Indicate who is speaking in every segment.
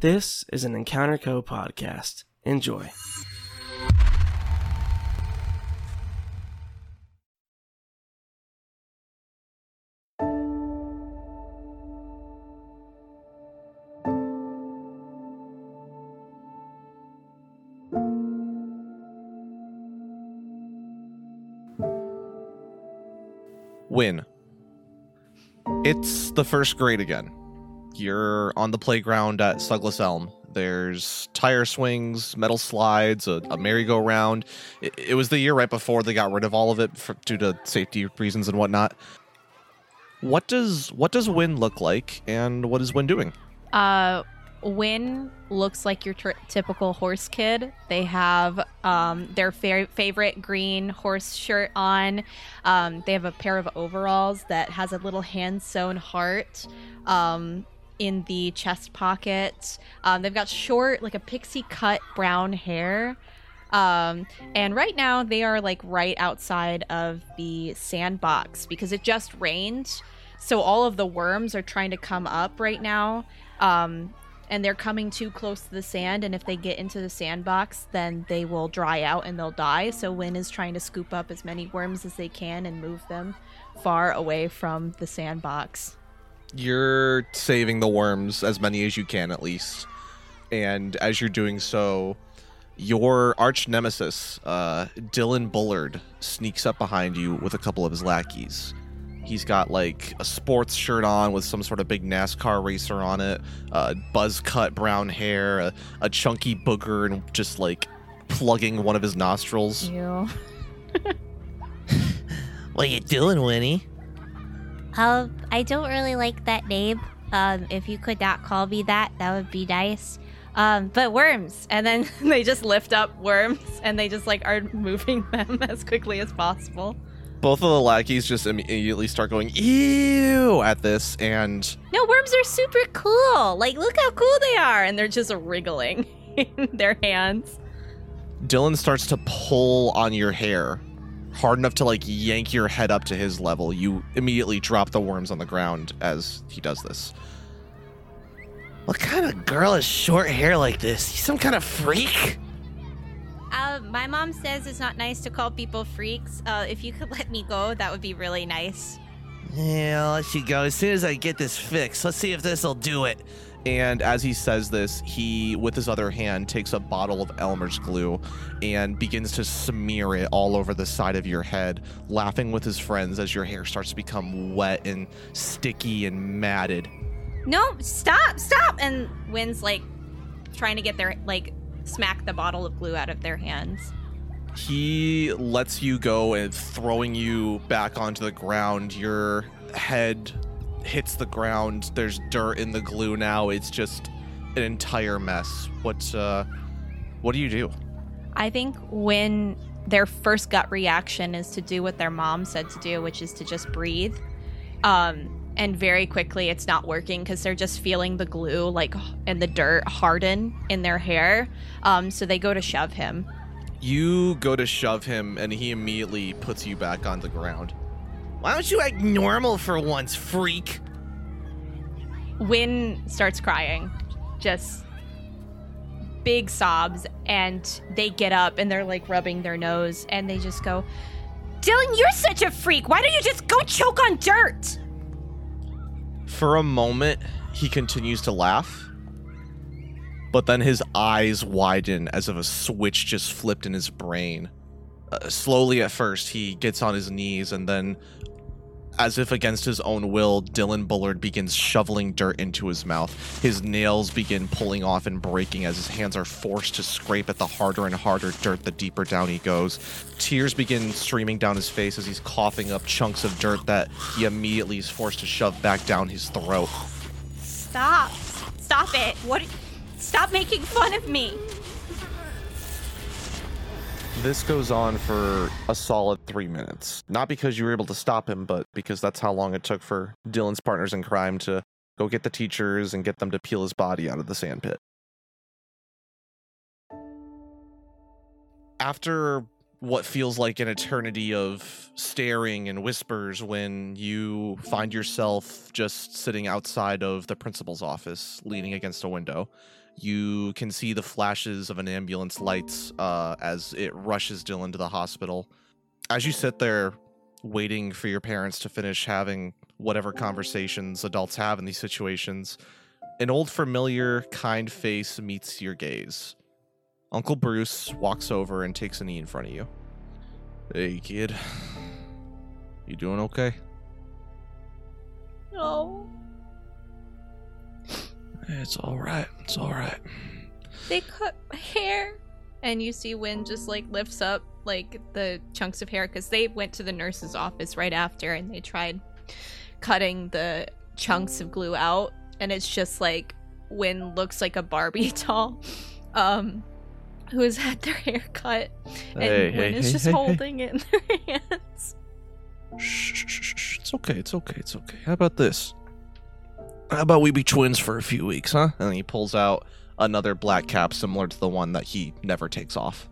Speaker 1: This is an Encounter Co podcast. Enjoy.
Speaker 2: win. It's the first grade again. You're on the playground at Suglass Elm. There's tire swings, metal slides, a, a merry-go-round. It, it was the year right before they got rid of all of it for, due to safety reasons and whatnot. What does what does Win look like, and what is Win doing?
Speaker 3: Uh, Win looks like your tr- typical horse kid. They have um, their fa- favorite green horse shirt on. Um, they have a pair of overalls that has a little hand sewn heart um, in the chest pocket. Um, they've got short, like a pixie cut brown hair. Um, and right now they are like right outside of the sandbox because it just rained. So all of the worms are trying to come up right now. Um, and they're coming too close to the sand. And if they get into the sandbox, then they will dry out and they'll die. So Win is trying to scoop up as many worms as they can and move them far away from the sandbox.
Speaker 2: You're saving the worms, as many as you can at least. And as you're doing so, your arch nemesis, uh, Dylan Bullard, sneaks up behind you with a couple of his lackeys. He's got like a sports shirt on with some sort of big NASCAR racer on it, uh, buzz cut brown hair, a, a chunky booger, and just like plugging one of his nostrils.
Speaker 3: You.
Speaker 2: What you doing, Winnie?
Speaker 4: Um, I don't really like that name. Um, if you could not call me that, that would be nice. Um, but worms.
Speaker 3: And then they just lift up worms and they just like are moving them as quickly as possible.
Speaker 2: Both of the lackeys just immediately start going ew at this, and
Speaker 3: No, worms are super cool. Like, look how cool they are. And they're just wriggling in their hands.
Speaker 2: Dylan starts to pull on your hair hard enough to like yank your head up to his level. You immediately drop the worms on the ground as he does this.
Speaker 5: What kind of girl has short hair like this? You some kind of freak?
Speaker 4: Uh, my mom says it's not nice to call people freaks. Uh, if you could let me go, that would be really nice.
Speaker 5: Yeah, I'll let you go as soon as I get this fixed. Let's see if this'll do it.
Speaker 2: And as he says this, he, with his other hand, takes a bottle of Elmer's glue and begins to smear it all over the side of your head, laughing with his friends as your hair starts to become wet and sticky and matted.
Speaker 4: No, stop, stop! And Win's like trying to get their like smack the bottle of glue out of their hands.
Speaker 2: He lets you go and throwing you back onto the ground. Your head hits the ground. There's dirt in the glue now. It's just an entire mess. What uh what do you do?
Speaker 3: I think when their first gut reaction is to do what their mom said to do, which is to just breathe. Um, and very quickly, it's not working because they're just feeling the glue, like, and the dirt harden in their hair. Um, so they go to shove him.
Speaker 2: You go to shove him and he immediately puts you back on the ground.
Speaker 5: Why don't you act normal for once, freak?
Speaker 3: Win starts crying, just big sobs, and they get up and they're like rubbing their nose and they just go,
Speaker 4: Dylan, you're such a freak. Why don't you just go choke on dirt?
Speaker 2: For a moment, he continues to laugh, but then his eyes widen as if a switch just flipped in his brain. Uh, slowly at first, he gets on his knees, and then, as if against his own will, Dylan Bullard begins shoveling dirt into his mouth. His nails begin pulling off and breaking as his hands are forced to scrape at the harder and harder dirt the deeper down he goes. Tears begin streaming down his face as he's coughing up chunks of dirt that he immediately is forced to shove back down his throat.
Speaker 4: Stop, stop it! What? Stop making fun of me.
Speaker 2: This goes on for a solid three minutes. Not because you were able to stop him, but because that's how long it took for Dylan's partners in crime to go get the teachers and get them to peel his body out of the sandpit. After what feels like an eternity of staring and whispers when you find yourself just sitting outside of the principal's office, leaning against a window. You can see the flashes of an ambulance lights uh, as it rushes Dylan to the hospital. As you sit there, waiting for your parents to finish having whatever conversations adults have in these situations, an old familiar, kind face meets your gaze. Uncle Bruce walks over and takes a knee in front of you. Hey, kid. You doing okay?
Speaker 3: No.
Speaker 5: It's all right. It's all right.
Speaker 3: They cut my hair. And you see Win just like lifts up like the chunks of hair because they went to the nurse's office right after and they tried cutting the chunks of glue out. And it's just like Win looks like a Barbie doll um, who has had their hair cut. And
Speaker 2: Hey,
Speaker 3: Win
Speaker 2: hey,
Speaker 3: is
Speaker 2: hey,
Speaker 3: just
Speaker 2: hey, hey.
Speaker 3: holding it in their hands.
Speaker 5: Shh, shh, shh, shh. It's okay. It's okay. It's okay. How about this? How about we be twins for a few weeks, huh?
Speaker 2: And he pulls out another black cap similar to the one that he never takes off.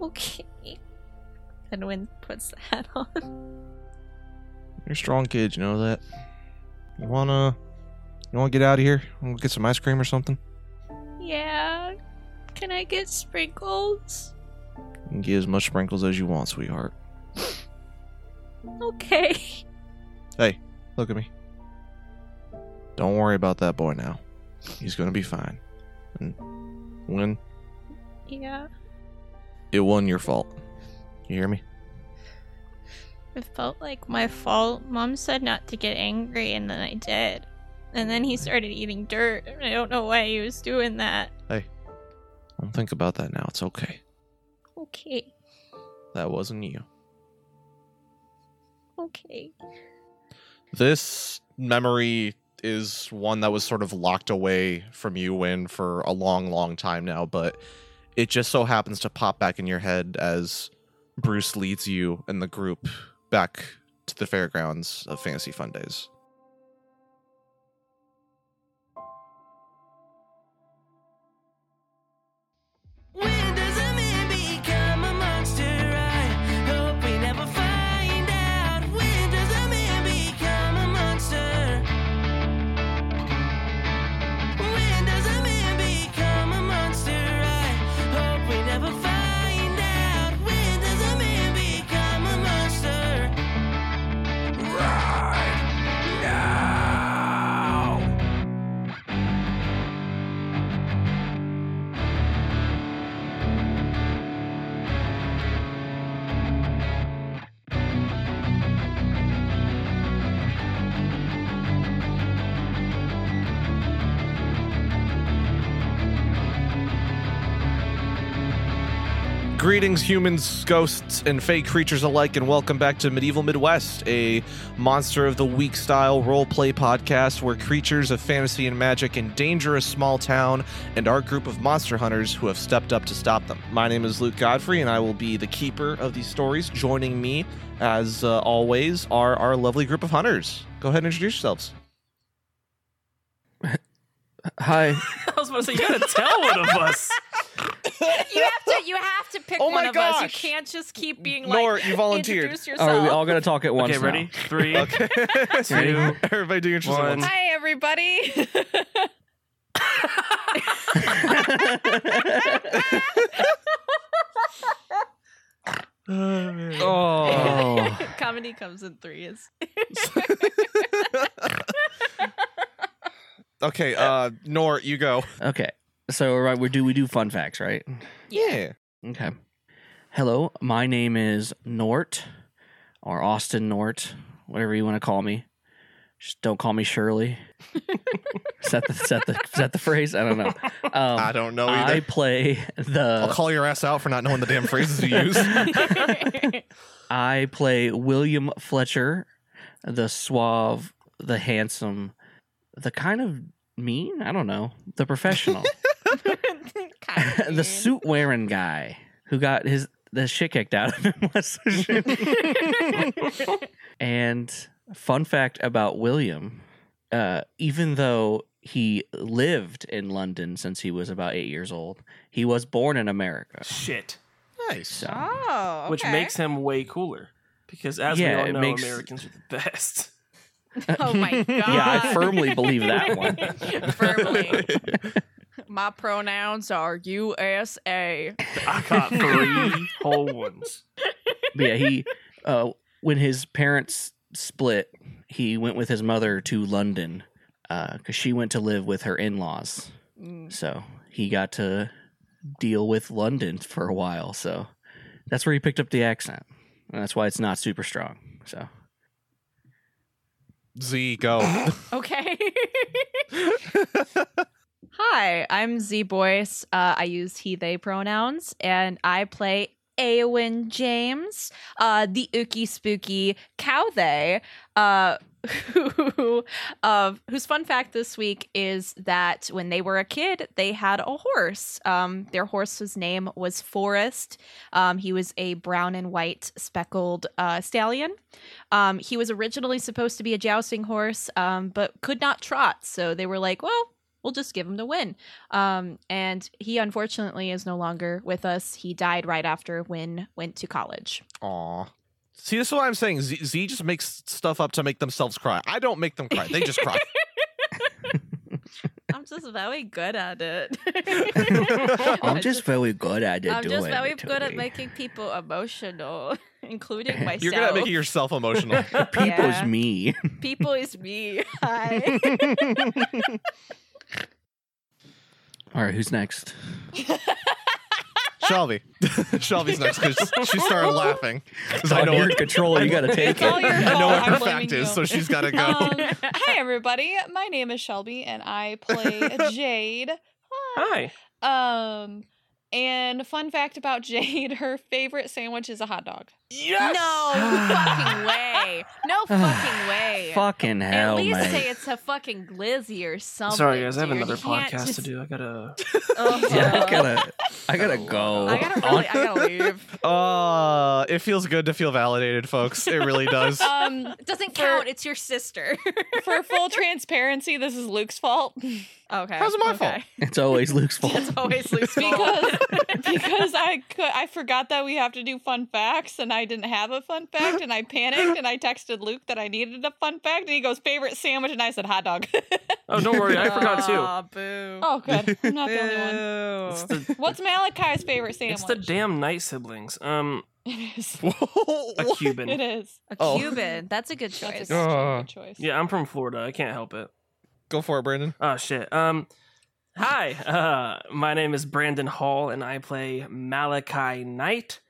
Speaker 3: Okay. And Win puts the hat on.
Speaker 2: You're a strong kid, you know that. You wanna you wanna get out of here? Wanna get some ice cream or something?
Speaker 3: Yeah. Can I get sprinkles?
Speaker 2: You can get as much sprinkles as you want, sweetheart.
Speaker 3: Okay.
Speaker 2: Look at me. Don't worry about that boy now. He's gonna be fine. And when
Speaker 3: Yeah.
Speaker 2: it wasn't your fault. You hear me?
Speaker 3: It felt like my fault. Mom said not to get angry, and then I did. And then he started eating dirt, and I don't know why he was doing that.
Speaker 2: Don't think about that now. It's okay.
Speaker 3: Okay.
Speaker 2: That wasn't you.
Speaker 3: Okay.
Speaker 2: This memory is one that was sort of locked away from you when for a long, long time now, but it just so happens to pop back in your head as Bruce leads you and the group back to the fairgrounds of Fantasy Fun Days.
Speaker 6: When does a man become a monster? I hope we never find out. When does a man become a monster? When does a man become a monster? I hope we never find out. When does a man become a monster? Right now.
Speaker 2: Greetings, humans, ghosts, and fake creatures alike, and welcome back to Medieval Midwest, a Monster of the Week style roleplay podcast where creatures of fantasy and magic endanger a small town and our group of monster hunters who have stepped up to stop them. My name is Luke Godfrey, and I will be the keeper of these stories. Joining me, as uh, always, are our lovely group of hunters. Go ahead and introduce yourselves.
Speaker 1: Hi.
Speaker 6: I was about to say, you
Speaker 1: gotta tell one of us.
Speaker 3: You have to. You have to pick
Speaker 2: Oh
Speaker 3: one
Speaker 2: my
Speaker 3: of us. You
Speaker 2: gosh!
Speaker 3: can't just keep being like.
Speaker 2: Nor you volunteered.
Speaker 3: Introduce yourself.
Speaker 7: All right, we all gotta talk at once.
Speaker 1: Okay, ready?
Speaker 7: now.
Speaker 1: Three,
Speaker 2: Okay.
Speaker 1: two.
Speaker 2: Everybody do interesting
Speaker 1: One.
Speaker 2: ones.
Speaker 3: Hi, everybody.
Speaker 1: Oh.
Speaker 7: Oh,
Speaker 3: Comedy comes in threes.
Speaker 2: Okay, uh, Nor, you go.
Speaker 7: okay. So right, we do we do fun facts, right?
Speaker 2: Yeah.
Speaker 7: Okay. Hello, my name is Nort, or Austin Nort, whatever you want to call me. Just don't call me Shirley. is that the is that the is that the phrase? I don't know. Um,
Speaker 2: I
Speaker 7: I,
Speaker 2: don't know either.
Speaker 7: play
Speaker 2: I'll
Speaker 7: the
Speaker 2: call your ass out for not knowing the damn phrases you use.
Speaker 7: I play William Fletcher, the suave, the handsome, the kind of mean. I don't know. The professional. the suit wearing guy who got his the shit kicked out of him last session. and fun fact about William, uh, even though he lived in London since he was about eight years old, he was born in America.
Speaker 1: Shit.
Speaker 2: Nice.
Speaker 7: So
Speaker 8: Oh, okay.
Speaker 1: which makes him way cooler. Because as we
Speaker 7: Yeah, it
Speaker 1: all know,
Speaker 7: makes-
Speaker 1: Americans are the best.
Speaker 8: Oh my god.
Speaker 7: yeah, I firmly believe that one.
Speaker 8: Firmly. My pronouns are USA.
Speaker 1: I caught three whole ones.
Speaker 7: But yeah, he uh, when his parents split, he went with his mother to London because she went to live with her in-laws.
Speaker 8: Mm.
Speaker 7: So he got to deal with London for a while. So that's where he picked up the accent, and that's why it's not super strong. So
Speaker 2: Z, go.
Speaker 8: Okay. Hi, I'm Z Boyce. Uh, I use he, they pronouns, and I play Aowen James, uh, the ooky spooky cow they, uh, who, uh, whose fun fact this week is that when they were a kid, they had a horse. Um, their horse's name was Forrest. Um, he was a brown and white speckled uh, stallion. Um, he was originally supposed to be a jousting horse, um, but could not trot. So they were like, well, we'll just give him the win. Um, and he unfortunately is no longer with us. He died right after Win went to college.
Speaker 2: Aw. See, this is what I'm saying. Z, Z just makes stuff up to make themselves cry. I don't make them cry. They just cry.
Speaker 8: I'm just very good at it.
Speaker 7: I'm just very good at it.
Speaker 8: I'm just
Speaker 7: doing
Speaker 8: very
Speaker 7: it,
Speaker 8: good at
Speaker 7: Toby.
Speaker 8: making people emotional, including myself.
Speaker 2: You're good at making yourself emotional.
Speaker 7: people's
Speaker 8: Yeah.
Speaker 7: me.
Speaker 8: people is me. Hi.
Speaker 7: All right, who's next?
Speaker 2: Shelby. Shelby's next because she started laughing. 'Cause I
Speaker 7: It's
Speaker 2: know
Speaker 7: on your
Speaker 2: what-
Speaker 7: control. You got to take
Speaker 9: It's all
Speaker 7: it.
Speaker 9: your
Speaker 2: I know
Speaker 9: fault.
Speaker 2: what her
Speaker 9: I'm blaming
Speaker 2: fact is,
Speaker 9: you.
Speaker 2: so she's got to go.
Speaker 9: Um, hi everybody. My name is Shelby and I play Jade.
Speaker 1: Hi.
Speaker 9: Um and fun fact about Jade, her favorite sandwich is a hot dog.
Speaker 1: Yes.
Speaker 8: No fucking way. No fucking way.
Speaker 7: Fucking hell,
Speaker 8: At least
Speaker 7: mate.
Speaker 8: say it's a fucking glizzy or something.
Speaker 1: Sorry guys, I have
Speaker 8: dude.
Speaker 1: another
Speaker 8: You can't
Speaker 1: podcast
Speaker 8: just-
Speaker 1: to do. I gotta.
Speaker 8: Ugh.
Speaker 7: Yeah, I gotta, I gotta go.
Speaker 8: I
Speaker 1: Oh.
Speaker 8: gotta really, I gotta leave.
Speaker 2: Uh, it feels good to feel validated, folks. It really does.
Speaker 9: Um
Speaker 8: It doesn't
Speaker 9: For-
Speaker 8: count. It's your sister.
Speaker 9: for full transparency, this is Luke's fault.
Speaker 8: okay.
Speaker 2: How's it my fault?
Speaker 7: It's always Luke's fault.
Speaker 8: It's always Luke's fault.
Speaker 9: Because because I could I forgot that we have to do fun facts and I didn't have a fun fact and I panicked and I texted Luke that I needed a fun fact and he goes favorite sandwich and I said hot dog.
Speaker 1: Oh, don't worry, I forgot too.
Speaker 8: Aw, boo.
Speaker 9: oh good. I'm not the only one.
Speaker 1: It's
Speaker 8: Boo.
Speaker 1: the
Speaker 9: What's Malachi's favorite sandwich?
Speaker 1: it's the damn night siblings. Um,
Speaker 9: it is.
Speaker 1: a Cuban.
Speaker 9: It is.
Speaker 8: A
Speaker 2: Oh.
Speaker 8: Cuban. That's a good
Speaker 9: That's
Speaker 8: choice.
Speaker 9: a
Speaker 2: Uh.
Speaker 9: good choice.
Speaker 1: Yeah, I'm from Florida. I can't help it.
Speaker 2: Go for it, Brandon.
Speaker 1: Oh shit. Um, hi. Uh, my name is Brandon Hall, and I play Malachi Knight,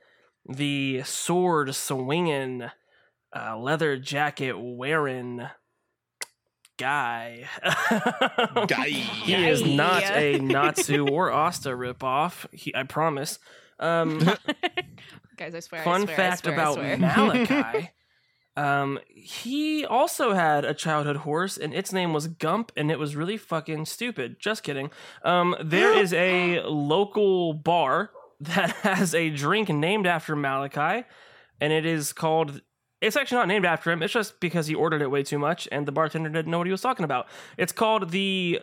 Speaker 1: the sword swinging, uh, leather jacket wearing guy.
Speaker 2: Guy.
Speaker 1: He is not
Speaker 8: Guy.
Speaker 1: a Natsu or Asta ripoff. He, I promise. Um,
Speaker 8: Guys, I swear. I
Speaker 1: fun
Speaker 8: swear, I
Speaker 1: fact
Speaker 8: swear, I
Speaker 1: about
Speaker 8: swear.
Speaker 1: Malachi. um, he also had a childhood horse, and its name was Gump, and it was really fucking stupid. Just kidding. Um, there is a local bar that has a drink named after Malachi, and it is called. It's actually not named after him. It's just because he ordered it way too much, and the bartender didn't know what he was talking about. It's called the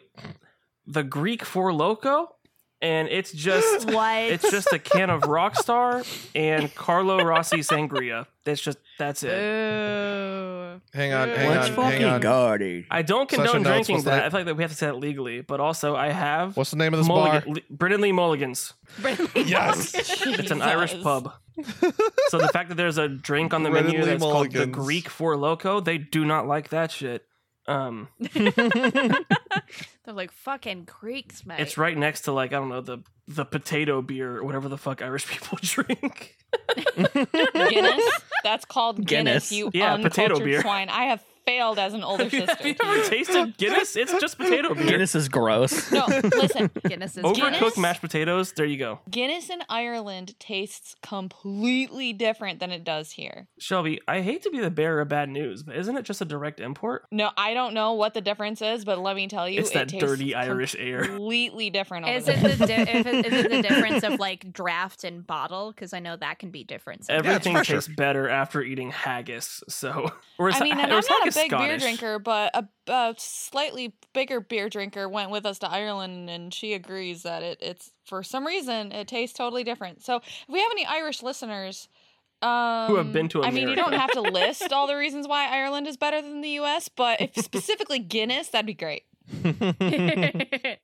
Speaker 1: the Greek for loco, and it's just
Speaker 8: What?
Speaker 1: it's just a can of Rockstar and Carlo Rossi sangria. That's just that's it.
Speaker 8: Boo.
Speaker 2: Hang on, hang
Speaker 7: Let's
Speaker 2: on, hang
Speaker 7: fucking
Speaker 2: on.
Speaker 7: go, dude.
Speaker 1: I don't
Speaker 2: Session
Speaker 1: condone
Speaker 2: notes,
Speaker 1: drinking
Speaker 2: what's
Speaker 1: that.
Speaker 2: that?
Speaker 1: I feel like that we have to say that legally, but also I have
Speaker 2: What's the name of this
Speaker 1: Mulligan-
Speaker 2: bar?
Speaker 1: Le- Brendan Lee Mulligan's.
Speaker 2: Yes.
Speaker 1: It's an Irish
Speaker 9: Jesus.
Speaker 1: pub. so the fact that there's a drink on the
Speaker 2: Brendan
Speaker 1: menu
Speaker 2: Lee
Speaker 1: that's called the
Speaker 2: Mulligan's.
Speaker 1: Greek Four Loco, they do not like that shit. Um,
Speaker 8: They're like fucking Greeks, mate.
Speaker 1: it's right next to like I don't know the the potato beer or whatever the fuck Irish people drink.
Speaker 9: Guinness. That's called Guinness.
Speaker 7: Guinness.
Speaker 9: You
Speaker 1: Yeah, potato
Speaker 9: uncultured
Speaker 1: beer.
Speaker 9: swine. I have failed as an older
Speaker 1: Have you
Speaker 9: sister.
Speaker 1: ever tasted Guinness? It's just potato beer.
Speaker 7: Guinness is gross.
Speaker 9: No, listen.
Speaker 8: Guinness is
Speaker 1: Overcooked
Speaker 9: Guinness?
Speaker 1: mashed potatoes. There you go.
Speaker 9: Guinness in Ireland tastes completely different than it does here.
Speaker 1: Shelby, I hate to be the bearer of bad news, but isn't it just a direct import?
Speaker 9: No, I don't know what the difference is, but let me tell you,
Speaker 1: it's
Speaker 9: it
Speaker 1: that
Speaker 9: tastes
Speaker 1: dirty Irish air.
Speaker 9: Completely different. Over
Speaker 8: Is
Speaker 9: there.
Speaker 8: it the di- if it, is it the difference of like draft and bottle? Because I know that can be different. sometimes.
Speaker 1: Everything
Speaker 2: for sure.
Speaker 1: tastes better after eating haggis. So, or is
Speaker 9: I mean,
Speaker 1: ha-
Speaker 9: and
Speaker 1: or
Speaker 9: I'm
Speaker 1: is
Speaker 9: not a
Speaker 1: haggis
Speaker 9: big beer
Speaker 1: Scottish.
Speaker 9: drinker, but a, a slightly bigger beer drinker went with us to Ireland, and she agrees that it it's for some reason it tastes totally different. So if we have any Irish listeners. Um,
Speaker 1: been to
Speaker 9: I mean, you
Speaker 1: America.
Speaker 9: don't have to list all the reasons why Ireland is better than the U.S., but if specifically Guinness, that'd be great.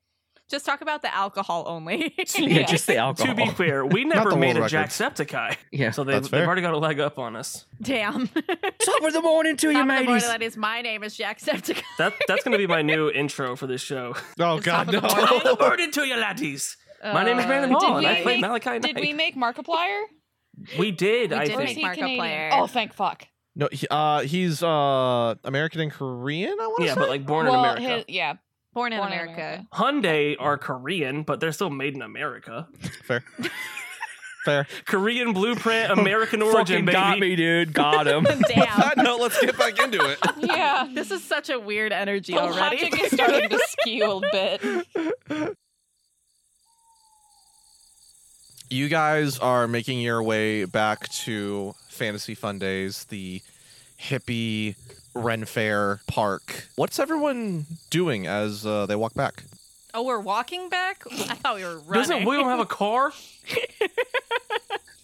Speaker 3: Just talk about the alcohol only.
Speaker 7: yeah, just the
Speaker 1: To
Speaker 7: alcohol.
Speaker 1: be fair, we never
Speaker 2: the
Speaker 1: made a
Speaker 2: world records.
Speaker 1: Jacksepticeye,
Speaker 7: yeah.
Speaker 1: so they,
Speaker 2: That's
Speaker 1: they've
Speaker 2: fair.
Speaker 1: already got a leg up on us.
Speaker 3: Damn.
Speaker 7: Top of the morning to you,
Speaker 3: Top of the morning,
Speaker 7: mateys.
Speaker 3: that is my name is Jacksepticeye.
Speaker 1: That that's going to be my new intro for this show.
Speaker 2: Oh God, no!
Speaker 1: the word into you, laddies. My name is Brandon
Speaker 9: Uh,
Speaker 8: Uh,
Speaker 9: did
Speaker 1: Hall, and I
Speaker 9: we
Speaker 1: play
Speaker 9: make-
Speaker 1: Malachi
Speaker 9: Did
Speaker 1: Knight.
Speaker 9: we make Markiplier?
Speaker 1: We did.
Speaker 3: We
Speaker 1: I
Speaker 3: did
Speaker 9: Or
Speaker 1: think.
Speaker 9: is he
Speaker 3: make
Speaker 9: Canadian?
Speaker 3: Markiplier.
Speaker 9: Oh, thank fuck.
Speaker 2: No, he, uh, he's uh American and Korean. I want to
Speaker 1: yeah,
Speaker 2: say.
Speaker 1: but like born
Speaker 9: well,
Speaker 1: in America.
Speaker 9: his- yeah,
Speaker 3: Born in
Speaker 9: Born in
Speaker 3: America.
Speaker 9: America.
Speaker 1: Hyundai are Korean, but they're still made in America.
Speaker 2: fair, fair.
Speaker 1: Korean blueprint, American origin,
Speaker 7: Fucking got
Speaker 1: baby.
Speaker 7: me, dude. Got him.
Speaker 3: Damn.
Speaker 5: no, let's get back into it.
Speaker 9: yeah.
Speaker 3: this is such a weird energy
Speaker 9: The
Speaker 3: already.
Speaker 9: logic is starting to skew a bit.
Speaker 2: You guys are making your way back to Fantasy Fun Days, the hippie Ren Fair Park. What's everyone doing as uh, they walk back?
Speaker 3: oh, we're walking back? I thought we were running.
Speaker 1: Doesn't William have a car?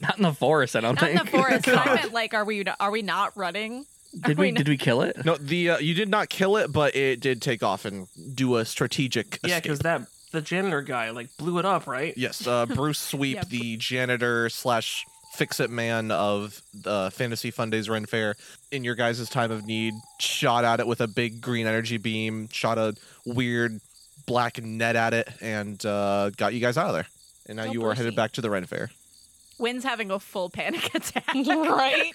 Speaker 7: Not in the forest, I don't
Speaker 3: Not in
Speaker 7: think.
Speaker 3: the forest. I meant like, are we are we not running?
Speaker 7: Did
Speaker 3: Are
Speaker 7: we?
Speaker 3: we
Speaker 7: Did we kill it?
Speaker 2: No, the uh, you did not kill it, but it did take off and do a strategic.
Speaker 1: Yeah,
Speaker 2: escape.
Speaker 1: because that the janitor guy like blew it up, right?
Speaker 2: Yes, uh, Bruce Sweep,
Speaker 3: Yeah.
Speaker 2: the janitor slash fix-it man of the Fantasy Fun Days Ren Fair, in your guys' time of need, shot at it with a big green energy beam, shot a weird black net at it, and uh, got you guys out of there. And now
Speaker 9: Oh,
Speaker 2: you are headed
Speaker 9: Brucey.
Speaker 2: back to the Ren Fair.
Speaker 3: Wynn's having a full panic attack.
Speaker 9: right?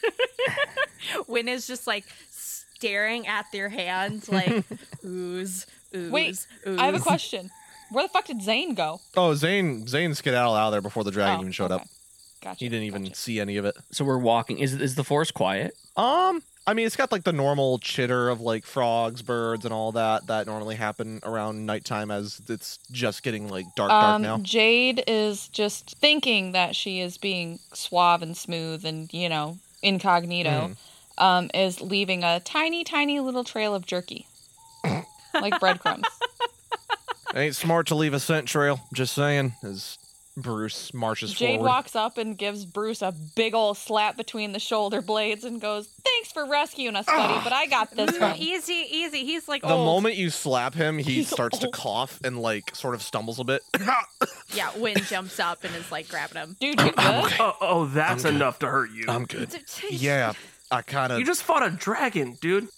Speaker 3: Wynn is just like staring at their hands, like ooze, ooze.
Speaker 9: Wait,
Speaker 3: ooze.
Speaker 9: I have a question. Where the fuck did Zane go?
Speaker 2: Oh, Zane, Zane skedaddled out of there before the dragon
Speaker 9: Oh,
Speaker 2: even showed
Speaker 9: okay.
Speaker 2: up.
Speaker 9: Gotcha.
Speaker 2: He didn't even
Speaker 9: gotcha.
Speaker 2: see any of it.
Speaker 7: So we're walking. Is is the forest quiet?
Speaker 2: Um, I mean, it's got like the normal chitter of like frogs, birds, and all that that normally happen around nighttime as it's just getting like dark, dark now.
Speaker 9: Um, Jade is just thinking that she is being suave and smooth and, you know, incognito,
Speaker 2: Hmm.
Speaker 9: um, is leaving a tiny, tiny little trail of jerky. like breadcrumbs.
Speaker 2: Ain't smart to leave a scent trail. Just saying. As Bruce marches
Speaker 9: Jade
Speaker 2: forward.
Speaker 9: walks up and gives Bruce a big ol' slap between the shoulder blades and goes, Thanks for rescuing us, buddy, but I got this
Speaker 3: Mm,
Speaker 9: one.
Speaker 3: easy, easy. He's like
Speaker 2: the
Speaker 3: old.
Speaker 2: moment you slap him, he starts to cough and like sort of stumbles a bit.
Speaker 3: Yeah, Wynn jumps up and is like grabbing him.
Speaker 9: Dude, you good?
Speaker 1: Oh, oh that's
Speaker 2: I'm good.
Speaker 1: enough to hurt you.
Speaker 5: I'm good.
Speaker 2: yeah, I kind
Speaker 1: you
Speaker 2: of
Speaker 1: just fought a dragon, dude.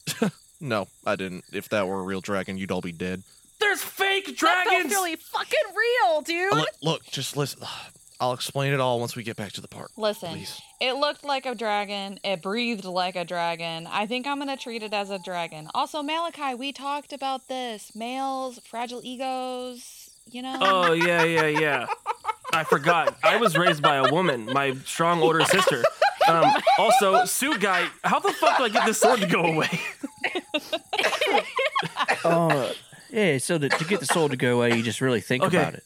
Speaker 2: no, I didn't. If that were a real dragon, you'd all be dead.
Speaker 1: There's fake
Speaker 3: That felt
Speaker 1: dragons.
Speaker 3: really fucking real, dude.
Speaker 2: Look, look, just listen. I'll explain it all once we get back to the park.
Speaker 9: Listen,
Speaker 2: Please.
Speaker 9: it looked like a dragon. It breathed like a dragon. I think I'm going to treat it as a dragon. Also, Malachi, we talked about this. Males, fragile egos, you know?
Speaker 1: Oh yeah, yeah, yeah. I forgot. I was raised by a woman, my strong older sister. Um, also, Sue guy, how the fuck do I get this sword to go away?
Speaker 7: Oh, yeah. So that to get the soul to go away, you just really think
Speaker 1: Okay.
Speaker 7: about it.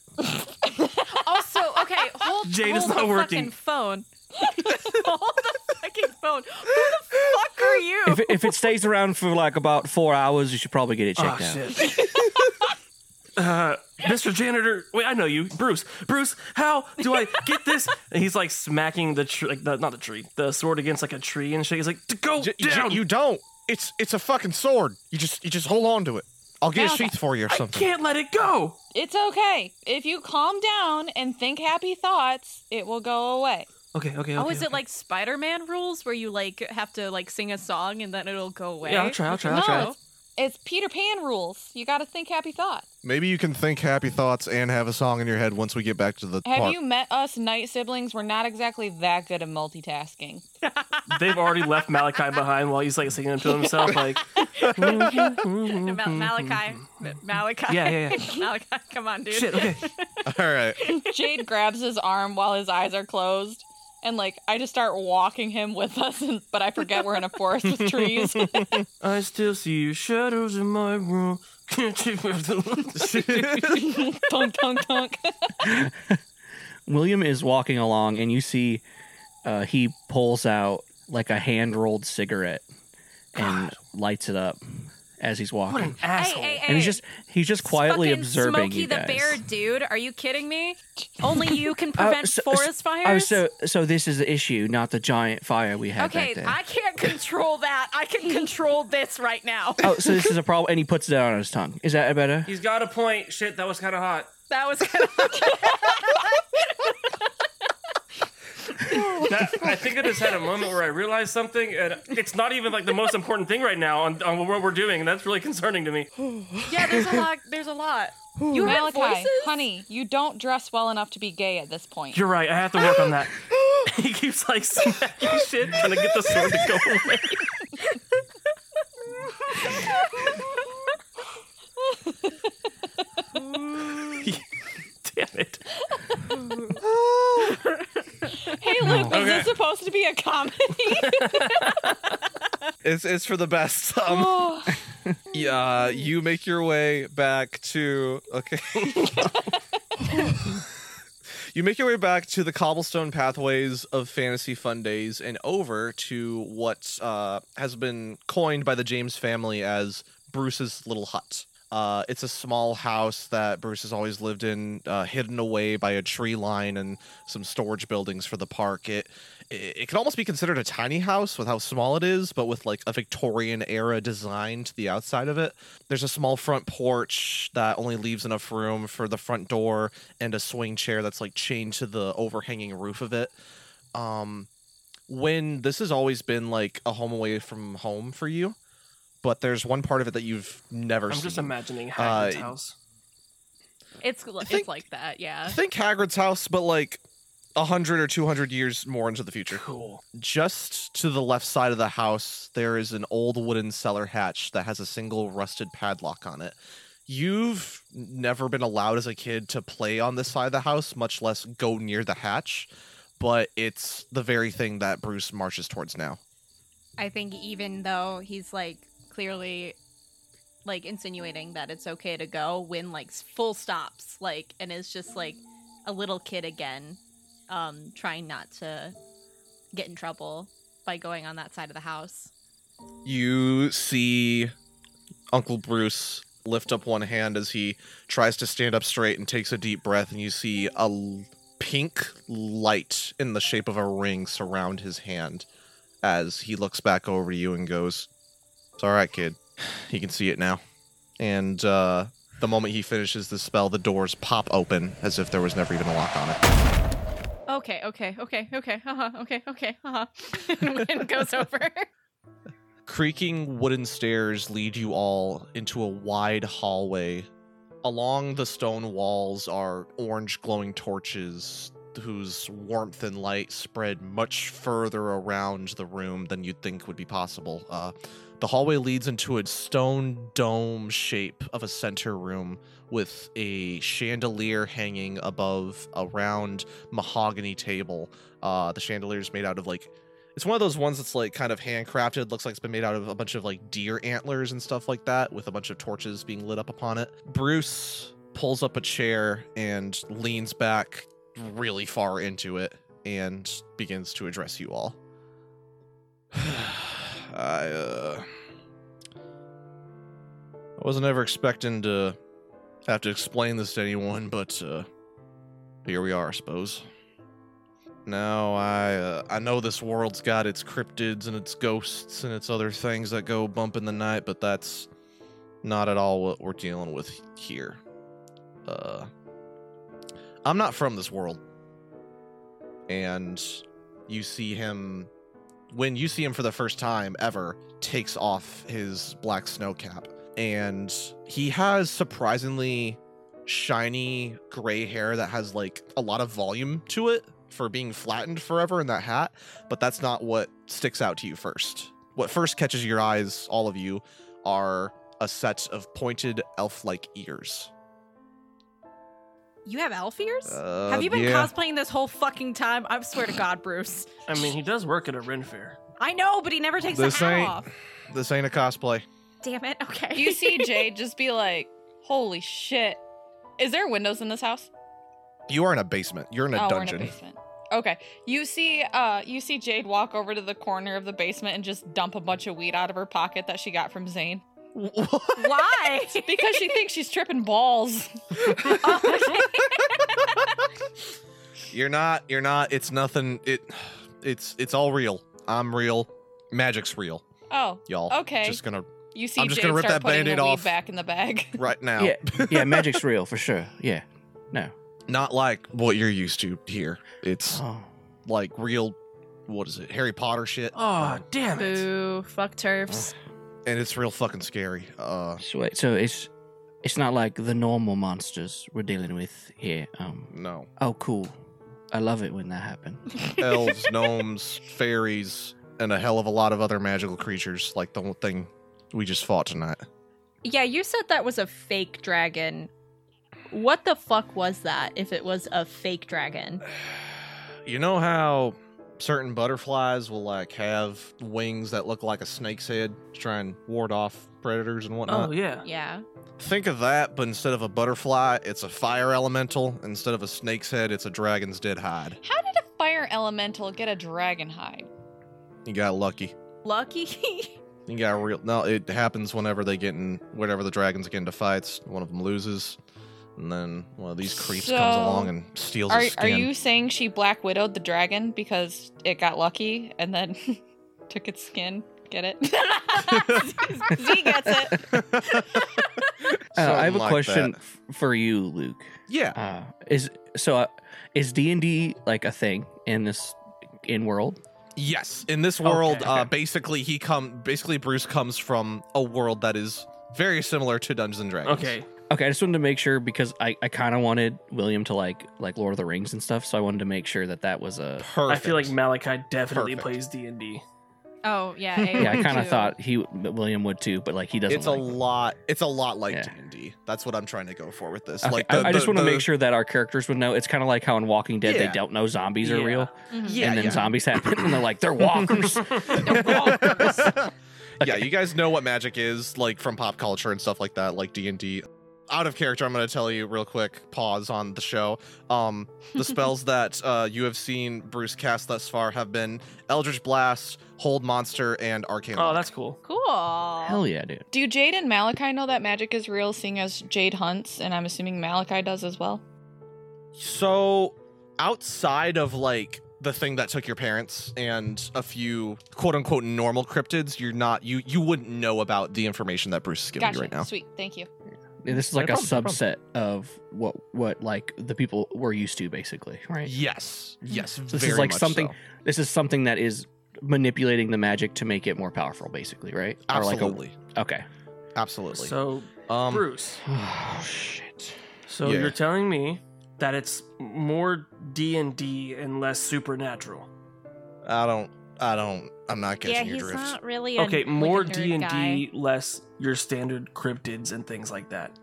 Speaker 3: Also, okay, hold,
Speaker 1: Jade,
Speaker 3: hold
Speaker 1: it's
Speaker 3: the
Speaker 1: not working.
Speaker 3: fucking phone. hold the fucking phone. Who the fuck are you?
Speaker 7: If it, if it stays around for like about four hours, you should probably get it
Speaker 1: Oh
Speaker 7: checked out.
Speaker 1: shit. Uh, Mr. Janitor, wait, I know you, Bruce. Bruce, how do I get this? And he's like smacking the tree, like the, not the tree, the sword against like a tree and shit. He's like, "To go
Speaker 2: J- j-
Speaker 1: down.
Speaker 2: you don't. It's it's a fucking sword. You just you just hold on to it. I'll get a
Speaker 9: Malachi,
Speaker 2: sheath for you or
Speaker 1: I
Speaker 2: something.
Speaker 1: can't let it go.
Speaker 9: It's okay. If you calm down and think happy thoughts, it will go away.
Speaker 1: Okay, okay, okay.
Speaker 3: Oh, is
Speaker 1: okay.
Speaker 3: it like Spider-Man rules where you like have to like sing a song and then it'll go away?
Speaker 1: Yeah, I'll try. I'll try. I'll
Speaker 9: no,
Speaker 1: try.
Speaker 9: it's, it's Peter Pan rules. You got to think happy thoughts.
Speaker 2: Maybe you can think happy thoughts and have a song in your head once we get back to the
Speaker 9: Have
Speaker 2: park.
Speaker 9: you met us night siblings? We're not exactly that good at multitasking.
Speaker 1: They've already left Malachi behind while he's like singing to himself. Like,
Speaker 3: No, Mal- Malachi, Ma- Malachi,
Speaker 1: yeah, yeah, yeah.
Speaker 3: Malachi, come on, dude.
Speaker 1: Shit. Okay.
Speaker 2: All right.
Speaker 9: Jade grabs his arm while his eyes are closed, and like I just start walking him with us, and, but I forget we're in a forest with trees.
Speaker 1: I still see your shadows in my room. Can't you feel the-
Speaker 9: tunk, tunk, tunk.
Speaker 7: William is walking along, and you see uh, he pulls out like a hand rolled cigarette and lights it up as he's
Speaker 1: What
Speaker 7: walking.
Speaker 1: an asshole.
Speaker 7: And he's just he's just quietly observing
Speaker 8: Smokey
Speaker 7: you
Speaker 8: the
Speaker 7: guys.
Speaker 8: Bear, dude. Are you kidding me? Only you can
Speaker 7: Oh,
Speaker 8: prevent
Speaker 7: so-
Speaker 8: forest fires.
Speaker 7: Oh, so so this is the issue, not the giant fire we had
Speaker 8: okay,
Speaker 7: back then.
Speaker 8: I can't control that. I can control this right now.
Speaker 7: Oh, so this is a problem, and he puts it out on his tongue. Is that better?
Speaker 1: He's got a point. Shit, that was kind of hot.
Speaker 8: That was kind of
Speaker 1: That, I think I just had a moment where I realized something, and it's not even like the most important thing right now on, on what we're doing. and That's really concerning to me.
Speaker 8: yeah. There's a lot. There's a lot. You have
Speaker 9: Malachi,
Speaker 8: voices,
Speaker 9: honey, you don't dress well enough to be gay at this point.
Speaker 1: You're right. I have to work on that. he keeps like smacking shit, trying to get the sword to go away. Damn it.
Speaker 9: hey, Luke, was
Speaker 1: Okay.
Speaker 9: this supposed to be a comedy?
Speaker 2: It's it's for the best. Um,
Speaker 9: Oh.
Speaker 2: yeah, you make your way back to okay. you make your way back to the cobblestone pathways of fantasy fun days and over to what uh, has been coined by the James family as Bruce's little hut. Uh, it's a small house that Bruce has always lived in, uh, hidden away by a tree line and some storage buildings for the park. It it it can almost be considered a tiny house with how small it is, but with like a Victorian era design to the outside of it. There's a small front porch that only leaves enough room for the front door and a swing chair that's like chained to the overhanging roof of it. Um, when this has always been like a home away from home for you, but there's one part of it that you've never
Speaker 1: I'm
Speaker 2: seen.
Speaker 1: just imagining Hagrid's house.
Speaker 8: it's
Speaker 2: think-
Speaker 8: it's like that. Yeah.
Speaker 2: Think Hagrid's house, but like a hundred or two hundred years more into the future.
Speaker 1: Cool.
Speaker 2: just to the left side of the house, there is an old wooden cellar hatch that has a single rusted padlock on it. You've never been allowed as a kid to play on this side of the house, much less go near the hatch, but it's the very thing that Bruce marches towards now.
Speaker 3: I think even though he's like clearly like insinuating that it's okay to go when like s- full stops like and is just like a little kid again um trying not to get in trouble by going on that side of the house.
Speaker 2: You see Uncle Bruce lift up one hand as he tries to stand up straight and takes a deep breath, and you see a l- pink light in the shape of a ring surround his hand as he looks back over to you and goes, It's all right, kid. You can see it now. And uh, the moment he finishes the spell, the doors pop open as if there was never even a lock on it.
Speaker 8: Okay. Okay. Okay. Okay. Uh-huh, okay. Okay. Uh-huh. and goes over.
Speaker 2: Creaking wooden stairs lead you all into a wide hallway. Along the stone walls are orange glowing torches whose warmth and light spread much further around the room than you'd think would be possible. Uh, the hallway leads into a stone dome shape of a center room with a chandelier hanging above a round mahogany table. Uh, the chandelier is made out of like it's one of those ones that's like kind of handcrafted looks like it's been made out of a bunch of like deer antlers and stuff like that with a bunch of torches being lit up upon it bruce pulls up a chair and leans back really far into it and begins to address you all i uh i wasn't ever expecting to have to explain this to anyone but uh here we are i suppose no, I uh, I know this world's got its cryptids and its ghosts and its other things that go bump in the night, but that's not at all what we're dealing with here. Uh I'm not from this world. And you see him when you see him for the first time ever takes off his black snow cap and he has surprisingly shiny gray hair that has like a lot of volume to it for being flattened forever in that hat, but that's not what sticks out to you first. What first catches your eyes, all of you, are a set of pointed elf like ears.
Speaker 8: You have elf ears?
Speaker 2: Uh,
Speaker 8: have you been
Speaker 2: yeah.
Speaker 8: cosplaying this whole fucking time? I swear to God, Bruce.
Speaker 1: I mean, he does work at a Ren fair.
Speaker 8: I know, but he never takes
Speaker 2: This
Speaker 8: the hat
Speaker 2: ain't-
Speaker 8: off.
Speaker 2: This ain't a cosplay.
Speaker 8: Damn it. Okay.
Speaker 9: you see Jade just be like, holy shit. Is there windows in this house?
Speaker 2: You are in a basement. You're in a
Speaker 9: oh, we're in a
Speaker 2: dungeon.
Speaker 9: basement. Okay. You see uh you see Jade walk over to the corner of the basement and just dump a bunch of weed out of her pocket that she got from Zane.
Speaker 8: Why?
Speaker 9: Because she thinks she's tripping balls.
Speaker 2: You're not. You're not. It's nothing. It. It's. It's all real. I'm real. Magic's real,
Speaker 9: Oh.
Speaker 2: y'all.
Speaker 9: Okay.
Speaker 2: Just gonna
Speaker 9: You see
Speaker 2: I'm just
Speaker 9: Jade
Speaker 2: gonna rip
Speaker 9: start
Speaker 2: that
Speaker 9: putting
Speaker 2: Band-Aid
Speaker 9: the weed
Speaker 2: off.
Speaker 9: back in the bag.
Speaker 2: right now.
Speaker 7: Yeah, yeah, magic's real for sure. Yeah, no.
Speaker 2: Not like what you're used to here. It's
Speaker 7: Oh.
Speaker 2: like real. What is it? Harry Potter shit.
Speaker 1: Oh, damn it.
Speaker 8: Boo. Fuck turfs.
Speaker 2: And it's real fucking scary. Uh.
Speaker 7: So, wait, so it's it's not like the normal monsters we're dealing with here. Um.
Speaker 2: No.
Speaker 7: Oh, cool. I love it when that happens.
Speaker 2: Elves, gnomes, fairies, and a hell of a lot of other magical creatures, like the whole thing we just fought tonight.
Speaker 8: Yeah, you said that was a fake dragon. What the fuck was that if it was a fake dragon?
Speaker 2: You know how certain butterflies will like have wings that look like a snake's head to try and ward off predators and whatnot?
Speaker 1: Oh, yeah.
Speaker 8: Yeah.
Speaker 2: Think of that, but instead of a butterfly, it's a fire elemental. Instead of a snake's head, it's a dragon's dead hide.
Speaker 9: How did a fire elemental get a dragon hide?
Speaker 2: You got lucky.
Speaker 8: Lucky.
Speaker 2: You got real. No, it happens whenever they get in, whenever the dragons get into fights. One of them loses, and then one of these creeps comes
Speaker 9: So,
Speaker 2: along and steals
Speaker 9: Are
Speaker 2: his
Speaker 9: are
Speaker 2: skin.
Speaker 9: you saying she black widowed the dragon because it got lucky and then took its skin? Get it? Z gets it.
Speaker 7: Uh, I have
Speaker 2: Something
Speaker 7: a
Speaker 2: like
Speaker 7: question
Speaker 2: that.
Speaker 7: f- for you, Luke.
Speaker 2: Yeah.
Speaker 7: Uh, is so uh, is D and D like a thing in this in world?
Speaker 2: Yes, in this world,
Speaker 7: Okay.
Speaker 2: uh, basically he come basically Bruce comes from a world that is very similar to Dungeons and Dragons.
Speaker 1: Okay.
Speaker 7: Okay, I just wanted to make sure because I, I kind of wanted William to like like Lord of the Rings and stuff, so I wanted to make sure that that was a
Speaker 2: perfect.
Speaker 1: I feel like Malachi definitely
Speaker 2: Perfect.
Speaker 1: plays D&D.
Speaker 8: Oh, yeah.
Speaker 7: yeah. I kind
Speaker 8: too.
Speaker 7: of thought he that William would too, but like he doesn't.
Speaker 2: it's a
Speaker 7: like-
Speaker 2: lot. It's a lot like
Speaker 7: Yeah.
Speaker 2: D and D. That's what I'm trying to go for with this.
Speaker 7: Okay,
Speaker 2: like
Speaker 7: I-
Speaker 2: the-
Speaker 7: I, just
Speaker 2: the-
Speaker 7: want to
Speaker 2: the-
Speaker 7: make sure that our characters would know. It's kind of like how in Walking Dead
Speaker 2: Yeah.
Speaker 7: they don't know zombies are
Speaker 1: Yeah.
Speaker 7: real,
Speaker 8: Mhm.
Speaker 2: Yeah,
Speaker 7: and then
Speaker 2: yeah.
Speaker 7: zombies happen, and they're like they're walkers.
Speaker 2: yeah, you guys know what magic is, like from pop culture and stuff like that, like D and D. Out of character, I'm going to tell you real quick. Pause on the show. Um, the spells that uh, you have seen Bruce cast thus far have been Eldritch Blast, Hold Monster, and Arcane.
Speaker 1: Oh,
Speaker 2: Lock.
Speaker 1: that's cool.
Speaker 8: Cool.
Speaker 7: Hell yeah, dude.
Speaker 9: Do Jade and Malachi know that magic is real, seeing as Jade hunts, and I'm assuming Malachi does as well?
Speaker 2: So, outside of like the thing that took your parents and a few quote unquote normal cryptids, you're not you you wouldn't know about the information that Bruce is giving
Speaker 9: Gotcha.
Speaker 2: you right now.
Speaker 9: Sweet. Thank you.
Speaker 7: Yeah, This is
Speaker 2: No
Speaker 7: like a
Speaker 2: problem, no problem.
Speaker 7: subset of what what like the people were used to, basically, right?
Speaker 2: Yes, yes,
Speaker 7: Mm-hmm. This is
Speaker 2: very
Speaker 7: like
Speaker 2: much
Speaker 7: something-
Speaker 2: so.
Speaker 7: This is something that is manipulating the magic to make it more powerful, basically, right? Or like a-
Speaker 2: Absolutely,
Speaker 7: okay.
Speaker 2: absolutely.
Speaker 1: So,
Speaker 2: um,
Speaker 1: Bruce,
Speaker 7: Oh shit.
Speaker 1: so
Speaker 2: yeah.
Speaker 1: you're telling me that it's more D&D and less supernatural.
Speaker 2: I don't. I don't. I'm not
Speaker 4: Yeah,
Speaker 2: catching your
Speaker 4: he's
Speaker 2: drift.
Speaker 4: not really a,
Speaker 1: Okay,
Speaker 4: like a
Speaker 1: more
Speaker 4: nerd
Speaker 1: D&D,
Speaker 4: guy.
Speaker 1: less your standard cryptids and things like that.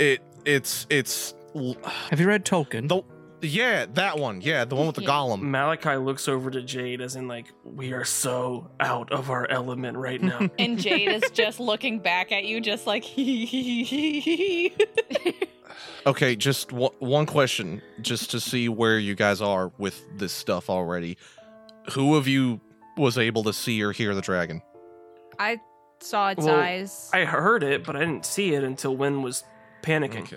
Speaker 2: It. It's. It's. l-
Speaker 7: Have you read Tolkien?
Speaker 2: The- Yeah, that one. Yeah, the one with the
Speaker 9: Yeah.
Speaker 2: golem.
Speaker 1: Malachi looks over to Jade as in like, we are so out of our element right now.
Speaker 9: And Jade is just looking back at you, just like hee hee hee hee. hee.
Speaker 2: Okay, just one, one question, just to see where you guys are with this stuff already. Who of you was able to see or hear the dragon?
Speaker 8: I saw its
Speaker 1: Well,
Speaker 8: eyes.
Speaker 1: I heard it, but I didn't see it until Wynn was panicking.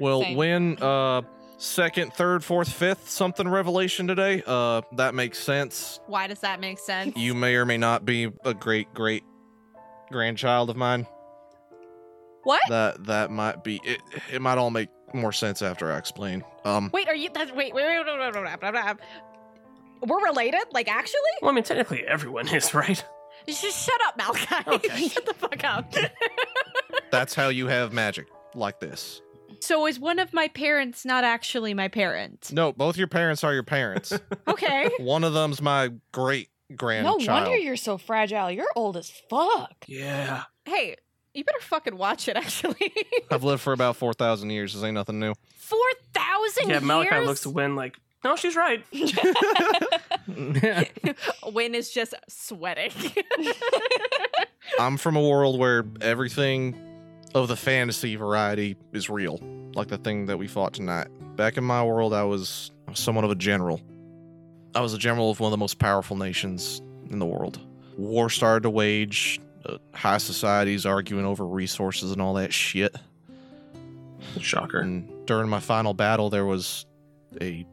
Speaker 2: Well,
Speaker 9: Same.
Speaker 2: when uh second, third, fourth, fifth something revelation today, uh that makes sense.
Speaker 8: Why does that make sense?
Speaker 2: You may or may not be a great great grandchild of mine.
Speaker 8: What?
Speaker 2: That that might be it it might all make more sense after I explain. Um
Speaker 8: Wait, are you? That's, wait, wait, wait, wait, wait, wait, wait, wait, wait, wait. We're related? Like, actually?
Speaker 1: Well, I mean, technically everyone is, right?
Speaker 8: Just shut up, Malachi.
Speaker 1: Okay.
Speaker 8: shut the fuck up.
Speaker 2: that's how you have magic like this.
Speaker 8: so, is one of my parents not actually my parent?
Speaker 2: No, both your parents are your parents.
Speaker 8: Okay.
Speaker 2: One of them's my great
Speaker 9: no
Speaker 2: grandchild.
Speaker 9: wonder you're so fragile. You're old as fuck.
Speaker 1: Yeah.
Speaker 8: hey, you better fucking watch it, actually.
Speaker 2: I've lived for about 4,000 years. This ain't nothing new.
Speaker 8: 4,000
Speaker 1: Yeah, Malachi
Speaker 8: years?
Speaker 1: looks to Wynn like, no, she's right.
Speaker 8: Wynn is just sweating.
Speaker 2: I'm from a world where everything of the fantasy variety is real, like the thing that we fought tonight. Back in my world, I was somewhat of a general. I was a general of one of the most powerful nations in the world. War started to wage, uh, high societies arguing over resources and all that shit.
Speaker 1: Shocker.
Speaker 2: And during my final battle, there was a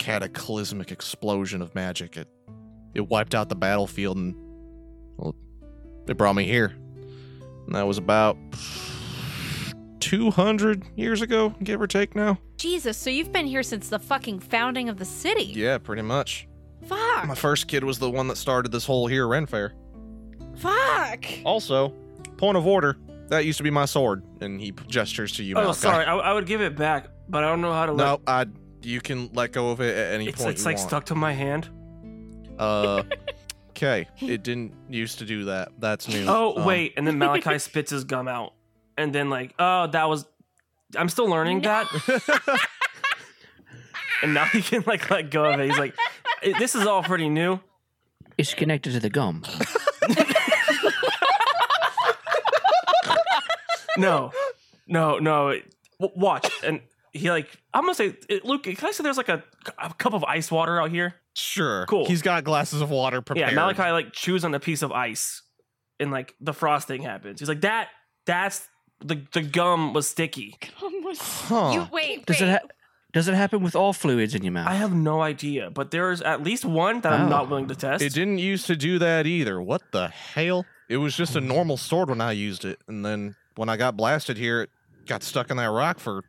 Speaker 2: cataclysmic explosion of magic. It it wiped out the battlefield, and well, it brought me here. And that was about two hundred years ago, give or take. Now,
Speaker 3: Jesus, so you've been here since the fucking founding of the city.
Speaker 2: yeah, pretty much.
Speaker 3: Fuck.
Speaker 2: My first kid was the one that started this whole here Ren Fair.
Speaker 8: Fuck.
Speaker 2: Also, point of order, that used to be my sword, and he gestures to you.
Speaker 1: Oh,
Speaker 2: Malachi.
Speaker 1: sorry. I, I would give it back, but I don't know how to.
Speaker 2: No,
Speaker 1: let,
Speaker 2: I. You can let go of it at any
Speaker 1: it's
Speaker 2: point.
Speaker 1: it's
Speaker 2: you
Speaker 1: like
Speaker 2: want.
Speaker 1: stuck to my hand.
Speaker 2: Uh, okay. It didn't used to do that. That's new.
Speaker 1: Oh
Speaker 2: Um,
Speaker 1: wait, and then Malachi spits his gum out, and then like, oh, that was. I'm still learning that, and now he can like let go of it. He's like, "Eh, this is all pretty new.
Speaker 7: It's connected to the gum.
Speaker 1: No, no, no. it- w- Watch, and he like, I'm gonna say, it, Luke, can I say there's like a, a cup of ice water out here?
Speaker 2: Sure.
Speaker 1: Cool.
Speaker 2: He's got glasses of water prepared.
Speaker 1: Yeah, Malachi like chews on a piece of ice, and like the frosting happens. He's like, that, that's the the gum was sticky.
Speaker 2: Huh.
Speaker 3: You wait,
Speaker 7: Does it ha- does it happen with all fluids in your mouth?
Speaker 1: I have no idea, but there's at least one that I'm
Speaker 7: Oh.
Speaker 1: not willing to test.
Speaker 2: It didn't used to do that either. What the hell? It was just a
Speaker 1: Hmm.
Speaker 2: normal sword when I used it, and then when I got blasted here, it got stuck in that rock for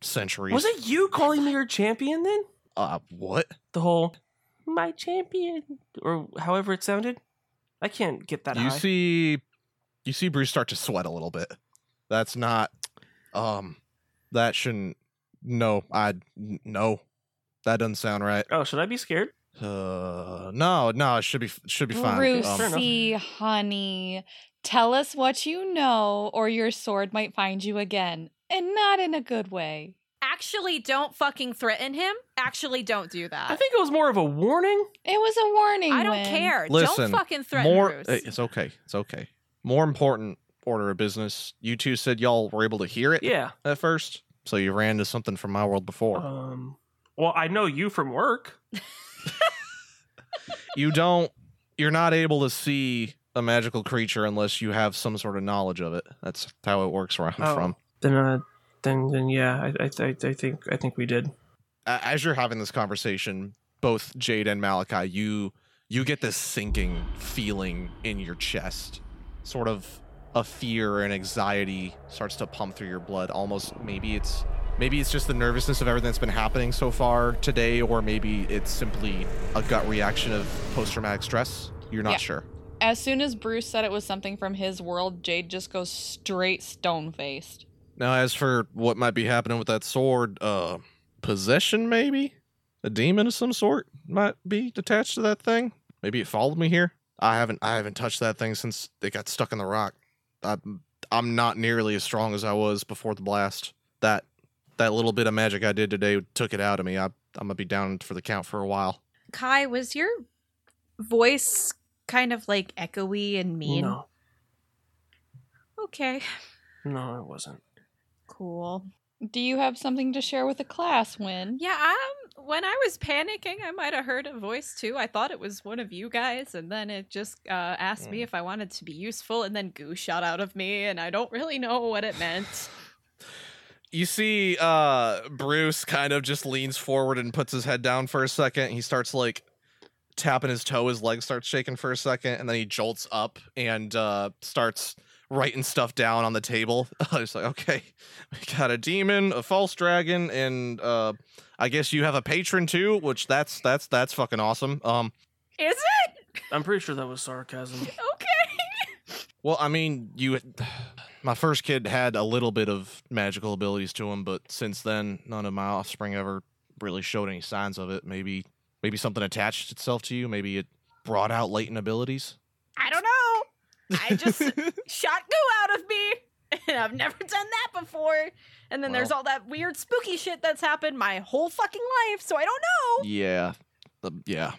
Speaker 2: centuries.
Speaker 1: Was it you calling me your champion then?
Speaker 2: Uh, what?
Speaker 1: The whole my champion or however it sounded. I can't get that
Speaker 2: you
Speaker 1: high.
Speaker 2: see, you see Bruce start to sweat a little bit. That's not. Um, that shouldn't. No, I n- no. That doesn't sound right.
Speaker 1: oh, should I be scared?
Speaker 2: Uh, no, no, it should be it should be fine. Um,
Speaker 1: Fair enough.
Speaker 9: Brucey, honey, tell us what you know, or your sword might find you again, and not in a good way.
Speaker 8: Actually, don't fucking threaten him. Actually, don't do
Speaker 1: I
Speaker 8: that.
Speaker 1: think it was more of a warning.
Speaker 9: It was a warning.
Speaker 8: I don't
Speaker 9: Wynn.
Speaker 8: care.
Speaker 2: Listen,
Speaker 8: don't fucking threaten
Speaker 2: more.
Speaker 8: Bruce.
Speaker 7: uh,
Speaker 2: Hey, It's okay. It's okay. More important order of business. You two said y'all were able to hear it
Speaker 1: Yeah.
Speaker 2: at first, so you ran to something from my world before.
Speaker 1: Um. Well, I know you from work.
Speaker 2: you don't. You're not able to see a magical creature unless you have some sort of knowledge of it. That's how it works where I'm
Speaker 1: Oh.
Speaker 2: from.
Speaker 1: Then, uh, then, then, yeah. I, I, I, I think, I think we did.
Speaker 2: A- As you're having this conversation, both Jade and Malachi, you you get this sinking feeling in your chest, sort of a fear and anxiety starts to pump through your blood. Almost maybe it's maybe it's just the nervousness of everything that's been happening so far today, or maybe it's simply a gut reaction of post traumatic stress. You're not
Speaker 9: Yeah.
Speaker 2: sure.
Speaker 9: As soon as Bruce said it was something from his world, Jade just goes straight stone faced.
Speaker 2: Now, as for what might be happening with that sword, uh, possession maybe? A demon of some sort might be attached to that thing. Maybe it followed me here. I haven't I haven't touched that thing since it got stuck in the rock. I'm I'm not nearly as strong as I was before the blast. That that little bit of magic I did today took it out of me. I I'm gonna be down for the count for a while.
Speaker 8: Kai, was your voice kind of like echoey and mean?
Speaker 1: No,
Speaker 8: Okay.
Speaker 1: no, it wasn't.
Speaker 8: Cool.
Speaker 9: Do you have something to share with the class, Win?
Speaker 8: Yeah, um when I was panicking, I might have heard a voice too. I thought it was one of you guys, and then it just uh, asked me if I wanted to be useful, and then goo shot out of me, and I don't really know what it meant.
Speaker 2: You see, uh, Bruce kind of just leans forward and puts his head down for a second. He starts like tapping his toe. His leg starts shaking for a second, and then he jolts up and uh, starts writing stuff down on the table. It's like, okay, we got a demon, a false dragon, and uh, I guess you have a patron too, which that's that's that's fucking awesome. Um,
Speaker 8: Is it
Speaker 1: I'm pretty sure that was sarcasm.
Speaker 8: okay?
Speaker 2: well, I mean, you. My first kid had a little bit of magical abilities to him, but since then, none of my offspring ever really showed any signs of it. Maybe, maybe something attached itself to you. Maybe it brought out latent abilities.
Speaker 8: I don't know. I just shot goo out of me, and I've never done that before. And then there's
Speaker 2: Well.
Speaker 8: all that weird spooky shit that's happened my whole fucking life, so I don't know.
Speaker 2: yeah, Um, yeah.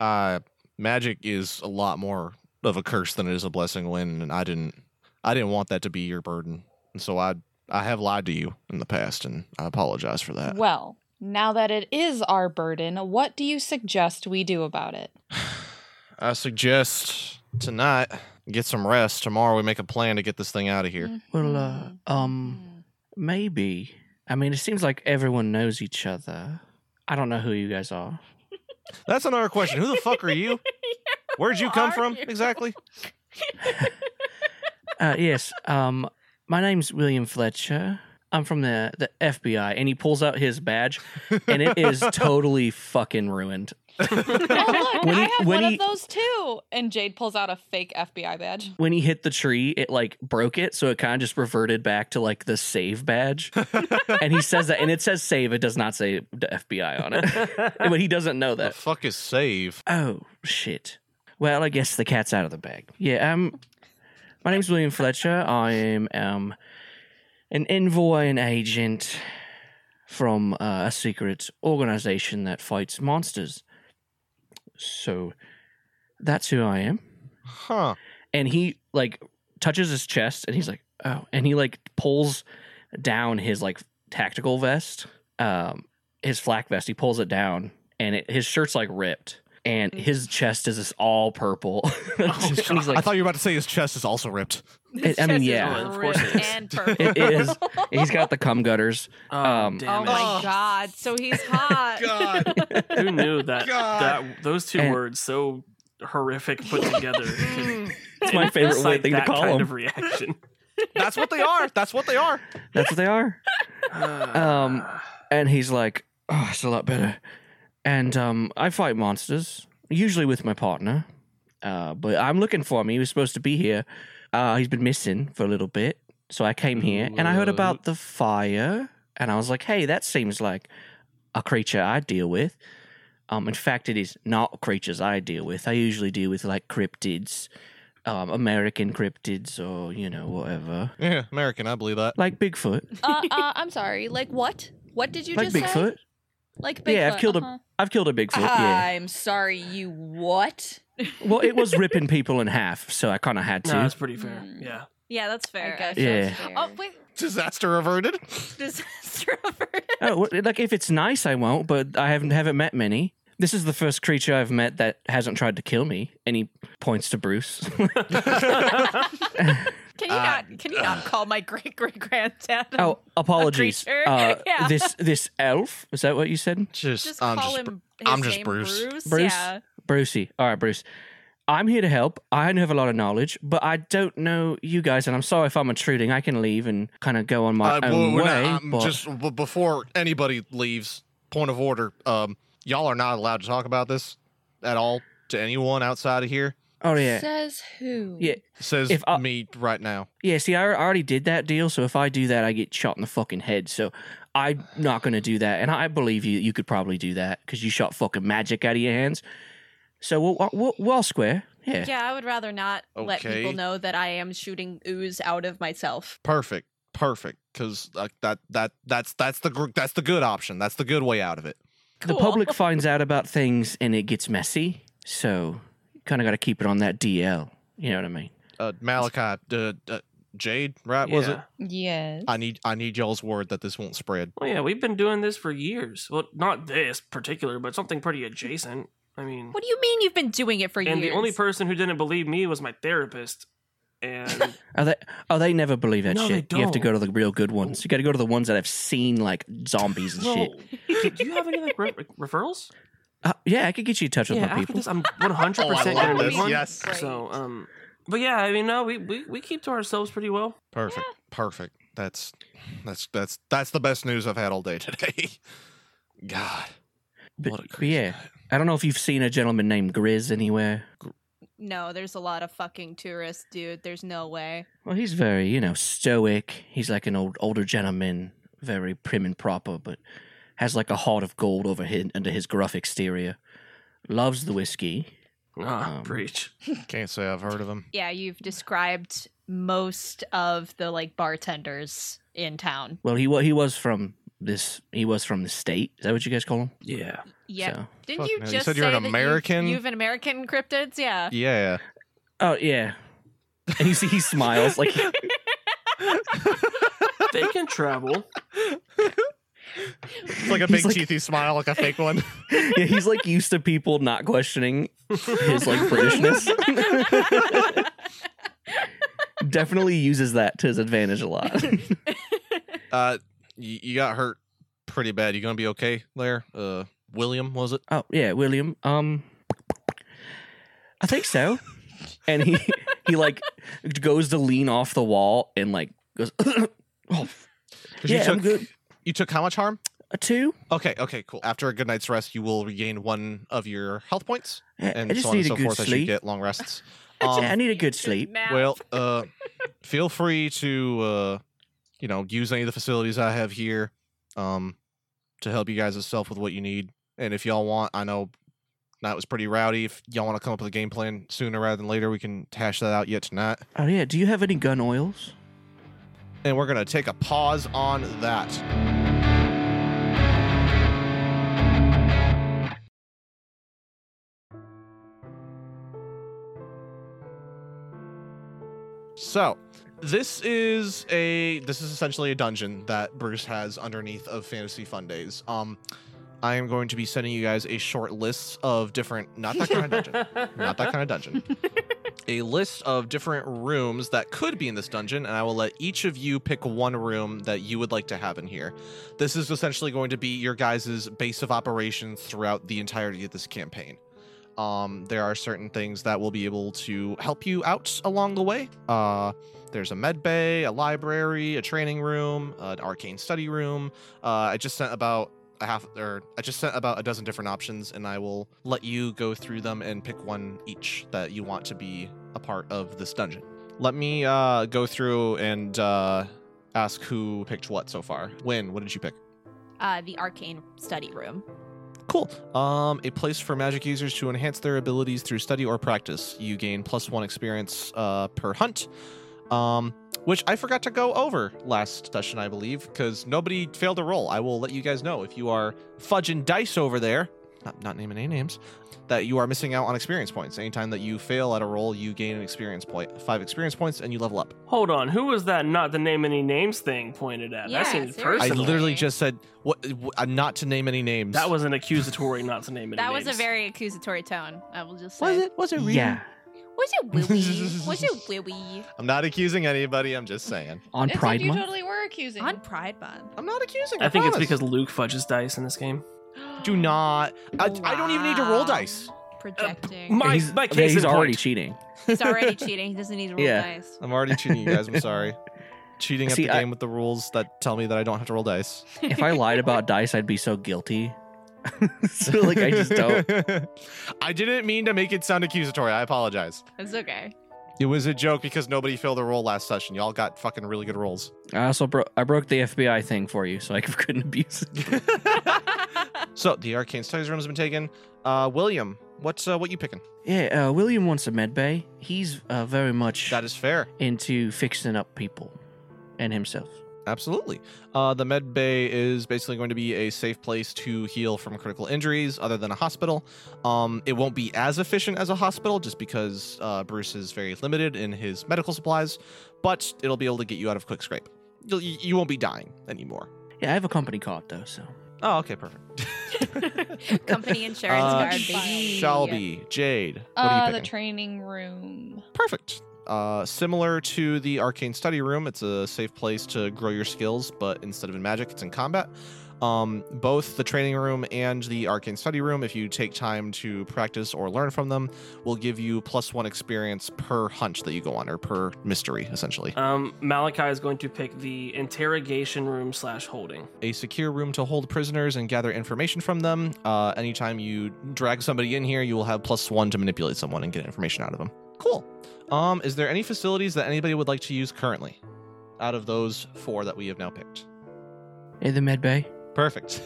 Speaker 2: Uh, magic is a lot more of a curse than it is a blessing. When and I didn't, I didn't want that to be your burden, and so I, I have lied to you in the past, and I apologize for that.
Speaker 9: Well, Now that it is our burden, what do you suggest we do about it?
Speaker 2: I suggest tonight get some rest. Tomorrow we make a plan to get this thing out of
Speaker 8: Mm.
Speaker 2: here.
Speaker 7: Well, uh,
Speaker 8: Mm-hmm.
Speaker 7: um, maybe. I mean, it seems like everyone knows each other. I don't know who you guys are.
Speaker 2: That's another question. Who the fuck are you? Where'd you
Speaker 8: who
Speaker 2: come
Speaker 8: are
Speaker 2: from
Speaker 8: you?
Speaker 2: exactly?
Speaker 7: Uh, yes. Um, my name's William Fletcher. I'm from the the FBI, and he pulls out his badge, and it is totally fucking ruined.
Speaker 9: oh, look,
Speaker 7: When
Speaker 9: I
Speaker 7: he-
Speaker 9: have
Speaker 7: when
Speaker 9: one
Speaker 7: he-
Speaker 9: of those too. And Jade pulls out a fake FBI badge.
Speaker 7: When he hit the tree, it like broke it, so it kind of just reverted back to like the save badge. and he says that, and it says save. It does not say the FBI on it, but he doesn't know
Speaker 2: The
Speaker 7: that.
Speaker 2: fuck is save?
Speaker 7: Oh shit. Well, I guess the cat's out of the bag. Yeah. Um, my name's William Fletcher. I am um an envoy and agent from uh, a secret organization that fights monsters. So that's who I am.
Speaker 2: Huh.
Speaker 7: And he like touches his chest, and he's like, oh, and he like pulls down his like tactical vest, um, his flak vest. He pulls it down, and it, his shirt's like ripped. And his chest is just all purple. And he's like,
Speaker 2: I thought you were about to say his chest is also ripped.
Speaker 7: It- I mean, yeah.
Speaker 1: Oh, of course it
Speaker 8: ripped
Speaker 1: is.
Speaker 8: And purple.
Speaker 7: It is. he's got the cum gutters.
Speaker 1: Oh,
Speaker 7: Um,
Speaker 8: Oh
Speaker 1: damn
Speaker 8: my
Speaker 2: Oh.
Speaker 8: god! So he's hot.
Speaker 2: God.
Speaker 1: it. Who knew that,
Speaker 2: God.
Speaker 1: that those two
Speaker 7: And-
Speaker 1: words so horrific put together?
Speaker 2: Mm.
Speaker 1: could
Speaker 7: It's my favorite
Speaker 1: incite
Speaker 7: weird thing to
Speaker 1: that
Speaker 7: call
Speaker 1: kind
Speaker 7: them.
Speaker 1: of reaction.
Speaker 2: That's what they are. That's what they are.
Speaker 7: That's what they are. Um,
Speaker 1: Ah.
Speaker 7: And he's like, "Oh, it's a lot better." And um, I fight monsters usually with my partner, uh, but I'm looking for him. He was supposed to be here. Uh, he's been missing for a little bit, so I came here and I heard about the fire, and I was like, "Hey, that seems like a creature I deal with." Um, in fact, it is not creatures I deal with. I usually deal with like cryptids, um, American cryptids, or you know whatever,
Speaker 2: Yeah, American, I believe that.
Speaker 7: like Bigfoot.
Speaker 9: Uh, uh, I'm sorry. Like what? What did you
Speaker 7: like
Speaker 9: just say?
Speaker 7: Bigfoot.
Speaker 9: Like Bigfoot.
Speaker 7: Yeah, I've killed a-
Speaker 9: uh-huh.
Speaker 7: I've killed a Bigfoot. yeah.
Speaker 9: I'm sorry. You what?
Speaker 7: Well, it was ripping people in half, so I kind of had to.
Speaker 1: no, that's pretty fair.
Speaker 9: Hmm.
Speaker 1: Yeah.
Speaker 8: Yeah, that's fair.
Speaker 9: I guess
Speaker 8: actually.
Speaker 7: Yeah.
Speaker 9: that's fair.
Speaker 8: Oh wait,
Speaker 2: Disaster averted.
Speaker 8: disaster averted.
Speaker 7: oh, well, like if it's nice, I won't. But I haven't haven't met many. This is the first creature I've met that hasn't tried to kill me. And he points to Bruce.
Speaker 8: Can you
Speaker 2: Uh,
Speaker 8: not? Can you not call my great great granddad?
Speaker 7: oh, apologies.
Speaker 8: creature,
Speaker 7: Uh,
Speaker 8: yeah.
Speaker 7: This this elf is that what you said,
Speaker 2: Just,
Speaker 8: just
Speaker 2: I'm
Speaker 8: call
Speaker 2: just
Speaker 8: him. His
Speaker 2: I'm just
Speaker 8: name
Speaker 2: Bruce.
Speaker 8: Bruce.
Speaker 7: Bruce?
Speaker 8: Yeah.
Speaker 7: Brucey? All right, Bruce. I'm here to help. I don't have a lot of knowledge, but I don't know you guys, and I'm sorry if I'm intruding. I can leave and kind of go on my
Speaker 2: Uh,
Speaker 7: own
Speaker 2: we're
Speaker 7: way.
Speaker 2: not- um,
Speaker 7: but-
Speaker 2: Just b- before anybody leaves, point of order. Um, y'all are not allowed to talk about this at all to anyone outside of here.
Speaker 7: oh yeah,
Speaker 9: Says who?
Speaker 7: yeah.
Speaker 2: Says
Speaker 7: If uh, I-
Speaker 2: me right now.
Speaker 7: Yeah, see, I al- already did that deal, so if I do that, I get shot in the fucking head. So I'm not going to do that. And I believe you you could probably do that because you shot fucking magic out of your hands. So we'll, we'll, we'll square. Yeah.
Speaker 8: Yeah, I would rather not let people
Speaker 2: Okay.
Speaker 8: know that I am shooting ooze out of myself.
Speaker 2: Perfect, perfect. Because uh, that that that's that's the gr- that's the good option. That's the good way out of it.
Speaker 7: The
Speaker 8: Cool.
Speaker 7: public finds out about things and it gets messy. So kind of got to keep it on that DL. You know what I mean?
Speaker 2: Uh, Malachi, uh, uh, Jade, right? Was it?
Speaker 1: Yeah.
Speaker 9: Yes.
Speaker 2: I need I need y'all's word that this won't spread.
Speaker 1: Well, yeah, we've been doing this for years. Well, not this particular, but something pretty adjacent. I mean,
Speaker 8: What do you mean you've been doing it for
Speaker 1: and
Speaker 8: years?
Speaker 1: the only person who didn't believe me was my therapist. And
Speaker 7: Are they, oh, they never believe that
Speaker 1: No, they
Speaker 7: shit. You have to go
Speaker 1: don't.
Speaker 7: to the real good ones. You got to go to the ones that have seen like zombies and shit.
Speaker 1: Well, do you have any like re- referrals?
Speaker 7: Uh, yeah, I could get you in touch with
Speaker 1: yeah,
Speaker 7: my
Speaker 1: after
Speaker 7: people.
Speaker 1: this, I'm 100
Speaker 2: Oh, I
Speaker 1: percent
Speaker 2: love
Speaker 1: gonna
Speaker 2: this.
Speaker 1: need one.
Speaker 2: Yes.
Speaker 1: So, um, but yeah, I mean, no, we, we we keep to ourselves pretty well.
Speaker 2: Perfect, perfect. That's that's that's that's the best news I've had all day today. God,
Speaker 7: But-
Speaker 2: what a
Speaker 7: but yeah.
Speaker 2: creature.
Speaker 7: I don't know if you've seen a gentleman named Grizz anywhere.
Speaker 8: No, there's a lot of fucking tourists, dude. There's no way.
Speaker 7: Well, he's very, you know, stoic. He's like an old older gentleman, very prim and proper, but has like a heart of gold over his, under his gruff exterior. Loves the whiskey.
Speaker 1: Ah,
Speaker 7: Um,
Speaker 1: preach.
Speaker 2: Can't say I've heard of him.
Speaker 8: Yeah, you've described most of the like bartenders in town.
Speaker 7: Well, he was he was from this. He was from the state. Is that what you guys call him?
Speaker 1: Yeah.
Speaker 8: Yeah.
Speaker 7: So-
Speaker 8: Didn't
Speaker 2: Fuck
Speaker 8: you
Speaker 2: no, you
Speaker 8: just
Speaker 2: said you're
Speaker 8: say
Speaker 2: an
Speaker 8: that you've-
Speaker 2: American?
Speaker 8: You've, an American cryptids, yeah.
Speaker 2: Yeah.
Speaker 7: oh yeah. And you see, he smiles like
Speaker 1: They can travel.
Speaker 7: It's
Speaker 2: like a big teethy smile, like a fake one.
Speaker 7: yeah, he's like used to people not questioning his like Britishness. Definitely uses that to his advantage a lot.
Speaker 2: Uh, you, you got hurt pretty bad. You gonna be okay, Lair? Uh, William was it?
Speaker 7: oh yeah, William. Um, I think so. And he he like goes to lean off the wall and like goes. oh,
Speaker 2: 'Cause
Speaker 7: yeah,
Speaker 2: you took,
Speaker 7: I'm good.
Speaker 2: You took how much harm?
Speaker 7: A two.
Speaker 2: Okay, okay, cool. After a good night's rest, you will regain one of your health points,
Speaker 7: Yeah,
Speaker 2: and
Speaker 7: I just
Speaker 2: so on
Speaker 7: need
Speaker 2: and
Speaker 7: a
Speaker 2: so
Speaker 7: good
Speaker 2: forth as you
Speaker 7: sleep.
Speaker 2: get long rests.
Speaker 7: yeah, I
Speaker 2: Um,
Speaker 7: need a good
Speaker 8: Just
Speaker 7: sleep.
Speaker 8: nap.
Speaker 2: well, uh, feel free to, uh, you know, use any of the facilities I have here, um, to help you guys yourself with what you need. And if y'all want, I know night was pretty rowdy. If y'all want to come up with a game plan sooner rather than later, we can hash that out yet tonight.
Speaker 7: Oh yeah, do you have any gun oils?
Speaker 2: And we're gonna take a pause on that. So, this is a this is essentially a dungeon that Bruce has underneath of Fantasy Fun Days. Um, I am going to be sending you guys a short list of different not that kind of dungeon, not that kind of dungeon. A list of different rooms that could be in this dungeon, and I will let each of you pick one room that you would like to have in here. This is essentially going to be your guys' base of operations throughout the entirety of this campaign. Um, there are certain things that will be able to help you out along the way. Uh, there's a med bay, a library, a training room, an arcane study room. Uh, I just sent about a half, or I just sent about a dozen different options, and I will let you go through them and pick one each that you want to be a part of this dungeon. Let me uh, go through and uh, ask who picked what so far. Win, what did you pick?
Speaker 3: Uh, the arcane study room.
Speaker 2: Cool. Um, a place for magic users to enhance their abilities through study or practice. You gain plus one experience uh, per hunt, um, which I forgot to go over last session, I believe, because nobody failed to roll. I will let you guys know if you are fudging dice over there, not, not naming any names, that you are missing out on experience points. Anytime that you fail at a roll, you gain an experience point, five experience points, and you level up.
Speaker 1: Hold on, who was that? Not the name any names thing pointed at.
Speaker 8: Yeah,
Speaker 1: that seemed
Speaker 8: seriously.
Speaker 1: personal.
Speaker 2: I literally
Speaker 8: Okay.
Speaker 2: just said what, w- uh, not to name any names.
Speaker 1: That was an accusatory, not to name any
Speaker 8: that
Speaker 1: names.
Speaker 8: was a very accusatory tone. I will just say.
Speaker 2: was it? Was it really?
Speaker 7: Yeah,
Speaker 3: Was it Willy? was it Willy?
Speaker 2: I'm not accusing anybody. I'm just saying.
Speaker 7: on
Speaker 9: It's
Speaker 7: Pride
Speaker 9: like you
Speaker 7: Month.
Speaker 9: totally were accusing.
Speaker 3: On Pride Month.
Speaker 2: I'm not accusing.
Speaker 1: I think it's
Speaker 2: promise.
Speaker 1: because Luke fudges dice in this game.
Speaker 2: do not. I, I don't even need to roll
Speaker 3: Wow.
Speaker 2: dice.
Speaker 8: Projecting.
Speaker 1: My
Speaker 7: he's,
Speaker 1: my
Speaker 7: yeah,
Speaker 1: case
Speaker 7: he's
Speaker 1: is
Speaker 7: already
Speaker 1: point.
Speaker 7: cheating.
Speaker 3: He's already cheating. He doesn't need to roll
Speaker 7: Yeah.
Speaker 3: dice.
Speaker 2: I'm already cheating you guys. I'm sorry. Cheating at
Speaker 7: See,
Speaker 2: the
Speaker 7: I-
Speaker 2: game with the rules that tell me that I don't have to roll dice.
Speaker 7: if I lied about dice, I'd be so guilty. so like I just don't.
Speaker 2: I didn't mean to make it sound accusatory. I apologize.
Speaker 8: It's okay.
Speaker 2: It was a joke because nobody failed a roll last session. Y'all got fucking really good rolls.
Speaker 7: I also broke I broke the FBI thing for you, so I couldn't abuse it.
Speaker 2: so the arcane studies room has been taken. Uh, William, what's uh, what you picking?
Speaker 7: Yeah, uh, William wants a med bay. He's uh, very much
Speaker 2: That is fair.
Speaker 7: into fixing up people and himself.
Speaker 2: Absolutely. Uh, the med bay is basically going to be a safe place to heal from critical injuries, other than a hospital. Um, it won't be as efficient as a hospital, just because uh, Bruce is very limited in his medical supplies, but it'll be able to get you out of quick scrape. You'll- You, you won't be dying anymore.
Speaker 7: Yeah, I have a company card though, so
Speaker 2: Oh, okay, perfect.
Speaker 3: Company insurance
Speaker 2: Uh,
Speaker 3: card,
Speaker 9: sh-
Speaker 3: baby.
Speaker 2: Shelby, Jade, what
Speaker 9: Uh,
Speaker 2: are you
Speaker 9: the
Speaker 2: picking?
Speaker 9: training room.
Speaker 2: Perfect. Uh, similar to the arcane study room, it's a safe place to grow your skills, but instead of in magic, it's in combat. Um, both the training room and the arcane study room, if you take time to practice or learn from them, will give you plus one experience per hunch that you go on or per mystery, essentially.
Speaker 1: Um, Malachi is going to pick the interrogation room slash holding.
Speaker 2: a secure room to hold prisoners and gather information from them. Uh, anytime you drag somebody in here, you will have plus one to manipulate someone and get information out of them. Cool. Um, is there any facilities that anybody would like to use currently out of those four that we have now picked?
Speaker 7: yeah, the med bay.
Speaker 2: Perfect.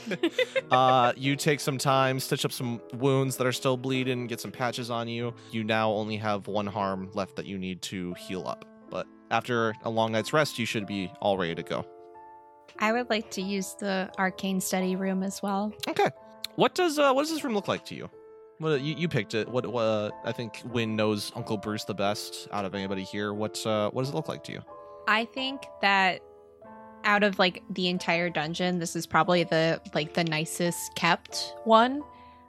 Speaker 2: uh, you take some time, stitch up some wounds that are still bleeding, get some patches on you. You now only have one harm left that you need to heal up. But after a long night's rest, you should be all ready to go.
Speaker 3: I would like to use the arcane study room as well.
Speaker 2: Okay. What does uh, what does this room look like to you? What you, you picked it. What, what uh, I think Win knows Uncle Bruce the best out of anybody here. What uh, what does it look like to you?
Speaker 3: I think that out of like the entire dungeon, this is probably the like the nicest kept one.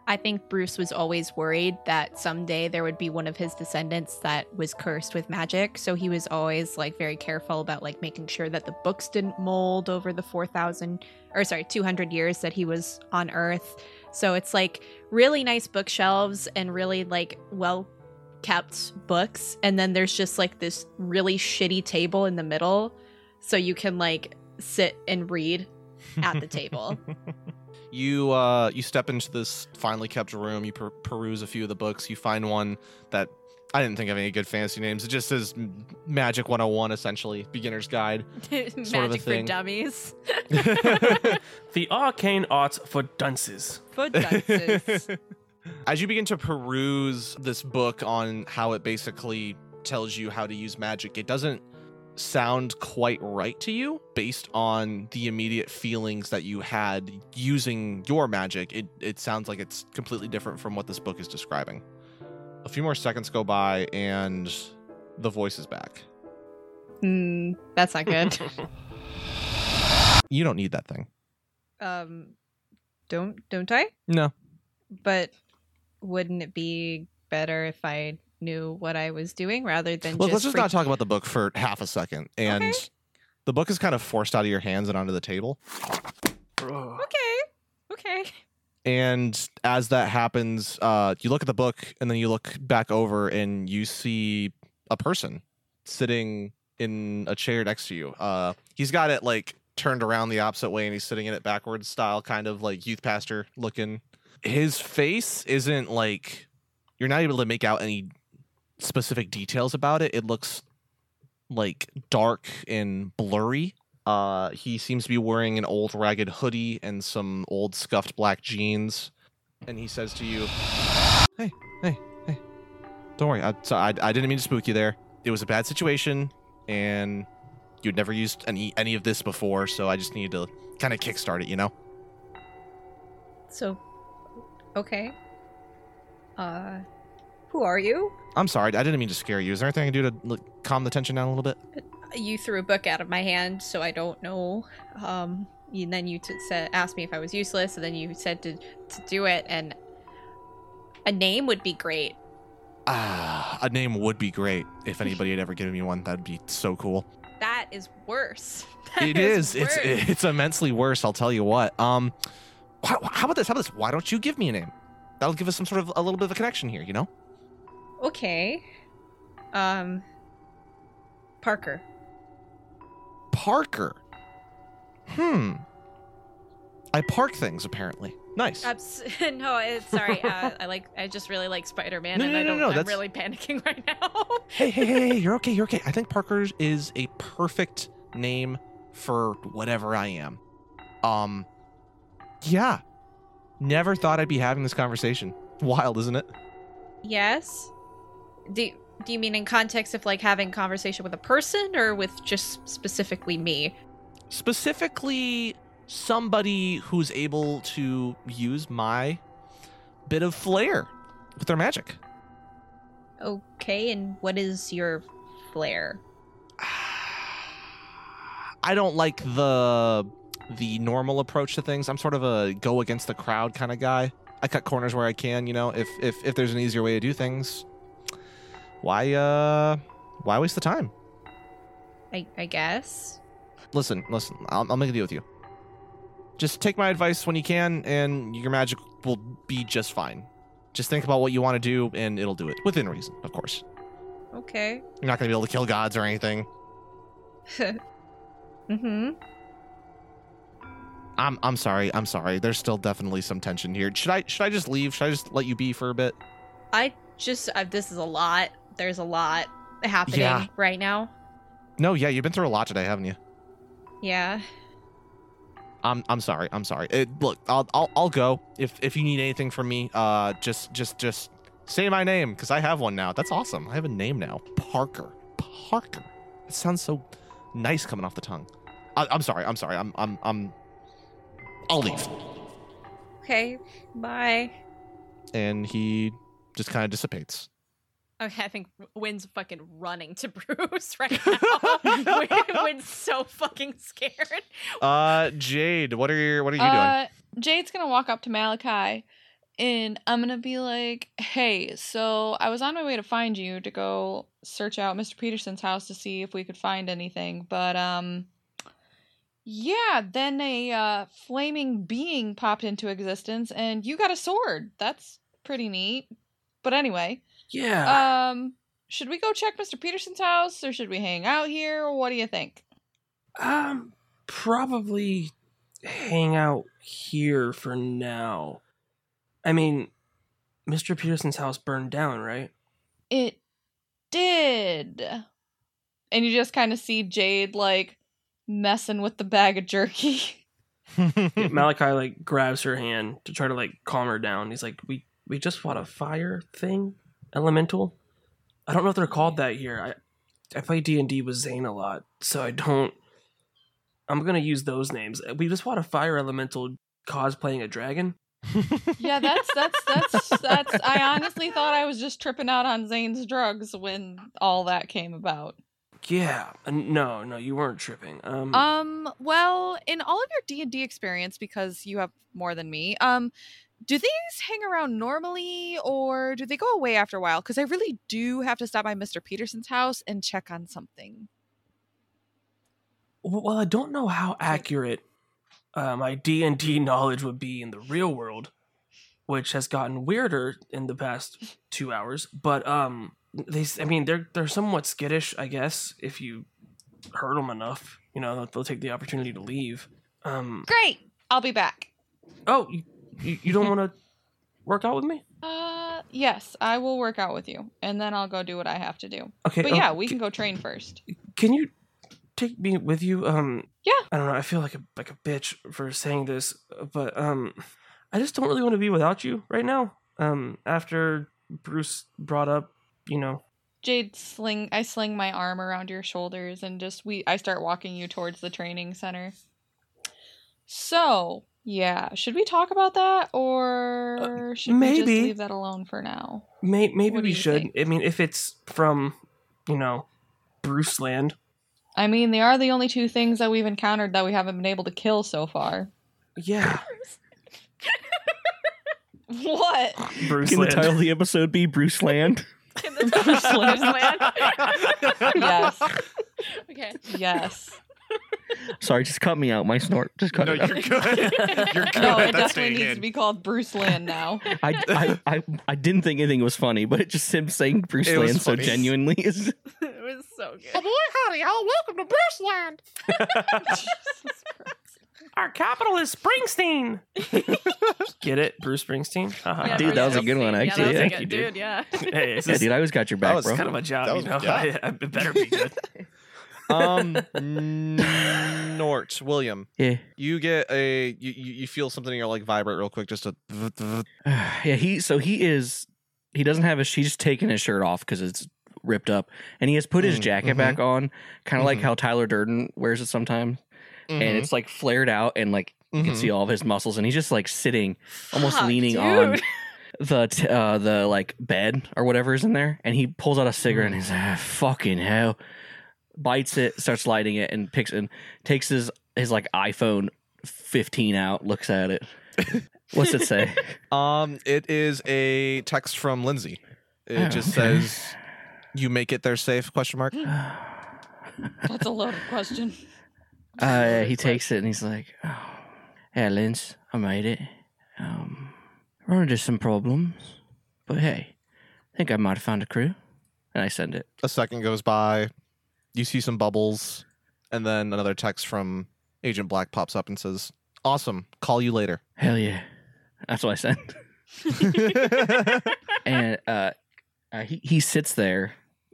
Speaker 3: I think Bruce was always worried that someday there would be one of his descendants that was cursed with magic, so he was always like very careful about like making sure that the books didn't mold over the 4000 or sorry, 200 years that he was on earth. So it's like really nice bookshelves and really like well kept books and then there's just like this really shitty table in the middle so you can like sit and read at the table.
Speaker 2: You uh, you step into this finely kept room. You per- peruse a few of the books. You find one that I didn't think of any good fantasy names. It just says M- Magic 101, essentially beginner's guide.
Speaker 8: Magic for
Speaker 2: thing.
Speaker 8: dummies.
Speaker 1: The arcane arts for dunces.
Speaker 8: For dunces.
Speaker 2: As you begin to peruse this book on how it basically tells you how to use magic, it doesn't sound quite right to you based on the immediate feelings that you had using your magic. It it sounds like it's completely different from what this book is describing. A few more seconds go by and the voice is back.
Speaker 3: Mm, that's not good.
Speaker 2: You don't need that thing.
Speaker 8: um, don't don't I?
Speaker 2: No.
Speaker 8: But wouldn't it be better if I knew what I was doing rather than
Speaker 2: Look,
Speaker 8: just?
Speaker 2: let's just not
Speaker 8: freak-
Speaker 2: talk about the book for half a second. And
Speaker 8: Okay.
Speaker 2: the book is kind of forced out of your hands and onto the table.
Speaker 1: Oh,
Speaker 8: Okay, okay.
Speaker 2: And as that happens, uh, you look at the book and then you look back over and you see a person sitting in a chair next to you. Uh, he's got it like turned around the opposite way and he's sitting in it backwards style, kind of like youth pastor looking. His face isn't like you're not able to make out any specific details about it. It looks like dark and blurry. Uh, he seems to be wearing an old ragged hoodie and some old scuffed black jeans. And he says to you, "Hey, hey, hey! Don't worry. I, so I, I didn't mean to spook you there. It was a bad situation, and you'd never used any any of this before, so I just needed to kind of kickstart it, you know."
Speaker 8: So, okay. Uh, who are you?
Speaker 2: I'm sorry. I didn't mean to scare you. Is there anything I can do to like, calm the tension down a little bit?
Speaker 8: You threw a book out of my hand, so I don't know. Um, and then you t- said, asked me if I was useless, and then you said to to do it, and a name would be great.
Speaker 2: Ah, a name would be great if anybody had ever given me one. That'd be so cool.
Speaker 8: That is worse. That
Speaker 2: It is. It's
Speaker 8: worse.
Speaker 2: it's immensely worse. I'll tell you what. Um, how, how about this? How about this? Why don't you give me a name? That'll give us some sort of a little bit of a connection here. You know?
Speaker 8: Okay. Um Parker.
Speaker 2: Parker. Hmm. I park things apparently. Nice.
Speaker 8: Abs- no, it's sorry. Uh, I like. I just really like Spider-Man,
Speaker 2: No,
Speaker 8: and
Speaker 2: no,
Speaker 8: I
Speaker 2: no,
Speaker 8: don't.
Speaker 2: no,
Speaker 8: I'm
Speaker 2: that's-
Speaker 8: really panicking right now.
Speaker 2: hey, hey, hey, hey, you're okay, you're okay. I think Parker is a perfect name for whatever I am. Um, yeah. Never thought I'd be having this conversation. Wild, isn't it?
Speaker 8: yes. Do Do you mean in context of like having conversation with a person, or with just specifically me?
Speaker 2: Specifically, somebody who's able to use my bit of flair with their magic.
Speaker 8: Okay, and what is your flair?
Speaker 2: I don't like the the normal approach to things. I'm sort of a go against the crowd kind of guy. I cut corners where I can, you know. If if if there's an easier way to do things, why uh why waste the time?
Speaker 8: I I guess.
Speaker 2: Listen, listen. I'll, I'll make a deal with you. Just take my advice when you can, and your magic will be just fine. Just think about what you want to do, and it'll do it within reason, of course.
Speaker 8: Okay.
Speaker 2: You're not gonna be able to kill gods or anything.
Speaker 8: Mm-hmm.
Speaker 2: I'm I'm sorry. I'm sorry. There's still definitely some tension here. Should I should I just leave? Should I just let you be for a bit?
Speaker 8: I just. I, this is a lot. There's a lot happening
Speaker 2: Yeah.
Speaker 8: right now.
Speaker 2: No, yeah, you've been through a lot today, haven't you?
Speaker 8: Yeah.
Speaker 2: I'm I'm sorry. I'm sorry. It, look, I'll, I'll I'll go. If if you need anything from me, uh just just just say my name cuz I have one now. That's awesome. I have a name now. Parker. Parker. It sounds so nice coming off the tongue. I, I'm sorry. I'm sorry. I'm I'm I'm I'll leave.
Speaker 8: Okay. Bye.
Speaker 2: And he just kind of dissipates.
Speaker 8: Okay, I think Wynn's fucking running to Bruce right now. Wyn- Wynn's so fucking scared.
Speaker 2: Uh, Jade, what are your what are you doing?
Speaker 9: Uh, Jade's gonna walk up to Malachi, and I'm gonna be like, "Hey, so I was on my way to find you to go search out Mr. Peterson's house to see if we could find anything, but um, yeah, then a uh, flaming being popped into existence, and you got a sword. That's pretty neat. But anyway,
Speaker 1: Yeah.
Speaker 9: um, should we go check Mr. Peterson's house, or should we hang out here? What do you think?
Speaker 1: um, probably hang out here for now. I mean, Mr. Peterson's house burned down, right?
Speaker 9: It did. And you just kind of see Jade like messing with the bag of jerky. Uh,
Speaker 1: Malachi like grabs her hand to try to like calm her down. He's like, "We we just fought a fire thing, elemental. I don't know if they're called that here. I I play D and D with Zane a lot, so I don't. I'm gonna use those names. We just fought a fire elemental cosplaying a dragon.
Speaker 9: yeah, that's that's that's that's I honestly thought I was just tripping out on Zane's drugs when all that came about.
Speaker 1: Yeah, Uh, no, no, you weren't tripping. Um,
Speaker 9: Um well, in all of your D&D experience because you have more than me, um do these hang around normally or do they go away after a while cuz I really do have to stop by Mr. Peterson's house and check on something.
Speaker 1: well, I don't know how accurate uh, my D and D knowledge would be in the real world, which has gotten weirder in the past two hours. But um, they, I mean, they're they're somewhat skittish, I guess. If you hurt them enough, you know, they'll, they'll take the opportunity to leave. Um,
Speaker 9: Great. I'll be back.
Speaker 1: oh, you, you you don't want to work out with me?
Speaker 9: Uh, yes, I will work out with you, and then I'll go do what I have to do.
Speaker 1: Okay,
Speaker 9: But
Speaker 1: oh,
Speaker 9: yeah, we
Speaker 1: c-
Speaker 9: can go train first.
Speaker 1: can you take me with you um
Speaker 9: Yeah.
Speaker 1: i don't know i feel like a like a bitch for saying this but um i just don't really want to be without you right now um after bruce brought up you know
Speaker 9: Jade, sling I sling my arm around your shoulders, and just we I start walking you towards the training center. So yeah, should we talk about that,
Speaker 2: Uh,
Speaker 9: or should we
Speaker 1: maybe.
Speaker 9: just leave that alone for now?
Speaker 1: may, maybe
Speaker 9: What do
Speaker 1: we
Speaker 9: you
Speaker 1: should
Speaker 9: think?
Speaker 1: i mean if it's from you know bruce land
Speaker 9: I mean, they are the only two things that we've encountered that we haven't been able to kill so far.
Speaker 1: yeah
Speaker 9: What?
Speaker 1: bruce
Speaker 7: Can the
Speaker 1: land
Speaker 7: title of the episode be Bruce Land?
Speaker 8: Can the Bruce
Speaker 9: yes,
Speaker 8: okay.
Speaker 9: yes.
Speaker 7: Sorry, just cut me out. My snort. Just cut
Speaker 2: no,
Speaker 7: it out.
Speaker 2: you're good. You're good.
Speaker 9: No, it
Speaker 2: That's
Speaker 9: definitely
Speaker 2: staying
Speaker 9: needs
Speaker 2: in.
Speaker 9: to be called Bruce Land now.
Speaker 7: I, I, I, I didn't think anything was funny, but it just him saying Bruce
Speaker 2: It was
Speaker 7: Land so
Speaker 2: funny.
Speaker 7: genuinely is.
Speaker 8: It was so good.
Speaker 9: Jesus Christ.
Speaker 1: our capital is springsteen get it bruce springsteen Haha.
Speaker 7: Yeah, Dude, that was a good one,
Speaker 8: Yeah,
Speaker 7: actually.
Speaker 8: that was a
Speaker 7: Thank
Speaker 8: good
Speaker 1: you, dude.
Speaker 8: dude. Yeah.
Speaker 1: hey this
Speaker 7: Yeah,
Speaker 1: is
Speaker 7: dude, I always got your
Speaker 2: That
Speaker 7: back,
Speaker 2: was
Speaker 7: bro.
Speaker 1: kind of a job
Speaker 2: That
Speaker 1: you
Speaker 2: was-
Speaker 1: know
Speaker 2: yeah.
Speaker 1: I, it better be good
Speaker 2: um, n- Nort William,
Speaker 7: yeah.
Speaker 2: you get a you, you you feel something in your like vibrate real quick, just a
Speaker 7: yeah, he so he is he doesn't have his he's just taking his shirt off because it's ripped up. And he has put his
Speaker 2: Mm,
Speaker 7: jacket
Speaker 8: mm-hmm.
Speaker 2: mhm.
Speaker 7: back on, kind of like
Speaker 2: Mhm.
Speaker 7: how Tyler Durden wears it sometimes. And
Speaker 8: Mm-hmm.
Speaker 7: it's like flared out and like
Speaker 2: mm-hmm,
Speaker 7: you can see all of his muscles and he's just like sitting almost
Speaker 8: Fuck,
Speaker 7: leaning
Speaker 8: dude.
Speaker 7: on the t- uh the like bed or whatever is in there and he pulls out a cigarette and he's like "Ah, fucking hell bites it starts lighting it and picks and takes his his like iphone 15 out looks at it what's it say
Speaker 2: Um, it is a text from Lindsay. It
Speaker 7: Oh,
Speaker 2: just
Speaker 7: okay.
Speaker 2: says, "You make it there safe?" Question mark.
Speaker 9: That's a loaded question.
Speaker 7: Uh, he takes it and he's like, oh, "Yeah, Linz, I made it. Um, run into some problems, but hey, I think I might have found a crew." And I send it.
Speaker 2: A second goes by. You see some bubbles, and then another text from Agent Black pops up and says, "Awesome. Call you later."
Speaker 7: Hell yeah, that's what I send. and uh, uh, he he sits there